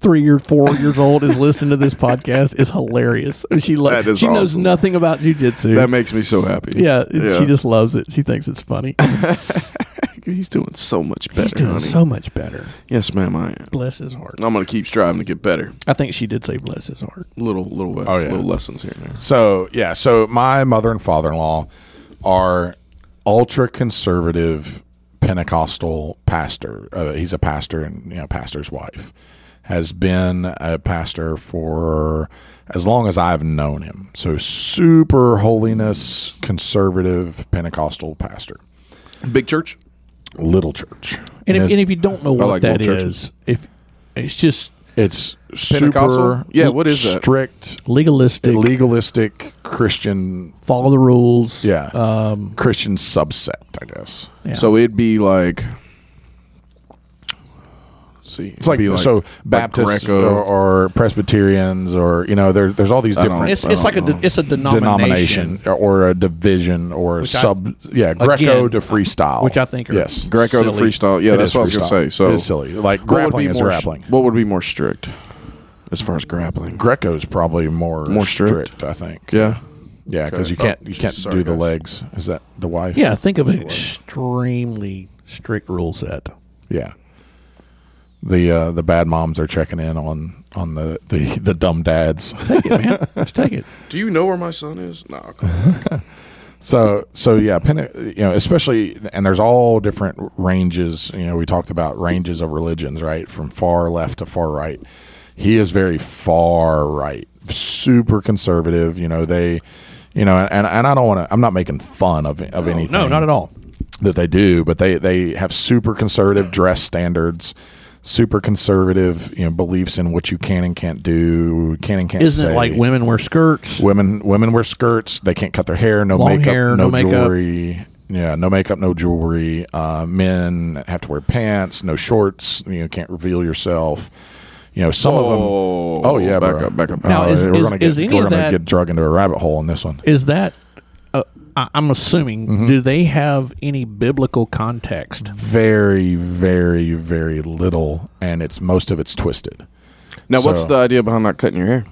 S2: three or four years old, is listening to this podcast is hilarious. She lo-
S3: That is
S2: she knows
S3: awesome.
S2: nothing about jujitsu.
S3: that makes me so happy.
S2: yeah, she just loves it. She thinks it's funny.
S3: He's doing so much better.
S2: He's doing
S3: honey.
S2: so much better.
S3: yes, ma'am. I am.
S2: Bless his heart.
S3: I'm gonna keep striving to get better.
S2: I think she did say bless his heart.
S3: Little little uh,
S1: Oh, yeah.
S3: little lessons here and there.
S1: So yeah, so my mother and father in law are ultra conservative Pentecostal pastor. Uh, he's a pastor, and you know, pastor's wife has been a pastor for as long as I've known him. So super holiness, conservative Pentecostal pastor,
S3: Big church.
S1: little church,
S2: And if,
S1: it's,
S2: and if you don't know
S3: like
S2: what that is,
S3: little churches.
S2: if it's just
S1: it's
S3: Pentecostal?
S1: super
S3: Yeah, what is that?
S1: strict,
S2: legalistic,
S1: legalistic Christian,
S2: follow the rules.
S1: yeah,
S2: Um,
S1: Christian subsect, I guess.
S2: yeah.
S3: So it'd be like. let's see,
S1: It's like,
S3: be
S1: so Baptists
S3: Greco.
S1: or, or Presbyterians or you know there, there's all these
S3: I don't-
S1: different
S2: it's, it's
S3: um,
S2: like a de- it's a
S1: denomination or a division or
S2: I-
S1: sub yeah Greco
S2: again, uh,
S1: to freestyle
S2: which I think are-
S1: yes
S3: Greco to
S2: silly.
S3: freestyle. Yeah,
S1: It
S3: that's
S1: is
S3: what I was gonna
S1: freestyle.
S3: say. So
S1: it is silly like
S3: what would
S1: grappling
S3: be
S1: is
S3: more-
S1: grappling
S3: What would be more strict, as far as grappling?
S1: Greco's probably more
S3: More strict?
S1: I think
S3: Yeah.
S1: yeah because you
S3: Okay.
S1: can't
S3: Oh,
S1: you can't
S3: sorry,
S1: do the
S3: guys.
S1: legs is that the wife
S2: Yeah, think of an extremely strict rule set.
S1: yeah the uh, the bad moms are checking in on on the the, the dumb dads
S2: Take it, man. Let's take it.
S3: Do you know where my son is? No.
S1: So so yeah, Pente- you know, especially and there's all different ranges. You know, we talked about ranges of religions, right? From far left to far right. He is very far right, super conservative. You know, they, you know, and and I don't want to. I'm not making fun of of anything
S2: No, not at all.
S1: that they do, but they they have super conservative dress standards, super conservative you know beliefs in what you can and can't do, can and can't.
S2: Isn't it
S1: say.
S2: like women wear skirts?
S1: Women women wear skirts. They can't cut their hair. No
S2: Long
S1: makeup.
S2: hair,
S1: no,
S2: no makeup.
S1: jewelry. Yeah, no makeup, no jewelry. Uh, men have to wear pants, no shorts. You know, can't reveal yourself. You know, some of them. Oh yeah,
S3: back
S1: bro.
S3: up, back up.
S2: Now,
S1: Uh,
S2: is-
S1: we're
S2: is-
S1: gonna
S2: is
S1: get
S2: any
S1: we're
S2: of
S1: gonna
S2: that-
S1: get drug into a rabbit hole in this one.
S2: Is that? Uh, I, I'm assuming.
S1: Mm-hmm.
S2: Do they have any biblical context?
S1: Very, very, very little, and it's most of it's twisted.
S3: now, what's
S1: so-
S3: the idea behind not cutting your hair?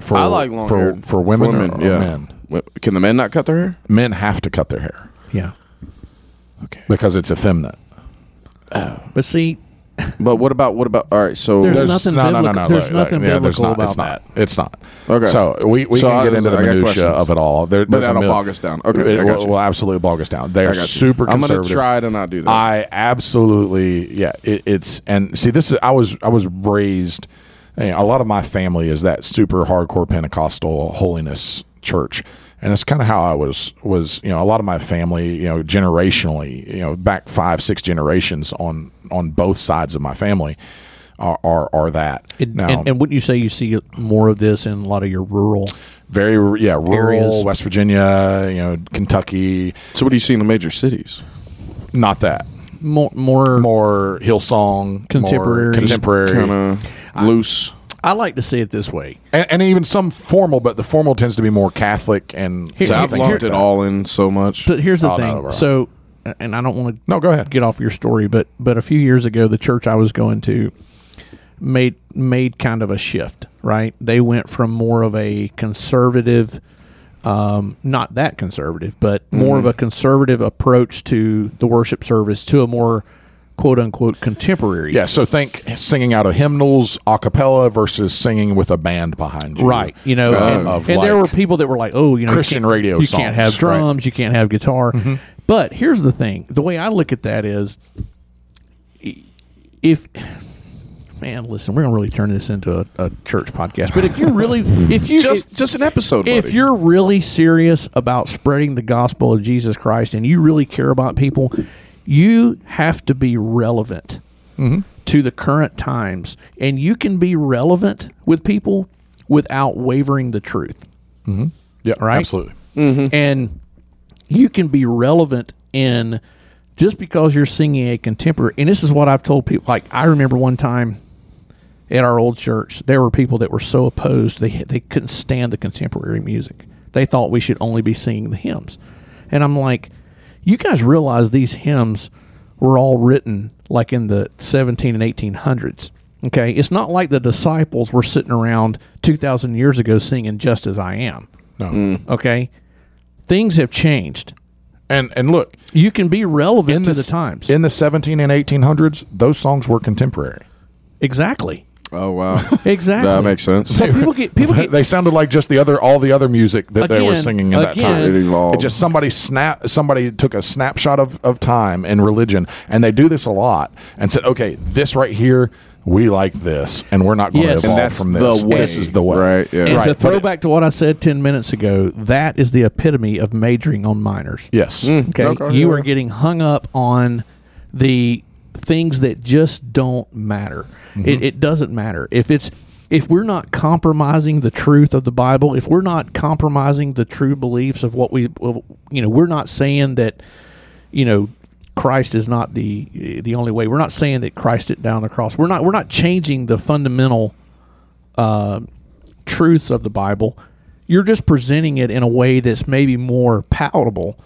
S1: For
S3: I like long
S1: for
S3: hair.
S1: for women, or, or men.
S3: Wh- Can the men not cut their hair?
S1: Men have to cut their hair
S2: Yeah,
S1: because it's effeminate.
S2: but see,
S3: But what about what about? All right, so
S2: There's nothing biblical- there's nothing biblical
S1: not, it's
S2: about
S1: not, It's not.
S3: Okay.
S1: So we, we
S3: So
S1: can
S3: I-
S1: get into the
S3: I got
S1: minutia
S3: questions.
S1: of it all. There,
S3: But
S1: there's a
S3: that'll
S1: mil-
S3: bog us down. Okay,
S1: It
S3: I got
S1: will,
S3: you.
S1: will absolutely bog us down. They
S3: I
S1: are
S3: got you.
S1: super
S3: I'm gonna
S1: conservative.
S3: try to not do that.
S1: I absolutely yeah. It, it's and see this is I was I was raised. you know, a lot of my family is that super hardcore Pentecostal holiness church, and that's kind of how I was was you know a lot of my family you know generationally you know back five six generations on on both sides of my family are are, are that
S2: And-
S1: now
S2: and, and wouldn't you say you see more of this in a lot of your rural?
S1: very yeah rural
S2: Areas.
S1: West Virginia you know Kentucky
S3: So what do you see in the major cities?
S1: not that
S2: More, more,
S1: more Hillsong more
S2: Contemporary.
S1: contemporary
S3: Kind of loose.
S2: I like to see it this way.
S1: and, and even some formal, but the formal tends to be more Catholic and
S2: Here-
S3: So
S2: Yeah,
S3: I've
S1: things
S3: lumped
S1: like
S3: it
S1: that.
S3: all in so much.
S2: But here's the
S1: Oh, no,
S2: thing.
S1: we're not.
S2: so, and I don't want to
S1: No, go ahead.
S2: get off your story, but but a few years ago, the church I was going to made made kind of a shift. Right, they went from more of a conservative, um, not that conservative, but more of a conservative approach to the worship service to a more quote unquote contemporary.
S1: Yeah, so think singing out of hymnals a cappella versus singing with a band behind you.
S2: Right, you know,
S1: Uh,
S2: and,
S1: of
S2: and
S1: like,
S2: there were people that were like, "Oh, you know, you
S1: Christian
S2: can't-
S1: radio
S2: you
S1: songs,
S2: can't have
S1: right. Mm-hmm.
S2: drums, you can't have guitar." But here's the thing: the way I look at that is, if man, listen, we're gonna really turn this into a, a church podcast. But if you're really, if you
S3: just just an episode.
S2: if
S3: buddy.
S2: you're really serious about spreading the gospel of Jesus Christ and you really care about people, you have to be relevant to the current times. And you can be relevant with people without wavering the truth.
S1: yeah,
S2: right?
S1: absolutely.
S2: And you can be relevant in just because you're singing a contemporary. And this is what I've told people. Like, I remember one time at our old church, there were people that were so opposed, they, they couldn't stand the contemporary music. They thought we should only be singing the hymns. And I'm like, you guys realize these hymns were all written like in the 17 and 1800s. Okay. It's not like the disciples were sitting around 2,000 years ago singing Just As I Am.
S1: No.
S2: Okay. Things have changed.
S1: And and look,
S2: You can be relevant to
S1: the
S2: the
S1: s-
S2: times.
S1: in the 17 and 1800s, those songs were contemporary.
S2: exactly.
S3: oh wow,
S2: Exactly.
S3: that makes sense.
S2: So people get people
S1: They,
S2: get
S1: sounded like just the other all the other music that they were
S2: Again,
S1: singing at that
S2: again.
S1: time.
S3: It evolved.
S1: It just somebody snap somebody took a snapshot of, of time and religion, and they do this a lot, and said, "Okay, this right here, we like this, and we're not going to
S2: Yes. And
S1: evolve
S3: that's
S1: from
S3: the
S1: this.
S3: way.
S1: This is the way."
S3: Right, yeah.
S2: and
S1: Right,
S2: to
S1: but
S2: throw
S1: it-
S2: back to what I said ten minutes ago, that is the epitome of majoring on minors.
S1: Yes.
S2: Okay.
S3: Okay,
S2: you
S3: yeah.
S2: are getting hung up on the things that just don't matter. It, it doesn't matter. If it's if we're not compromising the truth of the Bible, if we're not compromising the true beliefs of what we of- you know, we're not saying that you know Christ is not the the only way. We're not saying that Christ it down on the cross. We're not we're not changing the fundamental uh, truths of the Bible. You're just presenting it in a way that's maybe more palatable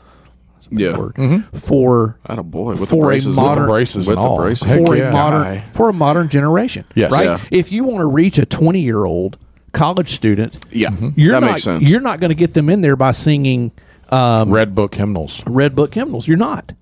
S3: Yeah.
S2: word
S1: Mm-hmm.
S2: for
S3: Atta boy. With
S2: For a
S3: the braces,
S2: modern-
S3: with the braces,
S1: braces
S3: with
S1: and all.
S3: the braces.
S1: Heck
S2: for
S1: yeah.
S2: a modern
S3: Guy.
S2: for a modern generation.
S1: Yes.
S2: right.
S3: Yeah.
S2: If you want to reach a 20 year old college student,
S3: Yeah,
S2: you're
S3: that
S2: not
S3: makes sense.
S2: you're not going to get them in there by singing
S1: Um, Red Book hymnals.
S2: red book hymnals. You're not.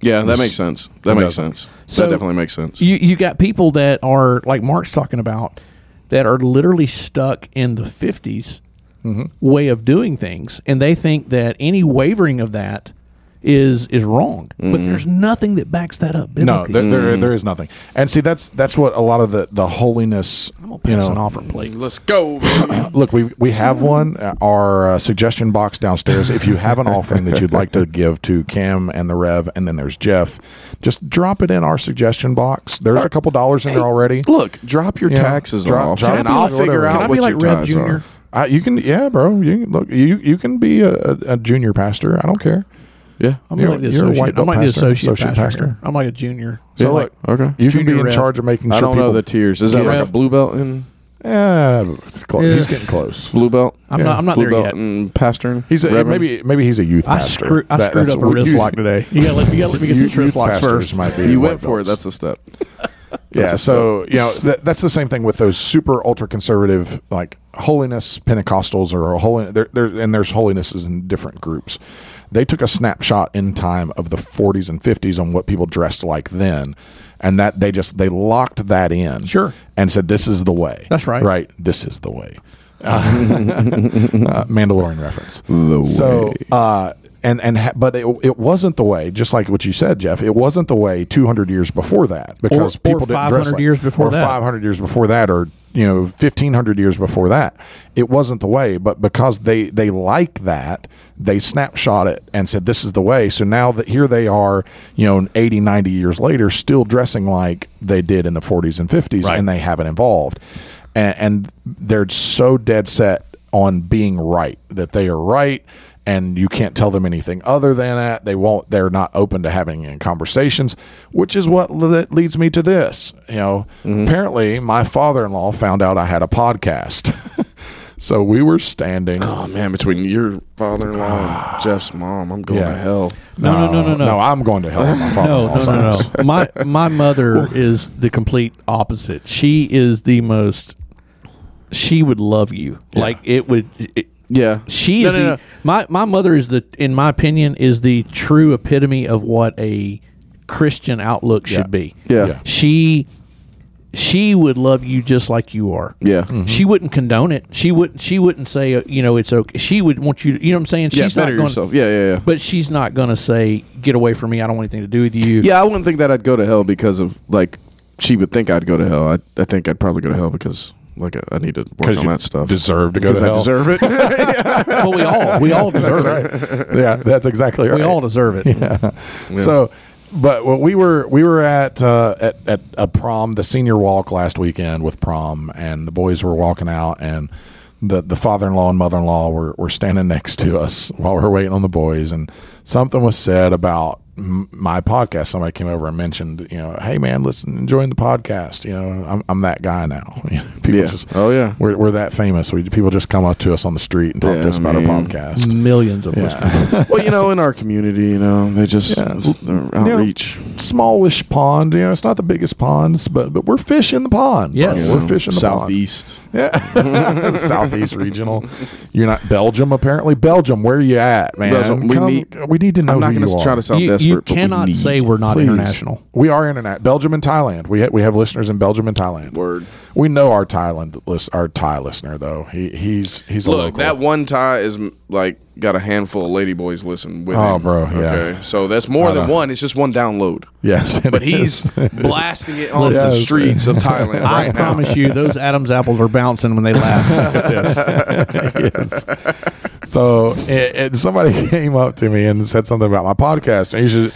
S3: yeah, that makes sense. That
S1: Yeah.
S3: makes sense.
S2: So-
S3: that definitely makes sense.
S2: You you got people that are like Mark's talking about that are literally stuck in the 50s
S1: Mm-hmm.
S2: way of doing things, and they think that any wavering of that is is wrong. But
S3: Mm-hmm.
S2: there's nothing that backs that up.
S1: No,
S2: biblically.
S1: there, there, there is nothing. And see, that's that's what a lot of the the holiness.
S2: I'm gonna pass
S1: You
S2: an
S1: know,
S2: offer plate.
S3: Let's go.
S1: look, we we have one. uh, Our uh, suggestion box downstairs. If you have an offering that you'd like to give to Kim and the Rev, and then there's Jeff, just drop it in our suggestion box. There's a couple dollars in there already.
S3: Look, drop your
S1: Yeah.
S3: taxes
S1: Drop-
S3: off,
S1: drop it
S3: and I'll
S1: off,
S3: figure
S1: whatever.
S3: out
S2: Can I
S3: what
S2: be like
S3: your
S2: Rev
S3: tithes
S2: Jr.?
S3: are.
S1: Uh, you can, yeah, bro. You can- look, you you can be a, a, a junior pastor. I don't care.
S3: Yeah.
S2: I'm like
S1: You're-
S2: the
S1: you're a white
S2: associate. I'm like the
S1: belt pastor,
S2: associate,
S1: associate
S2: pastor.
S1: pastor.
S2: here. I'm like a junior.
S1: So
S2: So like,
S1: look,
S3: Okay.
S1: you can be
S2: Junior
S1: in
S2: Rev.
S1: charge of making sure
S3: I don't
S1: people.
S3: know the tiers. Is that
S1: Yeah.
S3: like a blue belt and
S1: Yeah, it's close.
S2: Yeah.
S1: he's getting close.
S3: blue belt?
S2: I'm not. I'm not
S3: blue
S2: there
S3: belt
S2: yet.
S3: and pastoring.
S1: He's a,
S3: Mm, Reverend?
S1: maybe maybe he's a youth
S2: I,
S1: pastor.
S2: screw, I
S1: That-
S2: screwed
S1: that's
S2: up a
S1: what-
S2: wrist lock today. You gotta let, you gotta let me get
S1: youth-
S2: this wrist
S1: youth
S2: lock
S1: pastors
S2: first.
S1: Might be
S3: you
S1: white
S3: went for it.
S1: belts.
S3: That's a step.
S1: yeah. So you know that, that's the same thing with those super ultra conservative like holiness Pentecostals or holy there there and there's holinesses in different groups. They took a snapshot in time of the 40s and 50s on what people dressed like then, and that they just they locked that in.
S2: Sure.
S1: And said this is the way.
S2: That's right.
S1: Right. This is the way. uh, Mandalorian reference.
S3: The
S1: So, uh, and and ha- but it, it wasn't the way. Just like what you said, Jeff, it wasn't the way 200 years before that because
S2: or
S1: people didn't dress
S2: 500
S1: like,
S2: years before
S1: or
S2: that.
S1: 500 years before that, or you know 1500 years before that. It wasn't the way, but because they they like that, they snapshot it and said this is the way. So now that here they are, you know, 80, 90 years later, still dressing like they did in the 40s and 50s,
S2: Right.
S1: and they haven't evolved, and, and they're so dead set on being right that they are right and you can't tell them anything other than that they won't they're not open to having any conversations which is what le- leads me to this you know apparently my father-in-law found out i had a podcast so we were standing
S3: Oh man, between your father-in-law and Jeff's mom, I'm going
S1: Ah. Yeah.
S3: to hell.
S2: No, no, no, no, no.
S1: no i'm going to hell with my
S2: No,
S1: father-in-law
S2: no, no,
S1: sometimes.
S2: no. My my mother is the complete opposite. She is the most. She would love you like it would. It,
S3: Yeah,
S2: she
S3: No,
S2: is
S3: no,
S2: the
S3: no.
S2: my my mother is the in my opinion is the true epitome of what a Christian outlook should be.
S3: Yeah.
S1: Yeah.
S2: She she would love you just like you are.
S3: yeah.
S1: Mm.
S2: She wouldn't condone it. She wouldn't. She wouldn't say uh, you know it's okay. She would want you. to, You know what I'm saying?
S3: Yeah,
S2: She's
S3: better
S2: not going.
S3: yourself. Yeah, yeah, yeah.
S2: But she's not going to say get away from me. I don't want anything to do with you.
S3: Yeah, I wouldn't think that I'd go to hell because of like she would think I'd go to hell. I, I think I'd probably go to hell because like I, I need to work
S1: 'Cause
S3: on
S1: you
S3: that stuff.
S1: deserve to go
S3: Because
S1: to
S3: I
S1: hell.
S3: deserve it.
S2: But we all we all deserve it.
S1: yeah that's exactly right
S2: We all deserve it.
S1: So, but what we were we were at uh, at at a prom, the senior walk last weekend with prom, and the boys were walking out, and the the father in law and mother in law were were standing next to us while we were waiting on the boys, and something was said about m- my podcast somebody came over and mentioned you know hey man listen enjoying the podcast you know i'm, I'm that guy now people
S3: Yeah.
S1: just
S3: Oh, yeah.
S1: we're, we're that famous we people just come up to us on the street and talk
S3: Yeah,
S1: to us about our
S3: man.
S1: podcast
S2: Millions of listeners.
S3: well, you know, in our community, you know, they just their
S1: you know,
S3: outreach.
S1: smallish pond. You know, it's not the biggest ponds, but but we're fish in the pond.
S2: Yes.
S1: Right?
S3: you
S1: we're
S3: know,
S1: fish in the
S3: southeast.
S1: Pond. Yeah, southeast regional. You're not Belgium, apparently. Belgium, where you at, man?
S3: Belgium, we need-
S1: we need to know.
S3: I'm not
S1: who
S3: going
S1: you
S3: to
S1: are.
S3: try to sound
S2: you,
S3: desperate.
S2: you
S3: but we
S2: cannot
S3: need-
S2: say we're not
S1: Please.
S2: international.
S1: We are internet. Belgium and Thailand. We ha- we have listeners in Belgium and Thailand.
S3: Word.
S1: We know our Thailand list, our Thai listener though. He he's he's a
S3: Look,
S1: local.
S3: that one tie is m- like got a handful of ladyboys listen with
S1: Oh,
S3: him.
S1: bro, yeah.
S3: Okay, so that's more than
S1: know.
S3: one. It's just one download.
S1: yes,
S3: But he's blasting it on the
S1: Yes.
S3: streets of Thailand
S2: I
S3: right now.
S2: promise you, those Adam's apples are bouncing when they laugh.
S1: yes. So it, it, somebody came up to me and said something about my podcast, and, you should,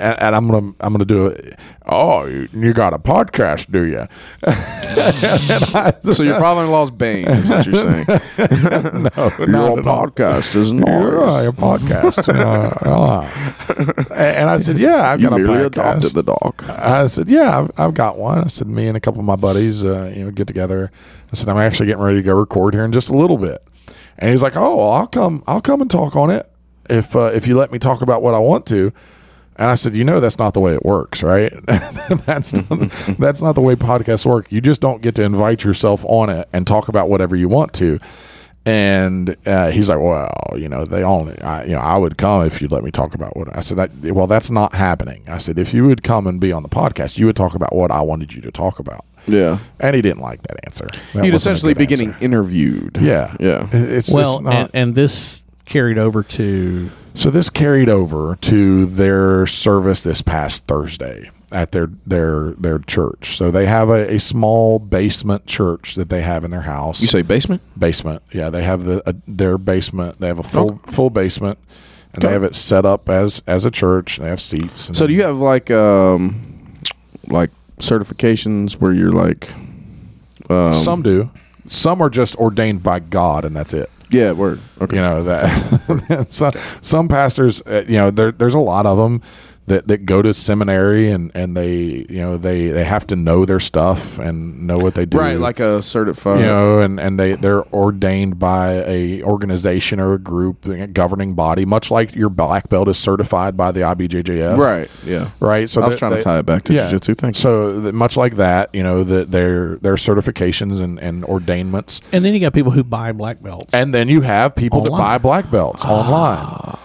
S1: and, and I'm gonna I'm gonna do it. Oh, you, you got a podcast, do you?
S3: So your father-in-law's Bane is what you're saying.
S1: Not
S3: Your
S1: at all.
S3: podcast is
S1: Yeah,
S3: not.
S1: your podcast. Uh, uh. And- And I said, "Yeah, I've
S3: You
S1: got a
S3: merely
S1: podcast."
S3: adopted the dog.
S1: I said, "Yeah, I've, I've got one." I said, "Me and a couple of my buddies, uh, you know, get together." I said, "I'm actually getting ready to go record here in just a little bit," and he's like, "Oh, well, I'll come. I'll come and talk on it if uh, if you let me talk about what I want to." And I said, "You know, that's not the way it works, right? that's not, that's not the way podcasts work. You just don't get to invite yourself on it and talk about whatever you want to." And uh, he's like, "Well, you know, they only, I, you know, I would come if you'd let me talk about what." I said, I, "Well, that's not happening." I said, "If you would come and be on the podcast, you would talk about what I wanted you to talk about."
S3: Yeah.
S1: And he didn't like that answer. That wasn't
S3: You'd
S1: a
S3: essentially
S1: good
S3: be getting
S1: answer.
S3: interviewed.
S1: yeah,
S3: Yeah.
S1: It- It's just
S2: well,
S1: not,
S2: and, and this carried over to
S1: so this carried over to their service this past Thursday at their their their church. So they have a, a small basement church that they have in their house.
S3: You say basement?
S1: basement. Yeah, they have the uh, their basement. They have a full full basement, and they have it set up as as a church. And they have seats. And
S3: So do you have like um like certifications where you're like um,
S1: some do. Some are just ordained by God, and that's it.
S3: Yeah, word. Okay.
S1: You know that some some pastors, uh, you know, there, there's a lot of them that, that go to seminary and, and they you know they, they have to know their stuff and know what they do.
S3: Right, like a certified
S1: you know, and, and they they're ordained by a organization or a group, a governing body, much like your black belt is certified by the IBJJF.
S3: Right, yeah.
S1: Right. So
S3: I was
S1: they-
S3: trying
S1: they-
S3: to tie it back to
S1: yeah.
S3: jiu-jitsu. Thanks.
S1: So that much like that, you know, that their their certifications and, and ordainments,
S2: and then you got people who buy black belts.
S1: and then you have people that
S2: Online.
S1: buy
S2: Ah.
S1: black belts online.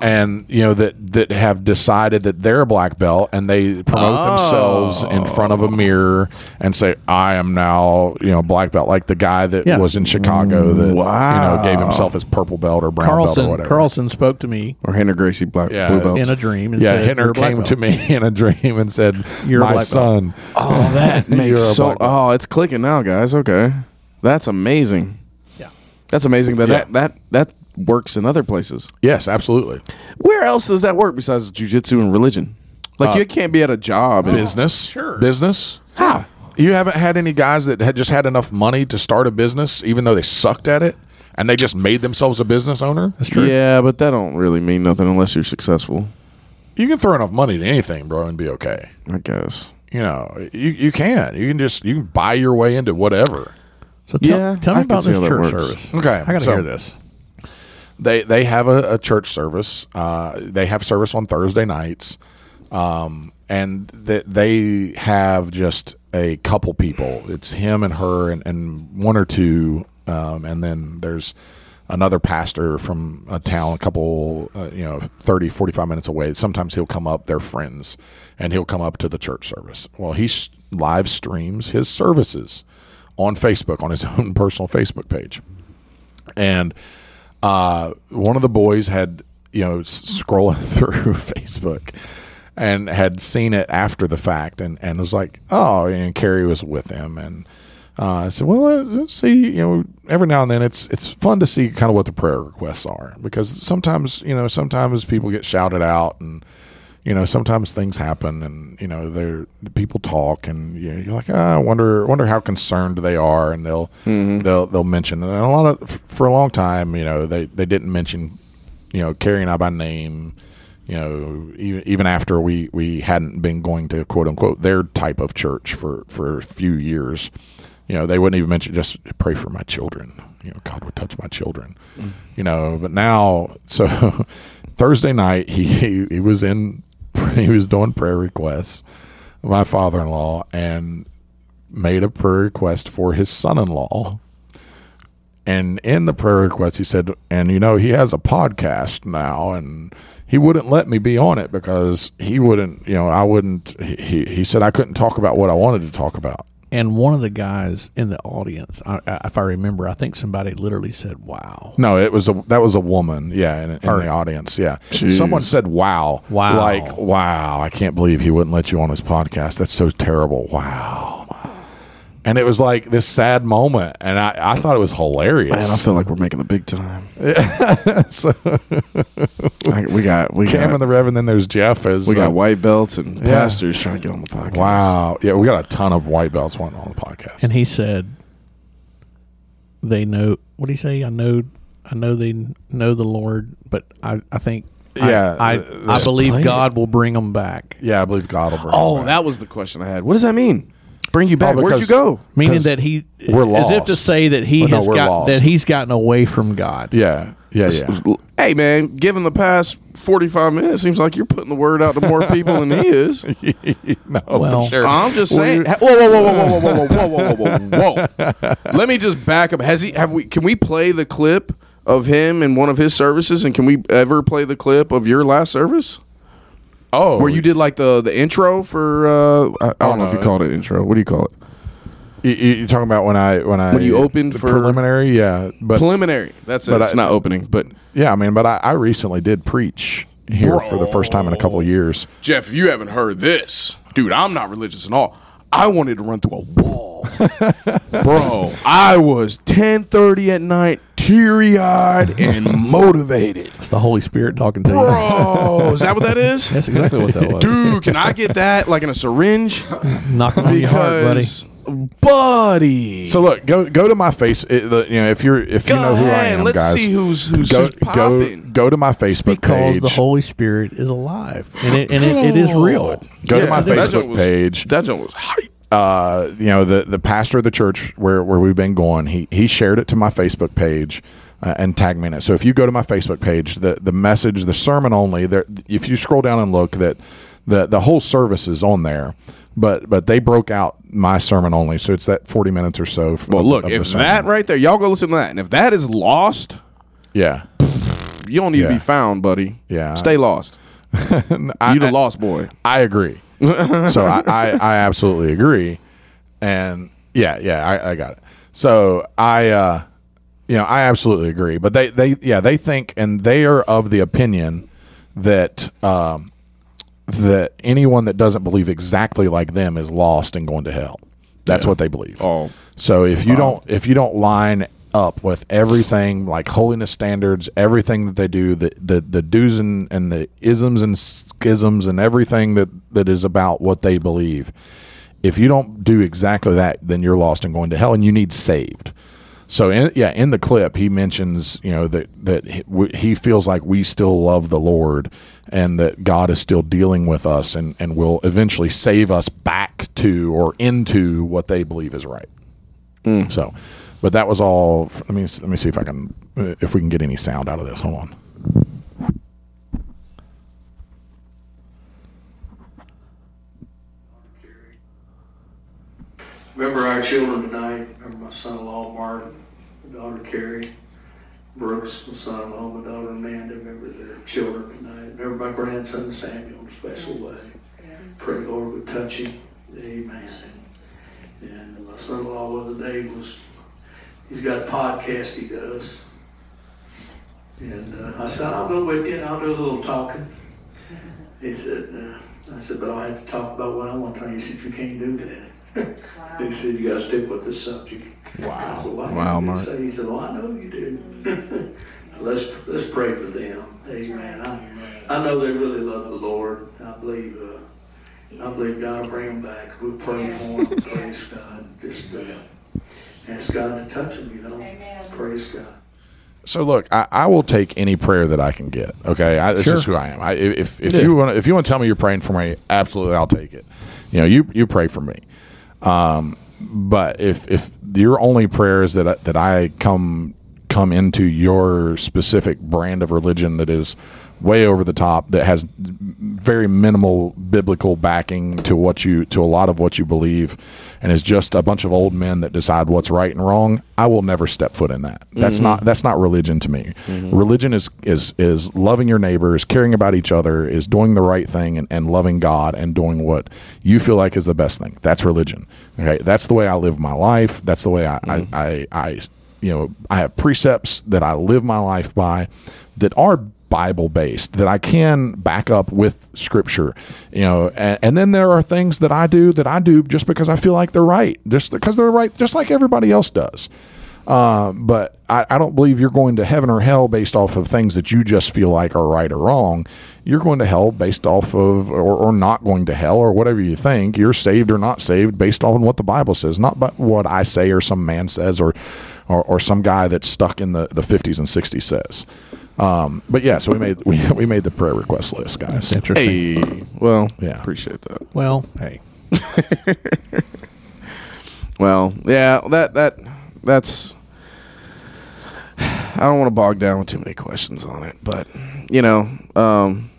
S1: and you know that that have decided that they're a black belt and they promote themselves in front
S2: Oh.
S1: of a mirror and say I am now you know black belt like the guy that
S2: Yeah.
S1: was in Chicago that you
S3: Wow.
S1: know gave himself his purple belt or brown belt or
S2: Carlson
S1: whatever.
S2: Carlson spoke to me
S3: Or Henry Gracie Black
S1: Yeah.
S3: Blue Belts.
S2: in a dream. And
S1: yeah,
S2: said, "You're
S1: Hitler
S2: a black
S1: came
S2: belt."
S1: to me in a dream and said,
S2: You're a black
S1: "My
S2: belt."
S1: son,
S3: oh, that
S1: You're a
S3: makes so.
S1: black belt.
S3: Oh, it's clicking now, guys. Okay, that's amazing.
S2: Yeah.
S3: That's amazing that
S1: Yeah.
S3: that, that that works in other places.
S1: yes, absolutely,
S3: Where else does that work besides jujitsu and religion? Like you can't be at a job. and-
S1: Uh, business,
S2: sure.
S1: business. How you haven't had any guys that had just had enough money to start a business, even though they sucked at it, and they just made themselves a business owner?
S2: That's true.
S3: Yeah, but that don't really mean nothing unless you're successful.
S1: You can throw enough money to anything, bro, and be okay.
S3: I guess.
S1: You know, you you can, you can just you can buy your way into whatever.
S2: So tell,
S3: Yeah,
S2: tell
S3: I
S2: me
S3: can
S2: about
S3: see
S2: this
S3: how that
S2: church
S3: works.
S2: service.
S1: Okay,
S2: I got to
S1: so-
S2: hear this.
S1: they they have a, a church service. Uh, they have service on Thursday nights, um, and th- they have just a couple people. It's him and her, and, and one or two, um, and then there's another pastor from a town a couple uh, you know 30 45 minutes away sometimes he'll come up they're friends and he'll come up to the church service well he s- live streams his services on facebook on his own personal facebook page and uh, one of the boys had you know s- scrolling through Facebook and had seen it after the fact and and was like oh and Carrie was with him and uh, I said well uh, let's see you know every now and then it's it's fun to see kind of what the prayer requests are because sometimes you know sometimes people get shouted out and you know sometimes things happen and you know they're people talk and you know, you're like "Ah, i wonder wonder how concerned they are and they'll they'll they'll mention and a lot of f- for a long time you know they they didn't mention you know carrie and i by name you know even, even after we we hadn't been going to quote unquote their type of church for for a few years you know they wouldn't even mention just pray for my children you know god would touch my children you know but now so thursday night he, he he was in he was doing prayer requests my father-in-law and made a prayer request for his son-in-law and in the prayer request he said and you know he has a podcast now and he wouldn't let me be on it because he wouldn't you know i wouldn't he, he he said i couldn't talk about what i wanted to talk about
S2: And one of the guys in the audience, I, I, if I remember, I think somebody literally said, "Wow."
S1: No, it was a that was a woman. Yeah, in, in the audience. Yeah, someone said, "Wow,
S2: Wow.
S1: like wow, I can't believe he wouldn't let you on his podcast. That's so terrible. Wow." And it was like this sad moment, and I, I thought it was hilarious.
S3: Man, I feel like we're making the big time.
S1: so
S3: I, we got we
S1: Cam
S3: got
S1: and the Rev, and then there's Jeff. As
S3: we
S1: uh,
S3: got white belts and pastors trying to get on the podcast.
S1: wow, yeah, we got a ton of white belts wanting on the podcast.
S2: And he said, "They know what do you say? I know, I know they know the Lord, but I, I think, I-
S1: Yeah,
S2: I,
S1: th-
S2: I,
S1: this
S2: believe
S3: plan-
S2: God will bring them back."
S1: yeah, I believe God will bring.
S3: Oh,
S1: him back.
S3: that was the question I had. What does that mean? Bring you back? Where'd
S1: because-
S3: you go?
S2: Meaning
S1: 'Cause
S2: that he,
S1: we're
S2: as if to
S1: lost.
S2: say that he
S1: Well, no,
S2: has
S1: we're
S2: got
S1: lost.
S2: that he's gotten away from God.
S1: yeah, yeah, yeah.
S3: Hey man, given the past forty five minutes, seems like you're putting the word out to more people than he is.
S1: no,
S2: Well,
S1: for sure.
S3: I'm just saying. Whoa, whoa, whoa, whoa, whoa, whoa, whoa, whoa, whoa, whoa, whoa! Let me just back up. Has he? Have we? Can we play the clip of him in one of his services? And can we ever play the clip of your last service
S1: oh,
S3: where you did like the the intro for? Uh, I, I don't know if you
S1: no.
S3: called it intro. What do you call it?
S1: You, you- you're talking about when I when I
S3: When you opened
S1: the
S3: for-
S1: preliminary, yeah, but
S3: Preliminary. That's it.
S1: But
S3: It's
S1: I-
S3: not opening, but
S1: yeah, I mean, but I, I recently did preach here for the first time in a couple of years.
S3: Jeff, if you haven't heard this, dude, I'm not religious at all. I wanted to run through a wall. Bro, I was 10:30 at night, teary-eyed and motivated.
S2: It's the Holy Spirit talking to you.
S3: Bro, is that what that is?
S2: That's exactly what that was.
S3: Dude, can I get that like in a syringe?
S2: Knocking on your heart, buddy.
S3: Because buddy.
S1: So look, go go to my face. It, the, you know, if you're if
S3: go
S1: you know who I
S3: ahead,
S1: am,
S3: let's
S1: guys,
S3: see who's who's,
S1: go
S3: who's
S1: go
S3: popping.
S1: go to my Facebook
S2: because
S1: page.
S2: the Holy Spirit is alive and it, and it, it is real.
S1: go to
S3: Yeah,
S1: my
S3: that
S1: Facebook
S3: joke was-
S1: page.
S3: That joke was hype.
S1: uh, you know, the, the pastor of the church where, where we've been going, he, he shared it to my Facebook page uh, and tagged me in it. So if you go to my Facebook page, the, the message, the sermon only there, if you scroll down and look that the, the whole service is on there, but, but they broke out my sermon only. So it's that 40 minutes or so.
S3: Well, look,
S1: of the
S3: if
S1: sermon.
S3: that right there, y'all go listen to that. And if that is lost,
S1: yeah,
S3: You don't need to
S1: Yeah.
S3: be found, buddy.
S1: Yeah.
S3: Stay lost.
S1: I,
S3: you the
S1: I-
S3: lost boy.
S1: I agree. so I, I, I absolutely agree. And yeah, yeah, I, I got it. So I, uh, you know, I absolutely agree. But they, they, yeah, they think and they are of the opinion that, um, that anyone that doesn't believe exactly like them is lost and going to hell. That's what they believe.
S3: Oh.
S1: So if you don't if you don't line up with everything like holiness standards, everything that they do, the the, the do's and, and the isms and schisms and everything that, that is about what they believe, if you don't do exactly that, then you're lost and going to hell, and you need saved. So in, yeah, in the clip he mentions you know that that he- w- he feels like we still love the Lord and that God is still dealing with us and and will eventually save us back to or into what they believe is right. So, but that was all. f- Let me let me see if I can uh, if we can get any sound out of this. Hold on.
S4: Remember our children tonight. Remember my son-in-law Martin, my daughter Carrie, Brooks, my son-in-law, my daughter Amanda. Remember their children tonight. Remember my grandson Samuel in a special way. Pray, Lord, would touch him. Amen. And my son-in-law the other day was, he's got a podcast he does. And uh, I said, I'll go with you and I'll do a little talking. He said, uh, I said, but I'll have to talk about what I want to tell you. He said, you can't do that. They said, you gotta stick with the subject. Wow.
S3: Wow, Mark.
S4: He said, well, I know you do. So let's, let's pray for them. Amen. I, I know they really love the Lord. I believe, uh, I believe God will bring them back. We pray for them. Praise God. Just, uh, ask God to touch them, you know?
S5: Amen.
S4: Praise God.
S1: So look, I, I will take any prayer that I can get. Okay, I, this
S2: Sure.
S1: is who I am. I, if if
S2: Yeah.
S1: you want if you want to tell me you're praying for me, absolutely, I'll take it. You know, you you pray for me. Um, but if if your only prayer is that I, that I come come into your specific brand of religion that is way over the top that has very minimal biblical backing to what you to a lot of what you believe and is just a bunch of old men that decide what's right and wrong i will never step foot in that that's not that's not religion to me religion is is is loving your neighbors caring about each other is doing the right thing and, and loving god and doing what you feel like is the best thing that's religion okay that's the way i live my life that's the way i I, I i you know i have precepts that i live my life by that are Bible based that I can back up with scripture, you know, and, and then there are things that I do that I do just because I feel like they're right, just because they're right, just like everybody else does. Um, but I, I don't believe you're going to heaven or hell based off of things that you just feel like are right or wrong. You're going to hell based off of, or, or not going to hell, or whatever you think. You're saved or not saved based on what the Bible says, not by what I say or some man says or, or, or some guy that's stuck in the, the 50s and 60s says. Um, but yeah, so we made we, we made the prayer request list, guys.
S2: It's interesting.
S3: Hey, well,
S1: Yeah.
S3: appreciate that.
S2: Well, hey.
S3: Well, yeah, that that that's. I don't want to bog down with too many questions on it, but you know, um,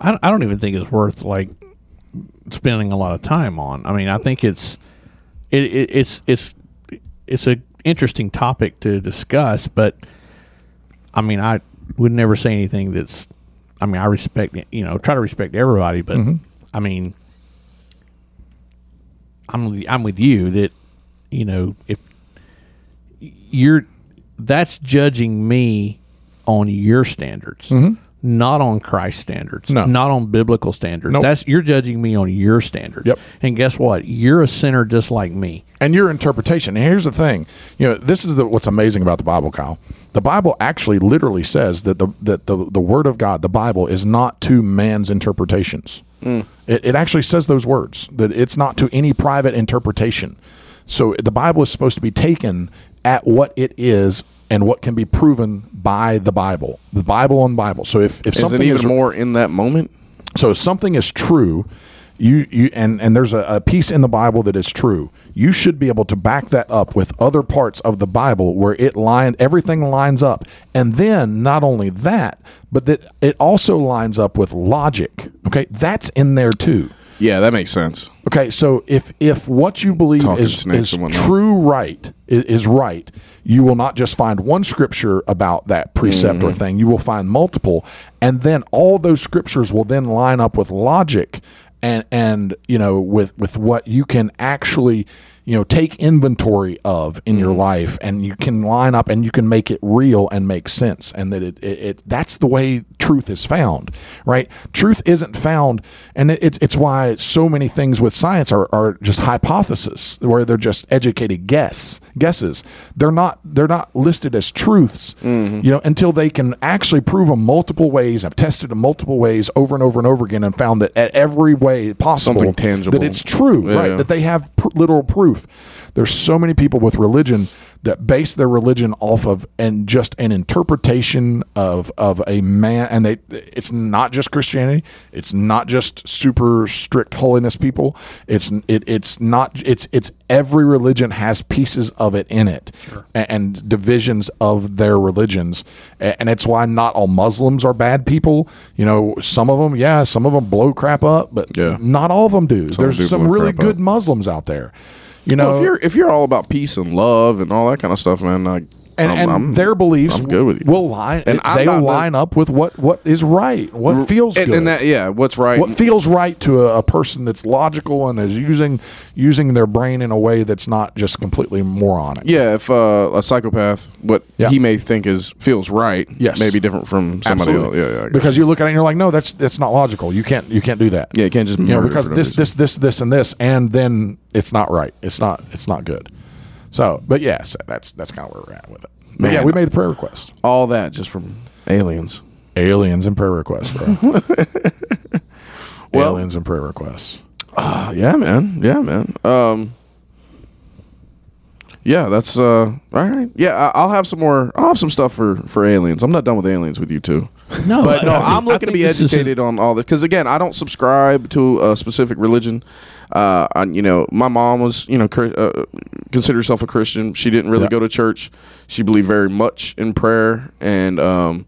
S2: I, I don't even think it's worth like spending a lot of time on. I mean, I think it's it, it it's it's it's a interesting topic to discuss, but I mean, I would never say anything that's. I mean, I respect you know try to respect everybody, but
S1: Mm-hmm.
S2: I mean, I'm with- I'm with you that you know if you're that's judging me on your standards, not on Christ's standards,
S1: Mm-hmm. No.
S2: not on biblical standards.
S1: Nope.
S2: That's you're judging me on your standards.
S1: Yep.
S2: And guess what? You're a sinner just like me.
S1: and your interpretation. And here's the thing, you know, this is the, what's amazing about the Bible, Kyle. The Bible actually literally says that the that the, the Word of God, the Bible, is not to man's interpretations.
S3: Hmm.
S1: It, it actually says those words that it's not to any private interpretation. So the Bible is supposed to be taken at what it is and what can be proven by the Bible, the Bible on Bible. So if if
S3: is
S1: something
S3: it even
S1: is
S3: more in that moment?
S1: so if something is true, you you and and there's a, a piece in the Bible that is true. You should be able to back that up with other parts of the Bible where it line everything lines up. And then not only that, but that it also lines up with logic. Okay? That's in there too.
S3: Yeah, that makes sense.
S1: Okay, so if if what you believe
S3: Talking
S1: is
S3: snakes
S1: is
S3: and whatnot.
S1: true right is, is right, you will not just find one scripture about that precept
S3: Mm-hmm.
S1: or thing. You will find multiple, and then all those scriptures will then line up with logic, and and you know with with what you can actually you know take inventory of in
S3: Mm-hmm.
S1: your life, and you can line up and you can make it real and make sense, and that it, it, it that's the way truth is found, right? Truth isn't found, and it, it's it's why so many things with science are, are just hypotheses, where they're just educated guess guesses. They're not they're not listed as truths,
S3: Mm-hmm.
S1: you know, until they can actually prove them multiple ways. I've tested them multiple ways over and over and over again, and found that at every way possible,
S3: Something tangible.
S1: that it's true, right?
S3: Yeah.
S1: That they have pr- literal proof. There's so many people with religion that base their religion off of and just an interpretation of of a man and they it's not just Christianity it's not just super strict holiness people it's it, it's not it's it's every religion has pieces of it in it a- and, divisions of their religions A- and it's why not all Muslims are bad people you know some of them yeah some of them blow crap up but
S3: Yeah.
S1: not all of them do there's
S3: do
S1: some
S3: blow
S1: really
S3: crap up.
S1: good Muslims out there you know
S3: Well, if you're if you're all about peace and love and all that kind of stuff, man, like
S1: and,
S3: I'm-
S1: and
S3: I'm-
S1: their beliefs
S3: I'm good with you.
S1: will line
S3: And I'm
S1: they
S3: not-
S1: line up with what what is right what feels
S3: and,
S1: good
S3: and that yeah, what's right?
S1: what feels right to a, a person that's logical and is using using their brain in a way that's not just completely moronic
S3: yeah, if uh, a psychopath, what
S1: Yeah.
S3: he may think is feels right,
S1: Yes.
S3: may be different from somebody
S1: Absolutely.
S3: else. Yeah, yeah, I guess.
S1: because you look at it and you're like, no, that's that's not logical. You can't you can't do that.
S3: Yeah, you can't just
S1: you know
S3: murder
S1: because
S3: for no
S1: this
S3: reason.
S1: this this this and this, and then it's not right. It's not it's not good. So, but yeah, so that's that's kind of where we're at with it. But
S3: Man.
S1: yeah, we made the prayer request.
S3: all that just from aliens.
S1: Aliens and prayer requests, bro.
S3: Well-
S1: Aliens and prayer requests. Ah,
S3: Uh, yeah, man. Yeah, man. Um, yeah, that's uh, all right. Yeah, I- I'll have some more. I'll have some stuff for for aliens. I'm not done with aliens with you too.
S2: No,
S3: but no,
S2: I- I
S3: I, am
S2: think
S3: looking to be
S2: this is a-
S3: educated on all this because again, I don't subscribe to a specific religion. Uh, I, you know, my mom was you know cr- uh, considered herself a Christian. She didn't really
S1: Yeah.
S3: go to church. She believed very much in prayer and um,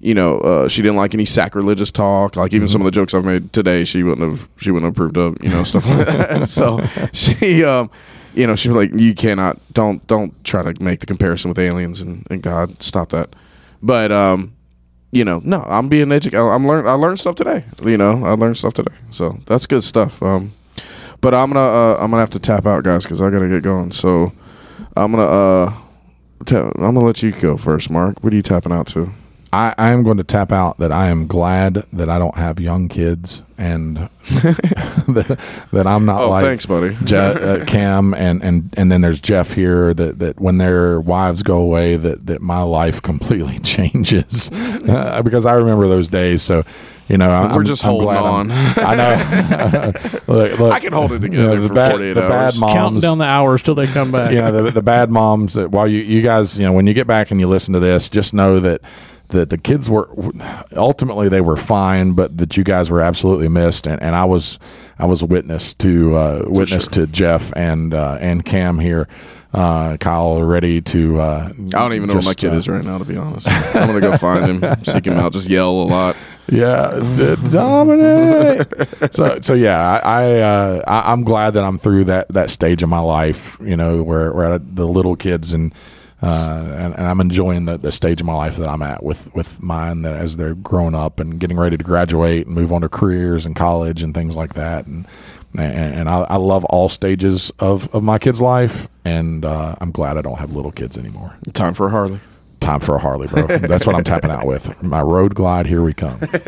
S3: you know, uh, she didn't like any sacrilegious talk. Like
S2: Mm-hmm.
S3: even some of the jokes I've made today, she wouldn't have she wouldn't have approved of. You know, stuff like that. so she, um, you know, she was like, "You cannot, don't, don't try to make the comparison with aliens and, and God. Stop that." But um, you know, no, I'm being educated. I'm learn. I learned stuff today. You know, I learned stuff today. So that's good stuff. Um, but I'm gonna uh, I'm gonna have to tap out, guys, because I gotta get going. So I'm gonna uh, ta- I'm gonna let you go first, Mark. What are you tapping out to?
S1: I, I am going to tap out that I am glad that I don't have young kids and that, that I'm not
S3: Oh,
S1: like
S3: thanks, buddy.
S1: Je- uh, Cam and, and and then there's Jeff here that, that when their wives go away that that my life completely changes uh, because I remember those days so you know I,
S3: We're
S1: I'm,
S3: just
S1: I'm
S3: holding
S1: glad I'm-
S3: on.
S1: I know look, look,
S3: I can hold it
S1: you
S3: together
S1: know, the
S3: for
S1: bad,
S3: 48
S1: the
S3: hours.
S1: bad moms
S2: Counting down the hours till they come back.
S1: you know the, the bad moms that while you, you guys you know when you get back and you listen to this just know that that the kids were ultimately they were fine but that you guys were absolutely missed and, and i was i was a witness to uh, witness to jeff and uh, and cam here uh, kyle ready to uh, i
S3: I don't even know where my kid is right now, to be honest. I'm gonna go find him, seek him out, just yell a lot.
S1: Yeah, d- Dominic. so, so yeah, I, I, uh, I I'm glad that I'm through that that stage of my life. You know, where where I, the little kids and. Uh, and, and I'm enjoying the, the stage of my life that I'm at with, with mine that as they're growing up and getting ready to graduate and move on to careers and college and things like that. And, and, and I, I love all stages of, of my kid's life. And, uh, I'm glad I don't have little kids anymore.
S3: Time for a Harley.
S1: Time for a Harley, bro. That's what I'm tapping out with. My road glide. Here we come.
S2: How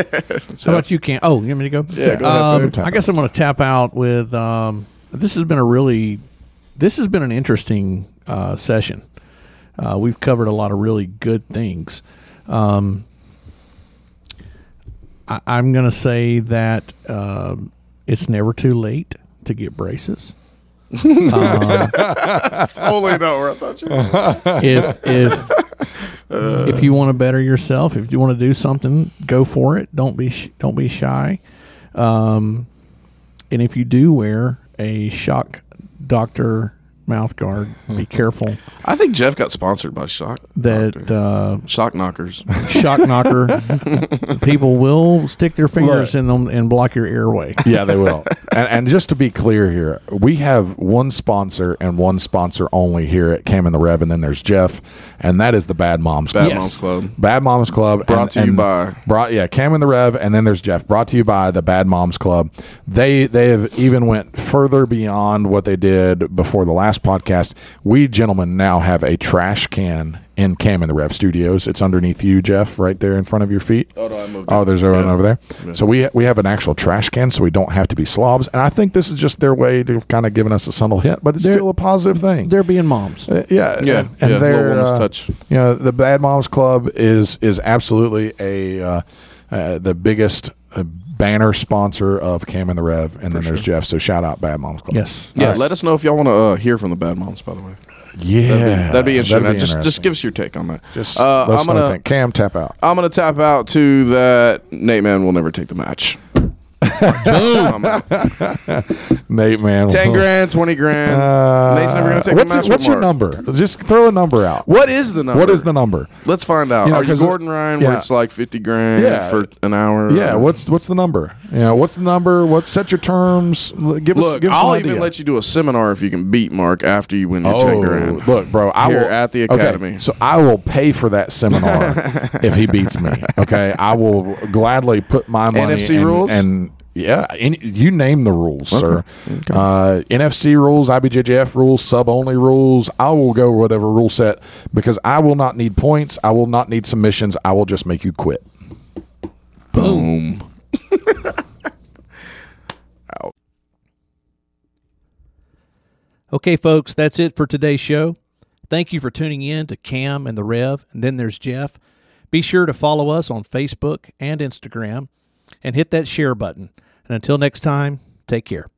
S2: about you, Cam? Oh, you want me to go?
S3: Yeah, go ahead,
S2: Um,
S3: Fabe.
S1: Tap
S2: I guess I'm going to tap out with. Um, this has been a really, this has been an interesting uh, session. Uh, we've covered a lot of really good things. Um, I, I'm going to say that um, it's never too late to get braces. Um,
S3: Totally know where I thought you were.
S2: if if if you want to better yourself, if you want to do something, go for it. Don't be sh- don't be shy. Um, and if you do wear a shock doctor mouth guard. Be careful
S3: I think Jeff got sponsored by Shock
S2: that
S3: Doctor.
S2: uh,
S3: Shock Knockers.
S2: shock knocker people will stick their fingers
S1: Look.
S2: in them and block your airway.
S1: Yeah, they will. and, and just to be clear here, we have one sponsor and one sponsor only here at Cam and the Rev, and then there's Jeff, and that is the Bad Moms Club.
S3: Bad Moms Club.
S1: Bad Moms Club.
S3: Brought
S1: and-
S3: to you
S1: and
S3: by-
S1: Brought yeah, Cam and the Rev, and then there's Jeff. Brought to you by the Bad Moms Club. They they have even went further beyond what they did before the last podcast. We gentlemen now have a trash can in Cam and the Rev Studios. It's underneath you, Jeff, right there in front of your feet.
S3: Oh, no, I moved
S1: Oh,
S3: it.
S1: there's one
S3: Yeah.
S1: over there. So we we have an actual trash can, so we don't have to be slobs. And I think this is just their way to kind of giving us a subtle hint, but it's
S2: They're-
S1: still a positive thing.
S2: They're being moms.
S1: Uh, yeah,
S3: Yeah,
S1: and, and
S3: yeah,
S1: they're
S3: little woman's
S1: uh,
S3: touch.
S1: You know, the Bad Moms Club is is absolutely a uh, uh, the biggest uh, banner sponsor of Cam and the Rev, and then there's Jeff. So shout out Bad Moms Club.
S2: Yes.
S3: Yeah,
S1: All right.
S3: let us know if y'all want to uh, hear from the Bad Moms. By the way,
S1: yeah,
S3: that'd be, that'd be interesting. Uh, just just give us your take on that.
S1: Just
S3: uh,
S1: let us
S3: I'm
S1: know what you
S3: gonna
S1: think. Cam tap out.
S3: I'm gonna tap out to that. Nate Man will never take the match. Boom.
S1: Nate, man,
S3: Ten grand, twenty grand.
S1: Uh,
S3: Nate's never gonna take
S1: what's
S3: the match.
S1: your- what's your
S3: remark.
S1: number? Just throw a number out.
S3: What is the number?
S1: What is the number?
S3: Let's find out.
S1: You know,
S3: Are you
S1: 'cause-
S3: Gordon Ryan, where
S1: yeah.
S3: it's like fifty grand
S1: Yeah.
S3: for an hour?
S1: Yeah, what's what's the number? You know, what's the number? What set your terms? L- Give us
S3: Look,
S1: give us
S3: I'll
S1: an
S3: even
S1: idea.
S3: let you do a seminar if you can beat Mark after you win your
S1: oh,
S3: ten grand.
S1: look, bro, I
S3: Here
S1: will
S3: at the
S1: okay,
S3: academy.
S1: so I will pay for that seminar if he beats me. Okay, I will gladly put my money
S3: NFC
S1: and,
S3: rules?
S1: and yeah, any, you name the rules, sir. Uh, NFC rules, IBJJF rules, sub only rules. I will go whatever rule set because I will not need points. I will not need submissions. I will just make you quit.
S3: Boom.
S2: Okay, folks, that's it for today's show. Thank you for tuning in to Cam and the Rev, and then there's Jeff. Be sure to follow us on Facebook and Instagram and hit that share button. And until next time, take care.